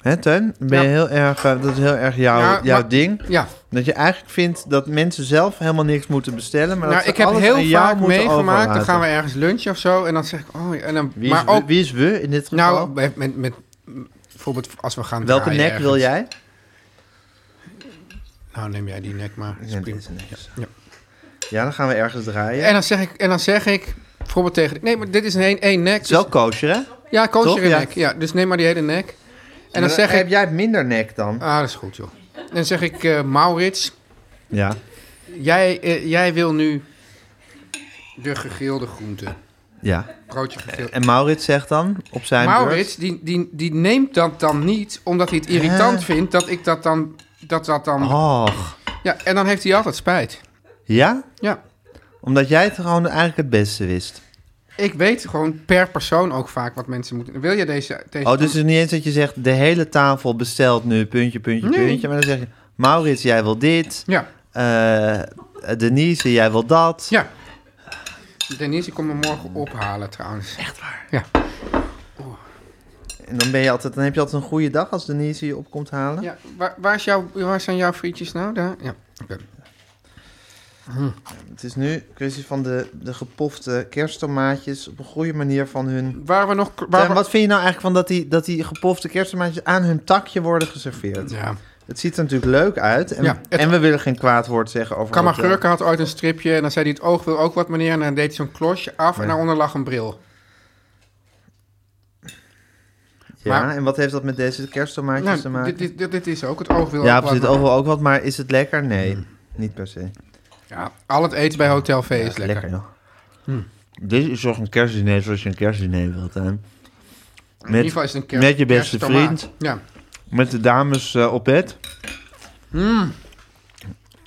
S3: Hè, Tuin? Ben je
S2: Ja.
S3: heel erg, eh, dat is heel erg jouw,
S2: Ja,
S3: jouw
S2: maar-
S3: ding.
S2: ja,
S3: Dat je eigenlijk vindt dat mensen zelf helemaal niks moeten bestellen. Maar
S2: nou,
S3: dat ze
S2: ik heb
S3: alles aan
S2: heel
S3: jou
S2: vaak
S3: moeten
S2: meegemaakt. Dan
S3: overlaten.
S2: gaan we ergens lunchen of zo. En dan zeg ik... Oh, ja, en dan,
S3: Wie is,
S2: maar
S3: we,
S2: ook...
S3: wie is we in dit geval?
S2: Nou, met, met, met, bijvoorbeeld als we gaan
S3: Welke
S2: draaien
S3: nek wil
S2: ergens.
S3: jij?
S2: Nou, neem jij die nek maar. Dat is
S3: Ja,
S2: prima.
S3: deze nek is-
S2: Ja.
S3: Ja, dan gaan we ergens draaien.
S2: En, dan zeg ik, en dan zeg ik bijvoorbeeld tegen... Nee, maar dit is een één- één nek.
S3: het
S2: Dus,
S3: is wel kosher, hè?
S2: ja, koosje
S3: Toch? Ja.
S2: nek. Ja, dus neem maar die hele nek. En dan
S3: Maar
S2: zeg
S3: Heb
S2: ik...
S3: jij minder nek dan?
S2: Ah, dat is goed, joh. En dan zeg ik, eh, Maurits,
S3: Ja.
S2: jij, eh, jij wil nu de gegrilde groente.
S3: ja.
S2: Broodje gegrild.
S3: Eh, En Maurits zegt dan op zijn beurt...
S2: Maurits, die, die, die neemt dat dan niet, omdat hij het irritant
S3: Hè?
S2: vindt dat ik dat dan... Dat dat dan
S3: Och.
S2: Ja, en dan heeft hij altijd spijt.
S3: Ja?
S2: Ja.
S3: Omdat jij het gewoon eigenlijk het beste wist.
S2: Ik weet gewoon per persoon ook vaak wat mensen moeten... Wil je deze... deze
S3: Oh, dus het is niet eens dat je zegt... de hele tafel bestelt nu puntje, puntje,
S2: Nee.
S3: puntje. Maar dan zeg je... Maurits, jij wil dit.
S2: Ja,
S3: Eh, Denise, jij wil dat.
S2: ja. Denise, ik kom me morgen ophalen trouwens. Echt waar? Ja.
S3: En dan, ben je altijd, dan heb je altijd een goede dag als Denise je op komt halen.
S2: ja. Waar, waar, is jouw, waar zijn jouw frietjes nou? Daar? Ja. oké.
S3: Het is nu een kwestie van de, de gepofte kersttomaatjes... op een goede manier van hun...
S2: Waar we nog...
S3: Teun,
S2: Waar we-
S3: wat vind je nou eigenlijk van dat die, dat die gepofte kersttomaatjes... aan hun takje worden geserveerd?
S2: Ja.
S3: Het ziet er natuurlijk leuk uit. En,
S2: Ja, het-
S3: en we willen geen kwaad woord zeggen over... eh, hotel.
S2: Kammergeurke had ooit een stripje en dan zei hij het oog wil ook wat meneer en dan deed hij zo'n klosje af en daaronder lag een bril.
S3: Ja,
S2: maar-
S3: en wat heeft dat met deze kersttomaatjes
S2: Nou,
S3: te maken?
S2: dit, dit, dit, Hmm. dit is ook het oog wil
S3: ja,
S2: ook wat
S3: precies. Het
S2: meneer.
S3: oog wil ook wat, maar is het lekker? Nee, niet per se.
S2: Ja, al het eten bij Hotel V is
S3: Ja,
S2: lekker. Hmm.
S3: joh. Dit is toch een kerstdiner zoals je een kerstdiner wilt, hè?
S2: In ieder geval is het een kerst,
S3: met je beste
S2: kersttomaat.
S3: vriend,
S2: Ja,
S3: met de dames eh, op bed,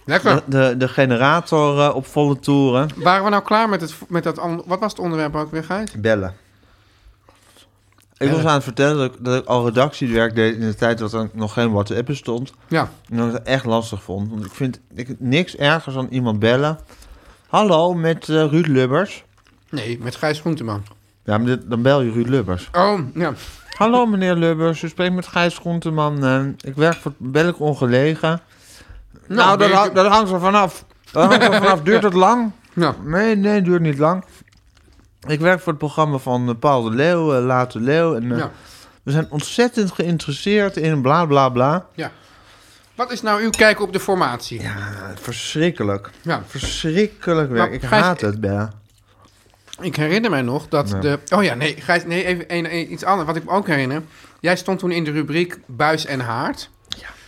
S2: lekker.
S3: de, de, de generator eh, op volle toeren.
S2: Waren we nou klaar met, het, met dat... an- Wat was het onderwerp ook weer, Gijs?
S3: Bellen. Ik was aan het vertellen dat ik, dat ik al redactiewerk deed in de tijd dat er nog geen WhatsApp bestond.
S2: Ja,
S3: En dat ik het echt lastig vond. Want ik vind ik, niks ergers dan iemand bellen. Hallo, met eh, Ruud Lubbers.
S2: nee, met Gijs Groenteman.
S3: Ja, maar dit- dan bel je Ruud Lubbers.
S2: Oh, ja.
S3: Hallo meneer Lubbers, u spreekt met Gijs Groenteman. Eh, ik werk voor Belk Ongelegen. Nou, dat,
S2: deze-
S3: ha- dat hangt er vanaf. Dat hangt er vanaf. Duurt het lang?
S2: *laughs* Ja.
S3: Nee, nee, duurt niet lang. Ik werk voor het programma van eh, Paul de Leeuw, eh, Late Leeuw. En, eh,
S2: Ja.
S3: We zijn ontzettend geïnteresseerd in bla bla bla.
S2: Wat is nou uw kijk op de formatie?
S3: Ja, verschrikkelijk.
S2: Ja.
S3: Verschrikkelijk werk.
S2: Maar
S3: ik
S2: Nou, Gijs,
S3: haat het, Bella.
S2: Ik herinner mij nog dat de... Oh ja, nee, Gijs, nee even een, een- iets anders. Wat ik me ook herinner. Jij stond toen in de rubriek Buis en Haard. Ja.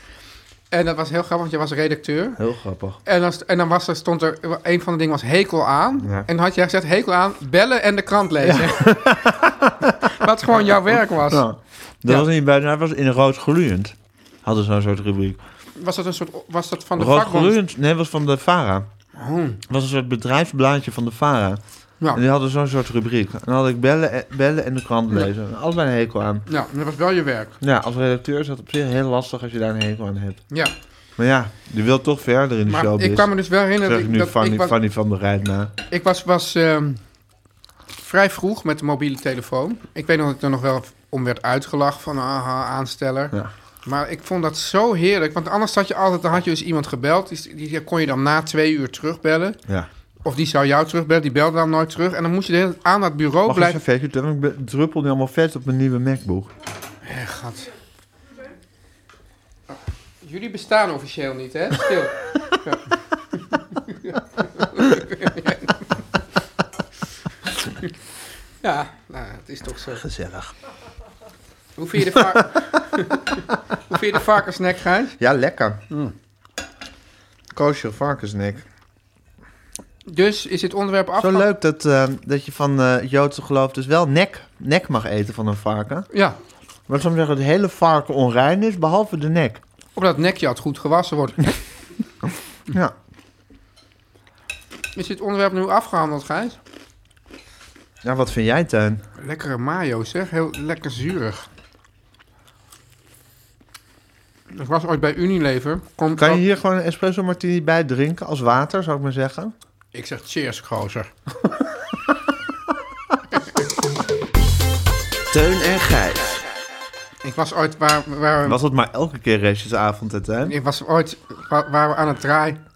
S2: En dat was heel grappig, want jij was redacteur.
S3: Heel grappig.
S2: En, als, en dan was er, stond er... Een van de dingen was hekel aan.
S3: Ja.
S2: En dan had jij gezegd hekel aan, bellen en de krant lezen. *laughs* Wat gewoon jouw werk was.
S3: Nou, dat
S2: Ja.
S3: was niet bij, dat was in rood gloeiend. Hadden zo'n soort rubriek.
S2: Was dat een soort... Was dat van de
S3: Rood
S2: vakbond? Hmm.
S3: gloeiend, nee, was van de Vara. Het was een soort bedrijfsblaadje van de Vara.
S2: Ja.
S3: En die hadden zo'n soort rubriek. En dan had ik bellen, eh, bellen en de krant lezen. Allebei een hekel aan.
S2: Ja, dat was wel je werk.
S3: Ja, als redacteur is dat op zich heel lastig als je daar een hekel aan hebt.
S2: Ja.
S3: Maar ja, je wilt toch verder in de
S2: Maar
S3: showbiz.
S2: ik kwam me dus wel herinneren...
S3: Zeg
S2: dat ik-
S3: ik nu
S2: dat
S3: Fanny,
S2: ik was-
S3: Fanny van der Rijt na.
S2: Ik was, was ehm, vrij vroeg met de mobiele telefoon. Ik weet nog dat ik er nog wel om werd uitgelachen van aha, aansteller.
S3: Ja.
S2: Maar ik vond dat zo heerlijk. Want anders had je altijd, dan had je dus iemand gebeld. Die, die kon je dan na twee uur terugbellen.
S3: Ja.
S2: Of die zou jou terugbellen, die belde dan nooit terug. En dan moest je de hele tijd aan dat bureau
S3: Mag ik
S2: blijven.
S3: eens een veetje doen? Ik be- druppel nu allemaal vet op mijn nieuwe MacBook.
S2: Eh, gat. Jullie bestaan officieel niet, hè? Stil. Ja. *laughs* ja, nou, het is toch zo.
S3: Gezellig.
S2: Hoe vind je de, va- *laughs* Hoe vind je de varkensnek, Gijs?
S3: Ja, lekker. Mm. Koosje varkensnek.
S2: Dus is dit onderwerp af?
S3: Zo leuk dat, eh, dat je van eh Joodse geloof dus wel nek, nek mag eten van een varken.
S2: Ja,
S3: Maar soms zeggen het hele varken onrein is, behalve de nek.
S2: omdat het nekje had goed gewassen wordt.
S3: Ja.
S2: Is dit onderwerp nu afgehandeld, Gijs?
S3: Ja, wat vind jij, Tuin?
S2: Lekkere mayo, zeg. Heel lekker zuurig. Ik was ooit bij Unilever. Komt
S3: Kan je hier gewoon een espresso martini bij drinken als water, zou ik maar zeggen?
S2: Ik zeg cheers, gozer.
S3: Teun en Gijs.
S2: Ik was ooit waar, waar
S3: Was dat maar elke keer restjesavond, hè, Teun?
S2: ik was ooit waar, waar we aan het draaien.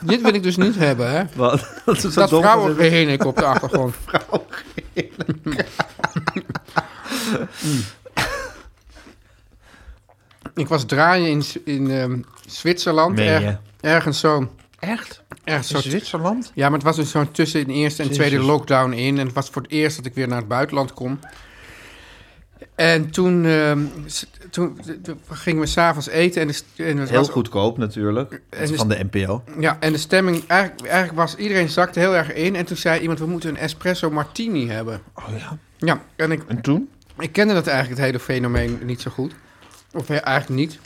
S2: Dit wil ik dus niet hebben, hè?
S3: Wat? *laughs* Dat is zo
S2: Dat
S3: dom.
S2: vrouwengehinnik op de
S3: *laughs*
S2: achtergrond. Mm. Ik was draaien in, Z- in ehm, Zwitserland.
S3: Meen je?
S2: erg- ergens zo.
S3: Echt?
S2: Ergens
S3: In
S2: zo
S3: Zwitserland?
S2: Ja, maar het was dus zo'n tussen de eerste en tweede lockdown in. En het was voor het eerst dat ik weer naar het buitenland kon. En toen, ehm, s- toen, toen gingen we s'avonds eten. En, de, st- en het
S3: Heel
S2: was-
S3: goedkoop natuurlijk. Het is
S2: dus-
S3: van de NPO.
S2: Ja, en de stemming, eigenlijk, eigenlijk was iedereen zakte heel erg in. En toen zei iemand, we moeten een espresso martini hebben.
S3: Oh ja.
S2: Ja, en ik,
S3: En toen?
S2: ik kende dat eigenlijk, het hele fenomeen, niet zo goed. Of he- eigenlijk niet.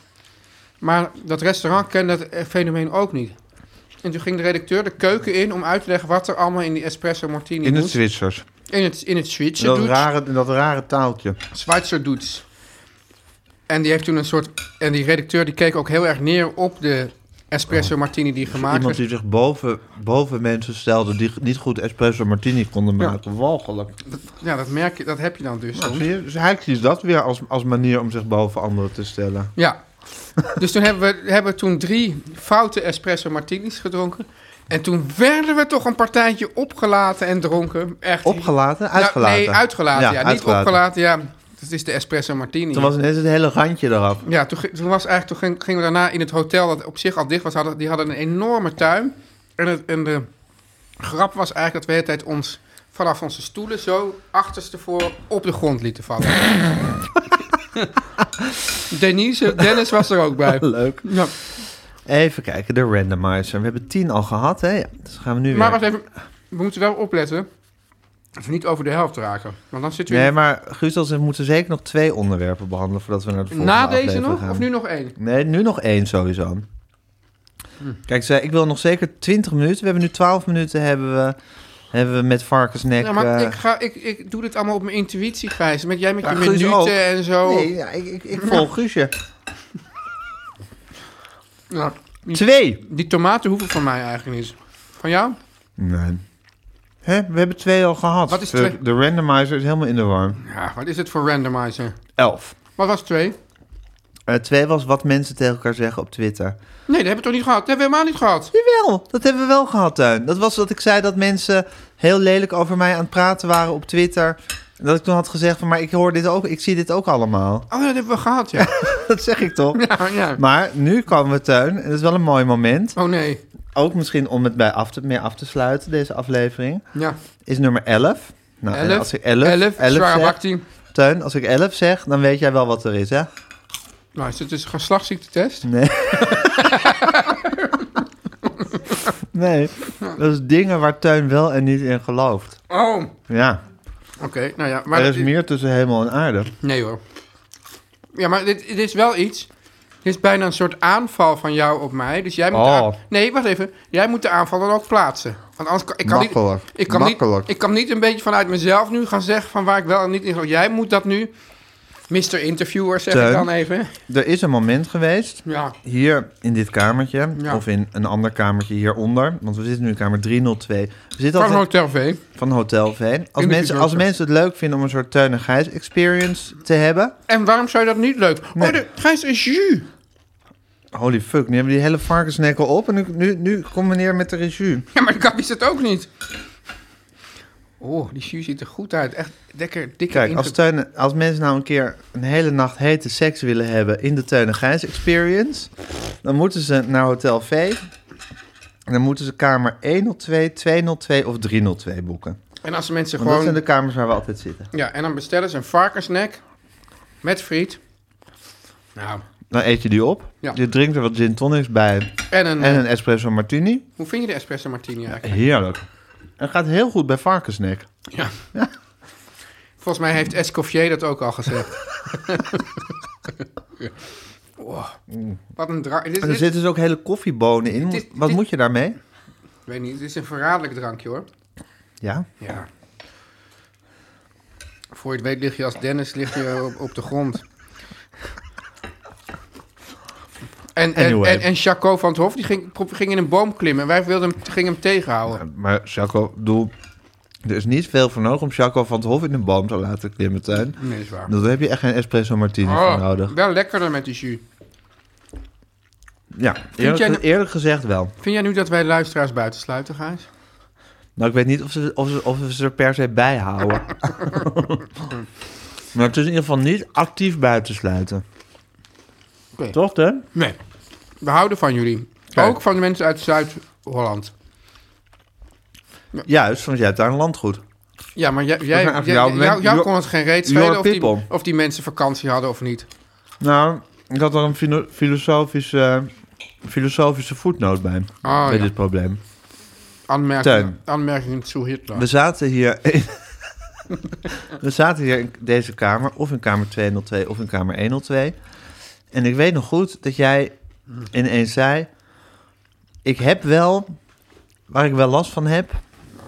S2: Maar dat restaurant kende dat eh, fenomeen ook niet. En toen ging de redacteur de keuken in om uit te leggen wat er allemaal in die espresso martini
S3: In het
S2: moest.
S3: Zwitsers.
S2: In het, in het Zwitser
S3: Dat
S2: doet-
S3: rare, dat rare taaltje.
S2: Zwitser doet. En die heeft toen een soort. En die redacteur die keek ook heel erg neer op de espresso martini die gemaakt
S3: Oh. Iemand
S2: werd.
S3: die zich boven, boven mensen stelde die niet goed espresso martini konden
S2: Ja.
S3: maken. Walgelijk.
S2: Ja, dat merk je, dat heb je dan dus. soms.
S3: Zie je? Dus hij kiest dat weer als, als manier om zich boven anderen te stellen.
S2: Ja. Dus toen hebben we, hebben we toen drie foute espresso martinis gedronken. En toen werden we toch een partijtje opgelaten en dronken. Echt.
S3: Opgelaten?
S2: Nou,
S3: Uitgelaten?
S2: nee, uitgelaten. Ja, niet opgelaten. Ja. Dat is de espresso martini.
S3: Toen was ineens het hele randje eraf.
S2: Ja, toen, ging- toen, was eigenlijk, toen ging- gingen we daarna in het hotel dat op zich al dicht was. Hadden, die hadden een enorme tuin. En, het, en de grap was eigenlijk dat we de hele tijd ons vanaf onze stoelen zo achterstevoor op de grond lieten vallen. Denise, Dennis was er ook bij.
S3: Leuk.
S2: Ja.
S3: Even kijken, de randomizer. We hebben tien al gehad, hè? Ja, dus gaan we nu
S2: Maar
S3: weer...
S2: wacht even, we moeten wel opletten dat we niet over de helft raken. Want dan zitten we...
S3: Nee, maar Guus, als we moeten zeker nog twee onderwerpen behandelen... voordat we naar de volgende
S2: Na deze
S3: aflevering
S2: nog?
S3: gaan.
S2: Of nu nog één?
S3: Nee, nu nog één sowieso. Kijk, ze- ik wil nog zeker 20 minuten. We hebben nu 12 minuten hebben we, hebben we met varkensnek.
S2: Ja, maar
S3: eh,
S2: ik, ga, ik, ik doe dit allemaal op mijn intuïtie, Gijs. Met jij met
S3: Ja,
S2: je
S3: Guus
S2: minuten
S3: ook.
S2: en zo.
S3: Nee, ja, ik, ik, ik volg Guusje.
S2: Ja, die,
S3: Twee.
S2: die tomaten hoeven van mij eigenlijk niet. Van jou?
S3: Nee. Hè, we hebben twee al gehad.
S2: Wat is
S3: de,
S2: twee?
S3: de randomizer is helemaal in de war.
S2: Ja, wat is het voor randomizer?
S3: Elf.
S2: Wat was twee?
S3: Eh, twee was wat mensen tegen elkaar zeggen op Twitter.
S2: Nee, dat hebben we toch niet gehad? Dat hebben we helemaal niet gehad.
S3: Jawel, dat hebben we wel gehad, Tuin. Dat was dat ik zei dat mensen heel lelijk over mij aan het praten waren op Twitter. En dat ik toen had gezegd van, maar ik hoor dit ook, ik zie dit ook allemaal. *laughs*
S2: Oh, ja, dat hebben we gehad, ja. *laughs*
S3: Dat zeg ik toch?
S2: ja, Oh, ja.
S3: Maar nu komen we, Teun, en dat is wel een mooi moment.
S2: Oh nee.
S3: Ook misschien om het bij af te, meer af te sluiten, deze aflevering.
S2: Ja.
S3: Is nummer 11. Nou, en
S2: Elf.
S3: als ik 11,
S2: Zware
S3: 11, zeg,
S2: bakti.
S3: Teun, als ik 11 zeg, dan weet jij wel wat er is, hè?
S2: Nou, is het dus een geslachtsziektetest?
S3: Nee. nee, dat is dingen waar Teun wel en niet in gelooft.
S2: Oh, oké.
S3: Ja,
S2: Nou ja, maar...
S3: er
S2: dat
S3: is meer tussen hemel en aarde.
S2: Nee hoor. Ja, maar dit, dit is wel iets... Dit is bijna een soort aanval van jou op mij. Dus jij moet... de
S3: Oh.
S2: aan- Nee, wacht even. Jij moet de aanval dan ook plaatsen. Want anders kan ik... Kan
S3: Makkelijk.
S2: Niet, ik, kan
S3: Makkelijk.
S2: Niet, ik kan niet een beetje vanuit mezelf nu gaan zeggen... van waar ik wel en niet in geloof. Jij moet dat nu... Mr. Interviewer, zeg
S3: Teun.
S2: ik dan even.
S3: Er is een moment geweest,
S2: Ja.
S3: hier in dit kamertje,
S2: Ja.
S3: of in een ander kamertje hieronder. Want we zitten nu in kamer 302. We zitten
S2: Van
S3: altijd-
S2: Hotel V.
S3: van Hotel Veen. Als
S2: In de
S3: mensen, als
S2: visitors.
S3: mensen het leuk vinden om een soort Teun en Gijs experience te hebben.
S2: En waarom zou je dat niet leuk?
S3: Nee.
S2: Oh, de Gijs is jus.
S3: Holy fuck, nu hebben we die hele varkensnek al op. En nu, nu, nu komt meneer met de regie.
S2: Ja, maar de kap is het ook niet. Oh, die jus ziet er goed uit. Echt lekker dikke
S3: Kijk,
S2: inge-
S3: als, Teun, als mensen nou een keer een hele nacht hete seks willen hebben in de Teun en Gijs experience. Dan moeten ze naar Hotel V. En dan moeten ze kamer 102, 202 of 302 boeken.
S2: En als de mensen
S3: Want dat
S2: gewoon...
S3: zijn de kamers waar we altijd zitten.
S2: Ja, en dan bestellen ze een varkensnek met friet. Nou,
S3: Dan eet je die op.
S2: Ja. Mm.
S3: Je drinkt er wat gin tonics bij.
S2: en een... eh,
S3: En een espresso martini.
S2: Hoe vind je de espresso martini eigenlijk?
S3: Heerlijk. En gaat heel goed bij varkensnek.
S2: Ja. Volgens mij heeft Escoffier dat ook al gezegd. *laughs* Oh, wat een drank. Dit,
S3: En Mm. er
S2: dit-
S3: zitten dus ook hele koffiebonen in.
S2: dit-
S3: Wat
S2: dit-
S3: moet je daarmee?
S2: ik weet niet, dit is een verraderlijk drankje hoor.
S3: Ja.
S2: Ja. Voor je het weet lig je als Dennis lig je op, op de grond. En, en,
S3: Anyway.
S2: en, en Jaco van het Hof die ging, pro- ging in een boom klimmen. En wij wilden hem, gingen hem tegenhouden.
S3: Maar Jaco, doe. Er is niet veel voor nodig om Jaco van het Hof in een boom te laten klimmen, tuin.
S2: Nee, is waar.
S3: Dan heb je echt geen espresso martini voor
S2: Oh,
S3: nodig.
S2: wel lekkerder met die jus.
S3: Ja, eerlijk,
S2: jij nou-
S3: eerlijk gezegd wel.
S2: Vind jij nu dat wij luisteraars buitensluiten, Gijs?
S3: Nou, ik weet niet of, ze, of, ze, of we ze er per se bij
S2: *laughs*
S3: houden. maar het is in ieder geval niet actief buitensluiten.
S2: Oké.
S3: Toch, Teun?
S2: Nee. We houden van jullie.
S3: Kijk.
S2: Ook van de mensen uit Zuid-Holland.
S3: Juist, want jij hebt daar een landgoed.
S2: Ja, maar jij, jij,
S3: eigenlijk
S2: jij-
S3: jouw
S2: jou,
S3: men-
S2: jou
S3: your-
S2: kon het geen reet
S3: your
S2: schelen of die,
S3: people.
S2: of die mensen vakantie hadden of niet.
S3: Nou, ik had er een filo- filosofische, eh, filosofische voetnoot bij.
S2: Oh,
S3: bij
S2: ja.
S3: dit probleem.
S2: Aanmerking,
S3: Teun.
S2: aanmerking zu Hitler.
S3: We zaten hier. In, *laughs* we zaten hier in deze kamer, of in kamer 202 of in kamer 102. En ik weet nog goed dat jij ineens zei: Ik heb wel, waar ik wel last van heb,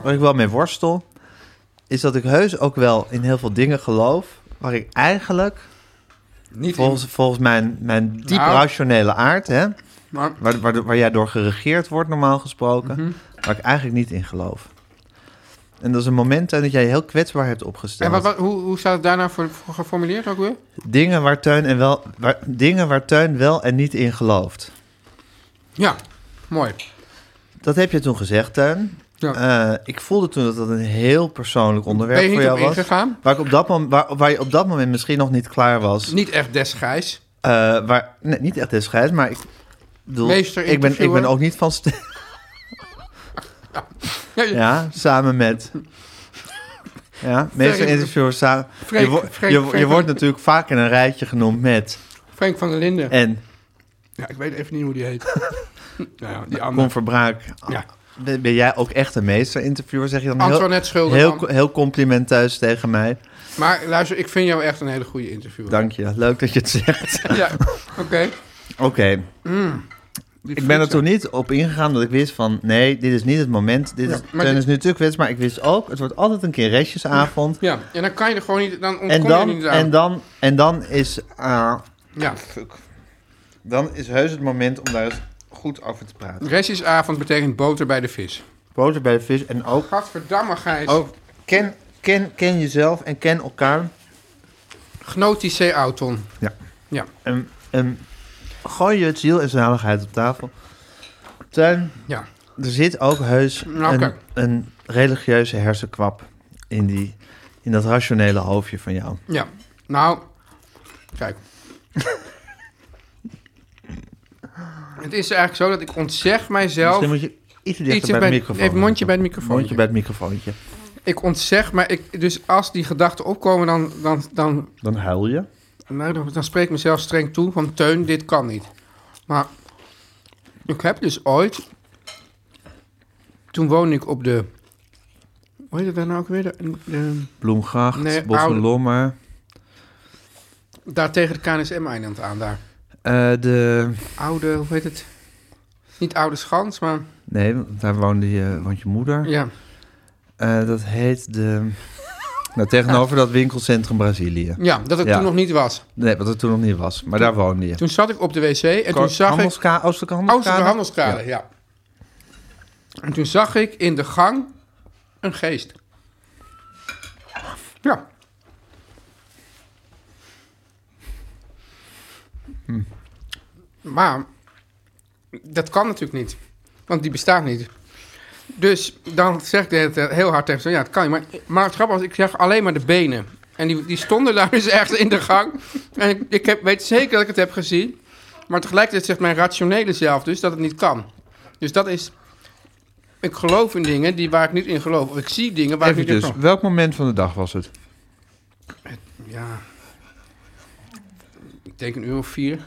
S3: waar ik wel mee worstel, is dat ik heus ook wel in heel veel dingen geloof. Waar ik eigenlijk,
S2: niet
S3: volgens, volgens mijn, mijn diep
S2: Nou.
S3: rationele aard, hè,
S2: in, maar Mhm.
S3: waar, waar, waar jij door geregeerd wordt normaal gesproken, waar ik eigenlijk niet in geloof. En dat is een moment Teun, dat jij je heel kwetsbaar hebt opgesteld.
S2: En wat, wat- hoe, hoe staat het daarna voor, voor geformuleerd ook weer?
S3: Dingen, waar Teun en wel, waar, dingen waar Teun wel en niet in gelooft.
S2: Ja, mooi.
S3: Dat heb je toen gezegd, Tuin.
S2: Ja.
S3: Eh, ik voelde toen dat dat een heel persoonlijk onderwerp
S2: Ben je
S3: voor
S2: niet op
S3: jou was.
S2: ingegaan?
S3: Waar, ik op dat moment, waar, waar je op dat moment misschien nog niet klaar was.
S2: Niet echt desgijs.
S3: Eh, waar, nee, niet echt desgrijs, maar ik bedoel,
S2: Meester
S3: ik ben, ik ben
S2: interviewer.
S3: ook niet van stem.
S2: Ja, ja.
S3: Ja, samen
S2: *laughs*
S3: met. Ja, meeste interviewers samen.
S2: Freek,
S3: je, wo-
S2: Freek,
S3: je, wo-
S2: Freek.
S3: je wordt natuurlijk vaak in een rijtje genoemd met.
S2: Frank van der Linden.
S3: En
S2: Ja, ik weet even niet hoe die
S3: *laughs*
S2: heet. nou ja, die andere.
S3: Con Verbraak.
S2: Ja.
S3: Ben, ben jij ook echt een meester-interviewer? Zeg je dan heel,
S2: Antoinette Schilderman.
S3: heel, co- heel complimenteus tegen mij.
S2: Maar luister, ik vind jou echt een hele goede interviewer.
S3: Dank je, leuk dat je het
S2: *laughs*
S3: zegt.
S2: Ja, oké.
S3: *laughs* Oké, ik ben er toen niet op ingegaan, dat ik wist van nee, dit is niet het moment. Dit is,
S2: maar
S3: Teun
S2: dit-
S3: is nu natuurlijk maar ik wist ook, het wordt altijd een keer restjesavond.
S2: Ja, en dan kan je er gewoon niet... Dan ontkom
S3: En
S2: je er
S3: dan,
S2: niet aan.
S3: en, dan, en dan is eh,
S2: Ja,
S3: Dan is heus het moment om daar eens goed over te praten.
S2: restjesavond betekent boter bij de vis.
S3: Boter bij de vis en ook,
S2: Gadverdamme, Gijs.
S3: ook ken, ken, ken jezelf en ken elkaar.
S2: Gnotische auton.
S3: Ja.
S2: Ja.
S3: En, en gooi je het ziel en zaligheid op tafel. Tuin,
S2: Ja.
S3: er zit ook heus een,
S2: Oké.
S3: een religieuze hersenkwap in, die, in dat rationele hoofdje van jou.
S2: Ja. Nou,
S3: *laughs*
S2: kijk. het is eigenlijk zo dat ik ontzeg mijzelf...
S3: Misschien moet je iets dichter
S2: Ietsje
S3: bij,
S2: bij-
S3: de microfoon.
S2: even mondje bij het microfoontje.
S3: Mondje bij het microfoontje.
S2: Ik ontzeg, maar ik, dus als die gedachten opkomen, dan, dan, dan,
S3: Dan huil je.
S2: nou, dan, dan spreek ik mezelf streng toe van Teun, dit kan niet. Maar ik heb dus ooit, toen woonde ik op de, hoe heet het daar nou ook weer? De, de,
S3: Bloemgracht,
S2: Nee,
S3: Bos en
S2: oude-
S3: Lommer.
S2: daar tegen het KNSM-eiland aan, daar.
S3: Eh, de...
S2: Oude, hoe heet het? Niet Oude Schans, maar
S3: Nee, want daar woonde je, woont je moeder.
S2: ja.
S3: Eh, dat heet de... nou, tegenover dat winkelcentrum Brazilië.
S2: Ja, dat het
S3: Ja.
S2: toen nog niet was.
S3: Nee, wat het toen nog niet was. Maar daar woonde je.
S2: Toen zat ik op de wc en toen
S3: Ko-
S2: zag ik...
S3: Handelska- Oostelijke
S2: Oostelijke
S3: Handelskade?
S2: Handelskade, ja. En toen zag ik in de gang een geest. Ja. Maar dat kan natuurlijk niet, want die bestaat niet. Dus dan zegt hij het heel hard tegen ze, ja, het kan niet. Maar, maar het grappige was, ik zag alleen maar de benen. En die, die stonden daar dus echt in de gang. En ik, ik heb, weet zeker dat ik het heb gezien. Maar tegelijkertijd zegt mijn rationele zelf dus dat het niet kan. Dus dat is... Ik geloof in dingen die, waar ik niet in geloof. Of ik zie dingen waar
S3: Even
S2: ik niet in
S3: dus,
S2: geloof.
S3: welk moment van de dag was het?
S2: Ja. Ik denk een uur of vier.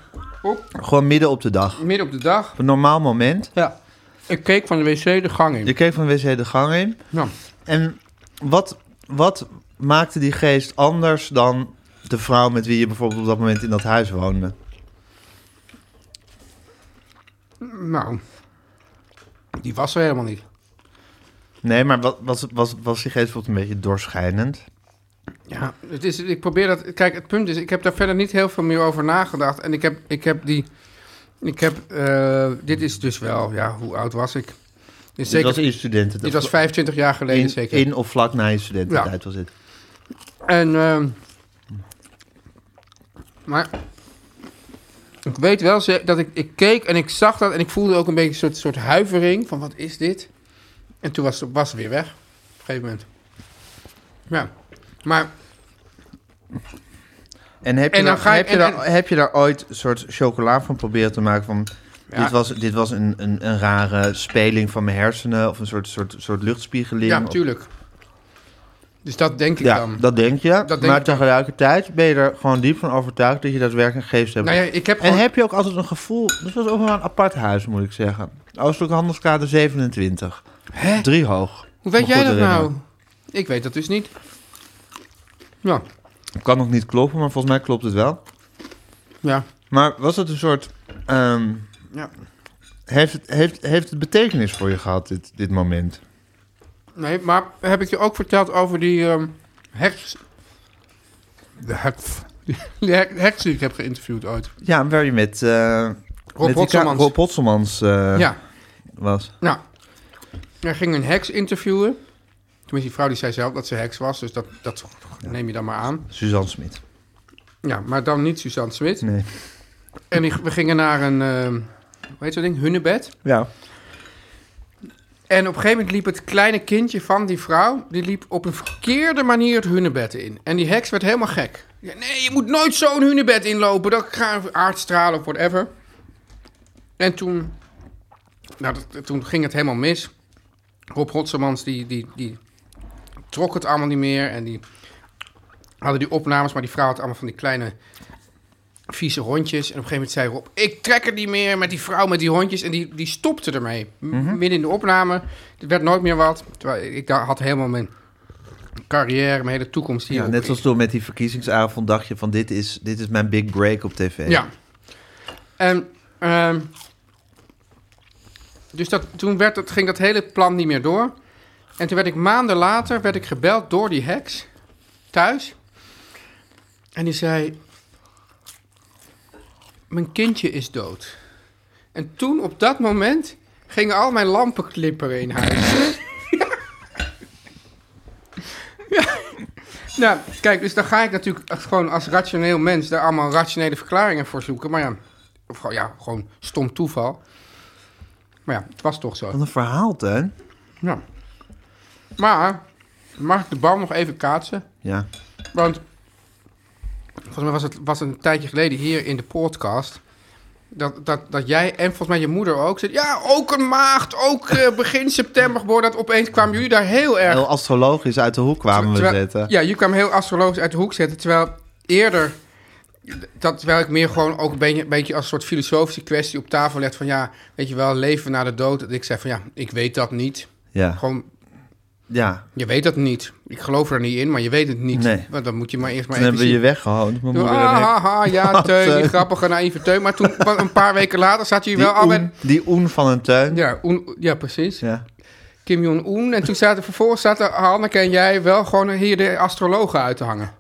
S2: Op,
S3: Gewoon midden op de dag.
S2: midden op de dag.
S3: Op een normaal moment.
S2: Ja. Ik keek van de wc de gang in. Nou.
S3: Je keek van wc de gang in.
S2: Ja.
S3: En wat, wat maakte die geest anders dan de vrouw met wie je bijvoorbeeld op dat moment in dat huis woonde?
S2: Nou, die was er helemaal niet.
S3: Nee, maar wat, was, was, was die geest bijvoorbeeld een beetje doorschijnend?
S2: Ja, het is, ik probeer dat. Kijk, het punt is, ik heb daar verder niet heel veel meer over nagedacht. En ik heb, ik heb die. Ik heb. eh, dit is dus wel. Ja, hoe oud was ik? Dit is
S3: Dit
S2: zeker,
S3: was in je studenten.
S2: dit was 25 jaar geleden
S3: in,
S2: zeker.
S3: in of vlak na je studententijd was dit.
S2: En, ehm, maar ik weet wel ze- dat ik, ik keek en ik zag dat en ik voelde ook een beetje een soort, soort huivering van wat is dit? En toen was, was het weer weg op een gegeven moment. Ja, maar
S3: En heb je,
S2: En dan
S3: daar,
S2: ga ik-
S3: heb, je
S2: en-
S3: daar, heb je daar ooit een soort chocola van proberen te maken? Van,
S2: Ja.
S3: Dit was, dit was een, een, een rare speling van mijn hersenen of een soort, soort, soort luchtspiegeling.
S2: ja,
S3: of-
S2: natuurlijk. Dus dat denk ik
S3: Ja,
S2: dan.
S3: dat denk je.
S2: denk
S3: maar
S2: ik dan.
S3: tegelijkertijd ben je er gewoon diep van overtuigd dat je daadwerkelijk een geest hebt.
S2: nou ja, ik heb
S3: en
S2: gewoon...
S3: heb je ook altijd een gevoel... Dit was ook wel een apart huis, moet ik zeggen. Oostelijke Handelskade 27. Drie hoog.
S2: Hoe weet
S3: Me
S2: jij
S3: goed
S2: dat nou?
S3: herinneren.
S2: Ik weet dat dus niet. Ja,
S3: Kan nog niet kloppen, maar volgens mij klopt het wel.
S2: ja.
S3: Maar was het een soort... ehm,
S2: Ja.
S3: heeft, het, heeft, heeft het betekenis voor je gehad, dit, dit moment?
S2: Nee, maar heb ik je ook verteld over die ehm heks... De heks... Die hek- heks die ik heb geïnterviewd ooit.
S3: Ja, waar je met... eh
S2: Rob
S3: met die ka-
S2: Hotselmans.
S3: Rob Hotselmans eh,
S2: ja,
S3: was.
S2: nou. Er ging een heks interviewen. Tenminste, die vrouw die zei zelf dat ze heks was. Dus dat, dat neem je dan maar aan.
S3: Suzanne Smit.
S2: Ja, maar dan niet Suzanne Smit.
S3: Nee.
S2: En die- we gingen naar een... ehm, hoe heet zo'n ding? Hunnebed.
S3: Ja.
S2: En op een gegeven moment liep het kleine kindje van die vrouw... die liep op een verkeerde manier het hunebed in. En die heks werd helemaal gek. Ja, nee, je moet nooit zo'n hunebed inlopen. Dat gaan aardstralen of whatever. En toen, nou, dat- toen ging het helemaal mis. Rob Rotsemans die, die, die trok het allemaal niet meer. En die hadden die opnames, maar die vrouw had allemaal van die kleine vieze hondjes. En op een gegeven moment zei Rob, ik trek het niet meer met die vrouw met die hondjes. En die, die stopte ermee. M-
S3: Mhm.
S2: Midden in de opname. Er werd nooit meer wat. Terwijl ik daar had helemaal mijn carrière, mijn hele toekomst hier.
S3: Ja, net zoals toen met die verkiezingsavond dacht je van dit is, dit is mijn big break op tv.
S2: Ja. En, ehm, dus dat, toen werd dat, ging dat hele plan niet meer door. En toen werd ik maanden later werd ik gebeld door die heks thuis. En die zei: Mijn kindje is dood. En toen op dat moment gingen al mijn lampen klipperen in huis. *laughs* ja. Nou, kijk, dus dan ga ik natuurlijk echt gewoon als rationeel mens daar allemaal rationele verklaringen voor zoeken. Maar ja, of gewoon, ja, gewoon stom toeval. Maar ja, het was toch zo.
S3: Wat een verhaal, Teun.
S2: Ja. Maar, mag ik de bal nog even kaatsen?
S3: Ja.
S2: Want volgens mij was het, was het een tijdje geleden hier in de podcast. Dat, dat, dat jij en volgens mij je moeder ook zit. Ja, ook een maagd. Ook eh, begin september geboren. Dat opeens kwamen jullie daar heel erg.
S3: Heel astrologisch uit de hoek kwamen we
S2: terwijl-
S3: zetten.
S2: Ja, jullie kwamen heel astrologisch uit de hoek zetten. Terwijl eerder. Dat, terwijl ik meer gewoon ook een beetje, een beetje als een soort filosofische kwestie op tafel leg. Van ja, weet je wel, leven na de dood. Dat ik zei van ja, ik weet dat niet.
S3: Ja.
S2: Gewoon
S3: ja.
S2: je weet dat niet. Ik geloof er niet in, maar je weet het niet.
S3: Nee.
S2: Want dan moet je maar eerst maar
S3: Toen
S2: even
S3: hebben we je
S2: zien.
S3: weggehouden. Mijn
S2: Toen,
S3: moeder
S2: ah,
S3: en ik.
S2: ha, ha, ja,
S3: *laughs* Wat,
S2: Teun, die
S3: eh,
S2: grappige naïeve Teun. Maar toen, wa- een paar weken later, zat je
S3: Die,
S2: wel al
S3: oen,
S2: met...
S3: die oen van een Teun. Ja.
S2: Ja, Oen- ja, precies. Kim Jong-un. En toen zaten, vervolgens zaten Hanneke en jij wel gewoon hier de astrologen uit te hangen.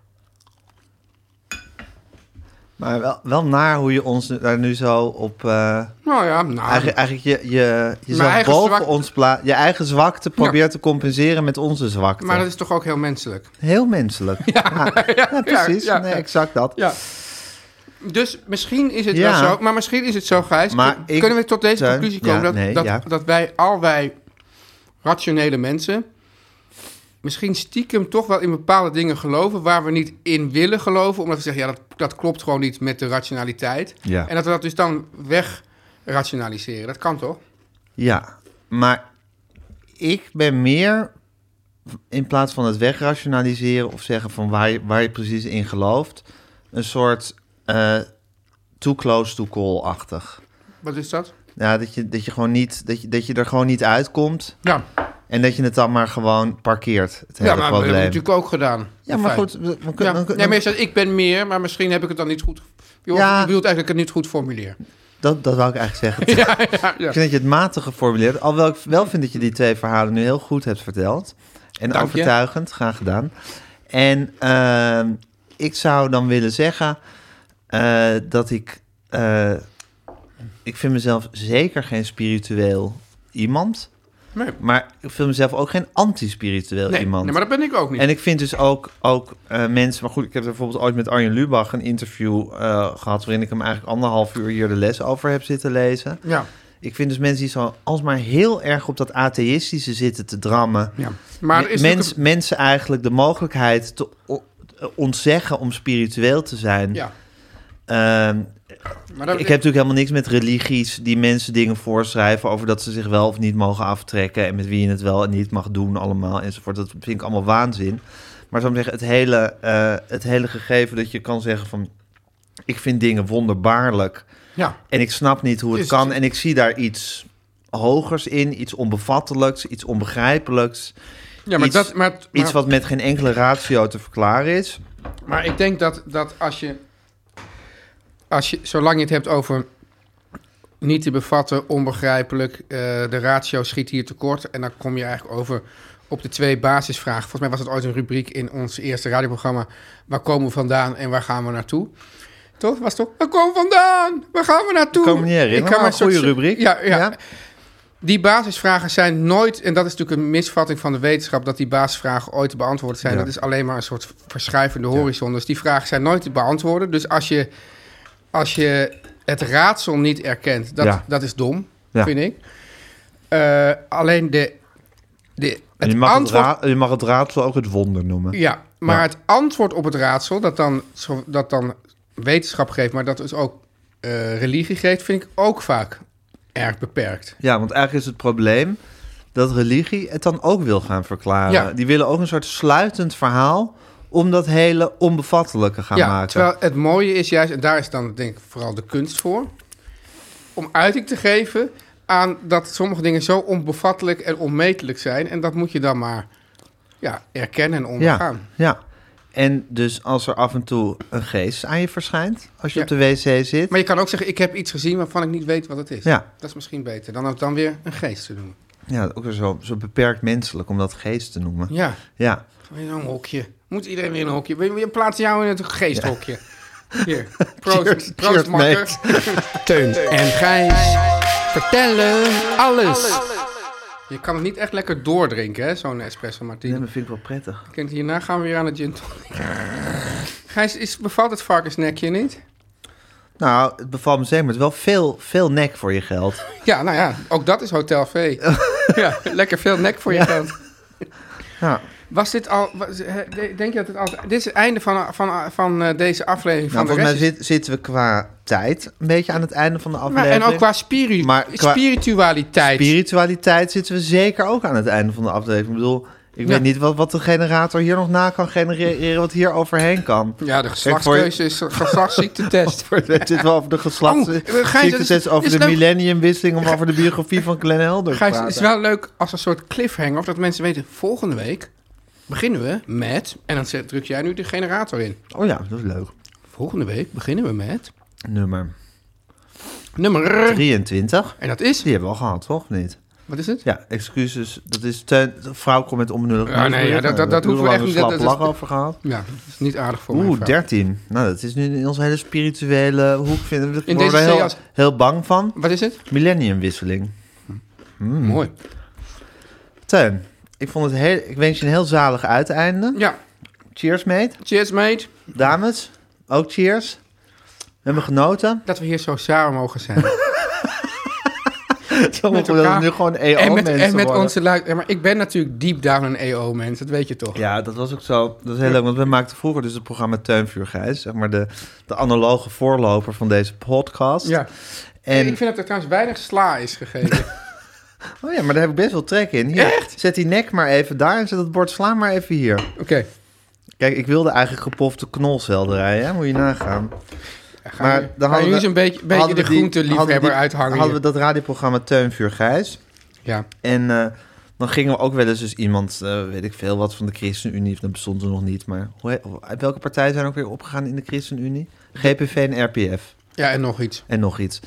S3: Maar wel, wel naar hoe je ons nu- daar nu zo op... eh,
S2: Nou ja, nou...
S3: Eigen, eigenlijk je, je, jezelf
S2: eigen
S3: boven
S2: zwakte.
S3: ons plaat, je eigen zwakte probeert te compenseren met onze zwakte.
S2: Maar dat is toch ook heel menselijk.
S3: Heel menselijk. Ja,
S2: *laughs*
S3: ja, precies.
S2: ja,
S3: nee,
S2: ja.
S3: exact dat.
S2: Ja. Dus misschien is het
S3: Ja.
S2: wel zo, maar misschien is het zo, Gijs.
S3: Maar
S2: kun-
S3: ik-
S2: kunnen we tot deze
S3: Teun,
S2: conclusie
S3: ja,
S2: komen dat,
S3: nee,
S2: dat,
S3: ja.
S2: dat wij, al wij rationele mensen, misschien stiekem toch wel in bepaalde dingen geloven waar we niet in willen geloven, omdat we zeggen, ja, dat, dat klopt gewoon niet met de rationaliteit.
S3: Ja.
S2: En dat we dat dus dan weg rationaliseren. Dat kan toch?
S3: Ja, maar ik ben meer in plaats van het wegrationaliseren of zeggen van waar je, waar je precies in gelooft, een soort eh, too close to call-achtig.
S2: Wat is dat?
S3: Ja, dat je, dat, je gewoon niet, dat, je, dat je er gewoon niet uitkomt
S2: Ja,
S3: en dat je het dan maar gewoon parkeert. Het hele
S2: ja maar we hebben
S3: probleem.
S2: het natuurlijk ook gedaan.
S3: Ja,
S2: In
S3: maar
S2: feite.
S3: goed, we, we
S2: Ja.
S3: kunnen. we kunnen-
S2: Nee, maar je zegt, ik ben meer, maar misschien heb ik het dan niet goed... Je
S3: Ja.
S2: ja. bedoelt eigenlijk dat ik het niet goed formuleer.
S3: dat, dat wou ik eigenlijk zeggen.
S2: *laughs* Ja, ja.
S3: Ik vind dat je het matige formuleert. Alhoewel ik wel vind dat je die twee verhalen nu heel goed hebt verteld. En
S2: Dank je.
S3: overtuigend, graag gedaan. En ehm, ik zou dan willen zeggen eh, dat ik... eh, ik vind mezelf zeker geen spiritueel iemand.
S2: Nee.
S3: Maar ik vind mezelf ook geen anti-spiritueel
S2: Nee,
S3: iemand.
S2: nee, maar dat ben ik ook niet.
S3: En ik vind dus ook, ook eh, mensen... Maar goed, ik heb er bijvoorbeeld ooit met Arjen Lubach een interview eh, gehad... waarin ik hem eigenlijk anderhalf uur hier de les over heb zitten lezen.
S2: Ja,
S3: Ik vind dus mensen die zo alsmaar heel erg op dat atheïstische zitten te drammen.
S2: ja. Maar er
S3: Me-
S2: is
S3: mens-
S2: natuurlijk
S3: Mensen eigenlijk de mogelijkheid te o- ontzeggen om spiritueel te zijn.
S2: een- ja,
S3: Ehm,
S2: maar dat,
S3: ik heb natuurlijk helemaal niks met religies die mensen dingen voorschrijven over dat ze zich wel of niet mogen aftrekken en met wie je het wel en niet mag doen allemaal enzovoort. Dat vind ik allemaal waanzin. Maar zou ik zeggen, het hele, eh, het hele gegeven dat je kan zeggen van ik vind dingen wonderbaarlijk
S2: ja,
S3: en ik snap niet hoe het
S2: Is-
S3: kan. En ik zie daar iets hogers in, iets onbevattelijks, iets onbegrijpelijks.
S2: ja, maar,
S3: iets,
S2: dat, maar, maar,
S3: iets wat met geen enkele ratio te verklaren is.
S2: maar ik denk dat, dat als, je, als je, zolang je het hebt over niet te bevatten, onbegrijpelijk, eh, de ratio schiet hier tekort. En dan kom je eigenlijk over op de twee basisvragen. Volgens mij was het ooit een rubriek in ons eerste radioprogramma. Waar komen we vandaan en waar gaan we naartoe? Toch? Was toch? Waar komen we vandaan? Waar gaan we naartoe?
S3: Ik kan me niet herinneren,
S2: me
S3: maar een goede
S2: soort-
S3: rubriek.
S2: Ja, ja, Die basisvragen zijn nooit, en dat is natuurlijk een misvatting van de wetenschap, dat die basisvragen ooit te beantwoorden zijn.
S3: Ja.
S2: Dat is alleen maar een soort verschuivende horizon. Dus die vragen zijn nooit te beantwoorden. Dus als je, als je het raadsel niet erkent, dat,
S3: Ja.
S2: dat is dom,
S3: Ja.
S2: vind ik. Eh, alleen de de,
S3: En
S2: het
S3: je, mag
S2: antwoord...
S3: het ra- je mag het raadsel ook het wonder noemen.
S2: Ja, maar
S3: Ja.
S2: het antwoord op het raadsel, dat dan, zo- dat dan wetenschap geeft, maar dat dus ook eh, religie geeft, vind ik ook vaak erg beperkt.
S3: Ja, want eigenlijk is het probleem dat religie het dan ook wil gaan verklaren.
S2: Ja.
S3: Die willen ook een soort sluitend verhaal om dat hele onbevattelijke gaan
S2: ja,
S3: maken.
S2: terwijl het mooie is juist, en daar is dan denk ik vooral de kunst voor, om uiting te geven aan dat sommige dingen zo onbevattelijk en onmetelijk zijn. En dat moet je dan maar ja, erkennen en
S3: ja,
S2: ondergaan.
S3: ja. En dus als er af en toe een geest aan je verschijnt, als je
S2: Ja.
S3: op de wc zit.
S2: Maar je kan ook zeggen, ik heb iets gezien waarvan ik niet weet wat het is.
S3: Ja.
S2: Dat is misschien beter dan het dan weer een geest te noemen.
S3: Ja, ook weer zo, zo beperkt menselijk om dat geest te noemen.
S2: Ja,
S3: Ja.
S2: weer in nou een hokje. Moet iedereen weer in een hokje. We, we plaatsen jou in het geesthokje. Hier, proost,
S3: *laughs* Cheers,
S2: proost
S3: cheers,
S2: makker.
S3: *laughs*
S4: Teun en
S2: Gijs, vertellen alles. Je kan het niet echt lekker doordrinken, hè, zo'n espresso martini.
S3: Nee, dat vind ik wel prettig.
S2: Ik denk, hierna gaan we weer aan het gin tonic. *laughs* Gijs, is, bevalt het varkensnekje niet?
S3: Nou, het bevalt me zeker, maar het is wel veel, veel nek voor je geld.
S2: Ja, nou ja, ook dat is Hotel
S3: *laughs*
S2: V. ja, lekker veel nek voor je geld.
S3: Ja. Nou,
S2: Was dit al... was- hè, de- denk je dat het al... Dit is het einde van, van, van eh, deze aflevering
S3: Nou,
S2: van de
S3: volgens mij
S2: rest.
S3: zit, zitten we qua tijd een beetje aan het einde van de
S2: Maar,
S3: aflevering.
S2: en ook qua, spiri-
S3: Maar qua-
S2: spiritualiteit.
S3: spiritualiteit zitten we zeker ook aan het einde van de aflevering. Ik bedoel, ik weet niet wat, wat de generator hier nog na kan genereren, wat hier overheen kan. *laughs*
S2: ja, de
S3: Kijk,
S2: geslachtskeuze is een geslachtsziektetest.
S3: *laughs* voor je- We zitten wel over de
S2: Oh, Gijs, dat is-
S3: geslachtsziektes,
S2: dat is
S3: over de
S2: leuk.
S3: millenniumwisseling, om over de biografie van Glenn Helder te
S2: Gijs,
S3: praten.
S2: het is wel leuk als een soort cliffhanger. Of dat mensen weten, volgende week beginnen we met... En dan zet- druk jij nu de generator in.
S3: Oh ja, dat is leuk.
S2: Volgende week beginnen we met...
S3: Nummer
S2: Nummer...
S3: 23.
S2: En dat is...
S3: Die hebben we al gehad, toch? Of Niet?
S2: Wat is het?
S3: Ja, excuses. Dat is Teun. de Vrouw komt met onbenullig. Nou,
S2: Ja, nee, ja, dat- dat- dat hoeven we echt niet- dat-
S3: Daar
S2: dat-
S3: lach over gehad.
S2: Ja, dat is niet aardig voor mijn
S3: Oeh,
S2: vrouw.
S3: 13. Nou, dat is nu in onze hele spirituele hoek. Vinden we,
S2: In
S3: we
S2: deze
S3: worden heel,
S2: seance.
S3: heel bang van.
S2: Wat is het?
S3: Millenniumwisseling. Hmm.
S2: Mooi.
S3: Teun, ik, vond het heel, ik wens je een heel zalig uiteinde.
S2: Ja,
S3: Cheers, mate.
S2: cheers mate.
S3: Dames, ook cheers. We hebben genoten.
S2: Dat we hier zo samen mogen
S3: *laughs*
S2: zijn.
S3: Zo mogen we
S2: elkaar.
S3: dat nu gewoon
S2: en met, en
S3: EO-mensen
S2: met
S3: worden.
S2: onze luid. Maar ik ben natuurlijk deep down een EO-mens, dat weet je toch?
S3: Ja, dat was ook zo. Dat is heel leuk, want we maakten vroeger dus het programma Teunvuur Gijs. Zeg maar de, de analoge voorloper van deze podcast.
S2: Ja.
S3: En,
S2: Ik vind dat er trouwens weinig sla is
S3: *laughs*
S2: gegeven.
S3: Oh ja, maar daar heb ik best wel trek in. Hier,
S2: Echt?
S3: Zet die nek maar even daar en zet het bord sla maar even hier.
S2: Oké.
S3: Kijk, ik wilde eigenlijk gepofte knolselderij, hè? moet je nagaan.
S2: Gaan we-
S3: Maar dan
S2: gaan we
S3: hadden
S2: nu
S3: we-
S2: eens een beetje, beetje
S3: hadden
S2: de
S3: we die- hadden we
S2: groenteliefhebber
S3: die-
S2: uithangen.
S3: Hadden we
S2: hier.
S3: dat radioprogramma Teunvuur Gijs.
S2: Ja.
S3: En eh, dan gingen we ook wel eens dus iemand, eh, weet ik veel wat, van de ChristenUnie. of Dat bestond toen nog niet, maar hoe, he- uit welke partij zijn ook weer opgegaan in de ChristenUnie? GPV en RPF
S2: ja, en nog iets.
S3: en nog iets.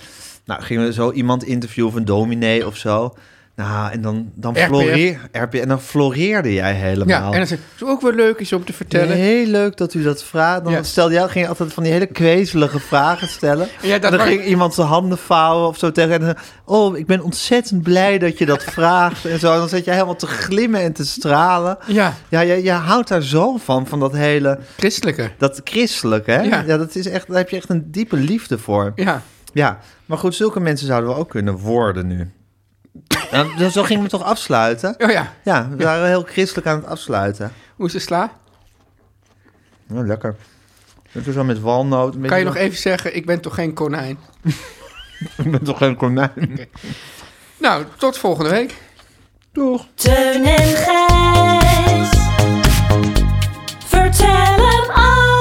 S3: Nou, gingen we zo iemand interviewen of een dominee of zo. Nou, en dan, dan,
S2: RPF.
S3: floreer, RPF, en dan floreerde jij helemaal.
S2: Ja, en dat is is ook wel leuk is om te vertellen.
S3: Heel leuk dat u dat vraagt. Dan
S2: Ja.
S3: stelde jij, ging je altijd van die hele kwezelige vragen stellen.
S2: Ja, dat
S3: en dan
S2: was-
S3: ging iemand zijn handen vouwen of zo tegen. En dan, oh, ik ben ontzettend blij dat je dat vraagt. En zo. En dan zat je helemaal te glimmen en te stralen.
S2: Ja,
S3: Ja, je, je houdt daar zo van, van dat hele,
S2: christelijke.
S3: dat christelijk, hè?
S2: Ja.
S3: dat is echt, daar heb je echt een diepe liefde voor.
S2: Ja.
S3: Ja, maar goed, zulke mensen zouden we ook kunnen worden nu. Nou, dus zo gingen we toch afsluiten?
S2: Oh ja,
S3: Ja, we waren heel christelijk aan het afsluiten.
S2: hoe is de sla?
S3: Nou, lekker. Lekker zo met walnoot.
S2: Kan je nog even zeggen, ik ben toch geen konijn?
S3: Ik *laughs* ben toch geen konijn?
S2: Nou, tot volgende week.
S3: Toch?
S6: Teun en Gijs. Vertel hem alles.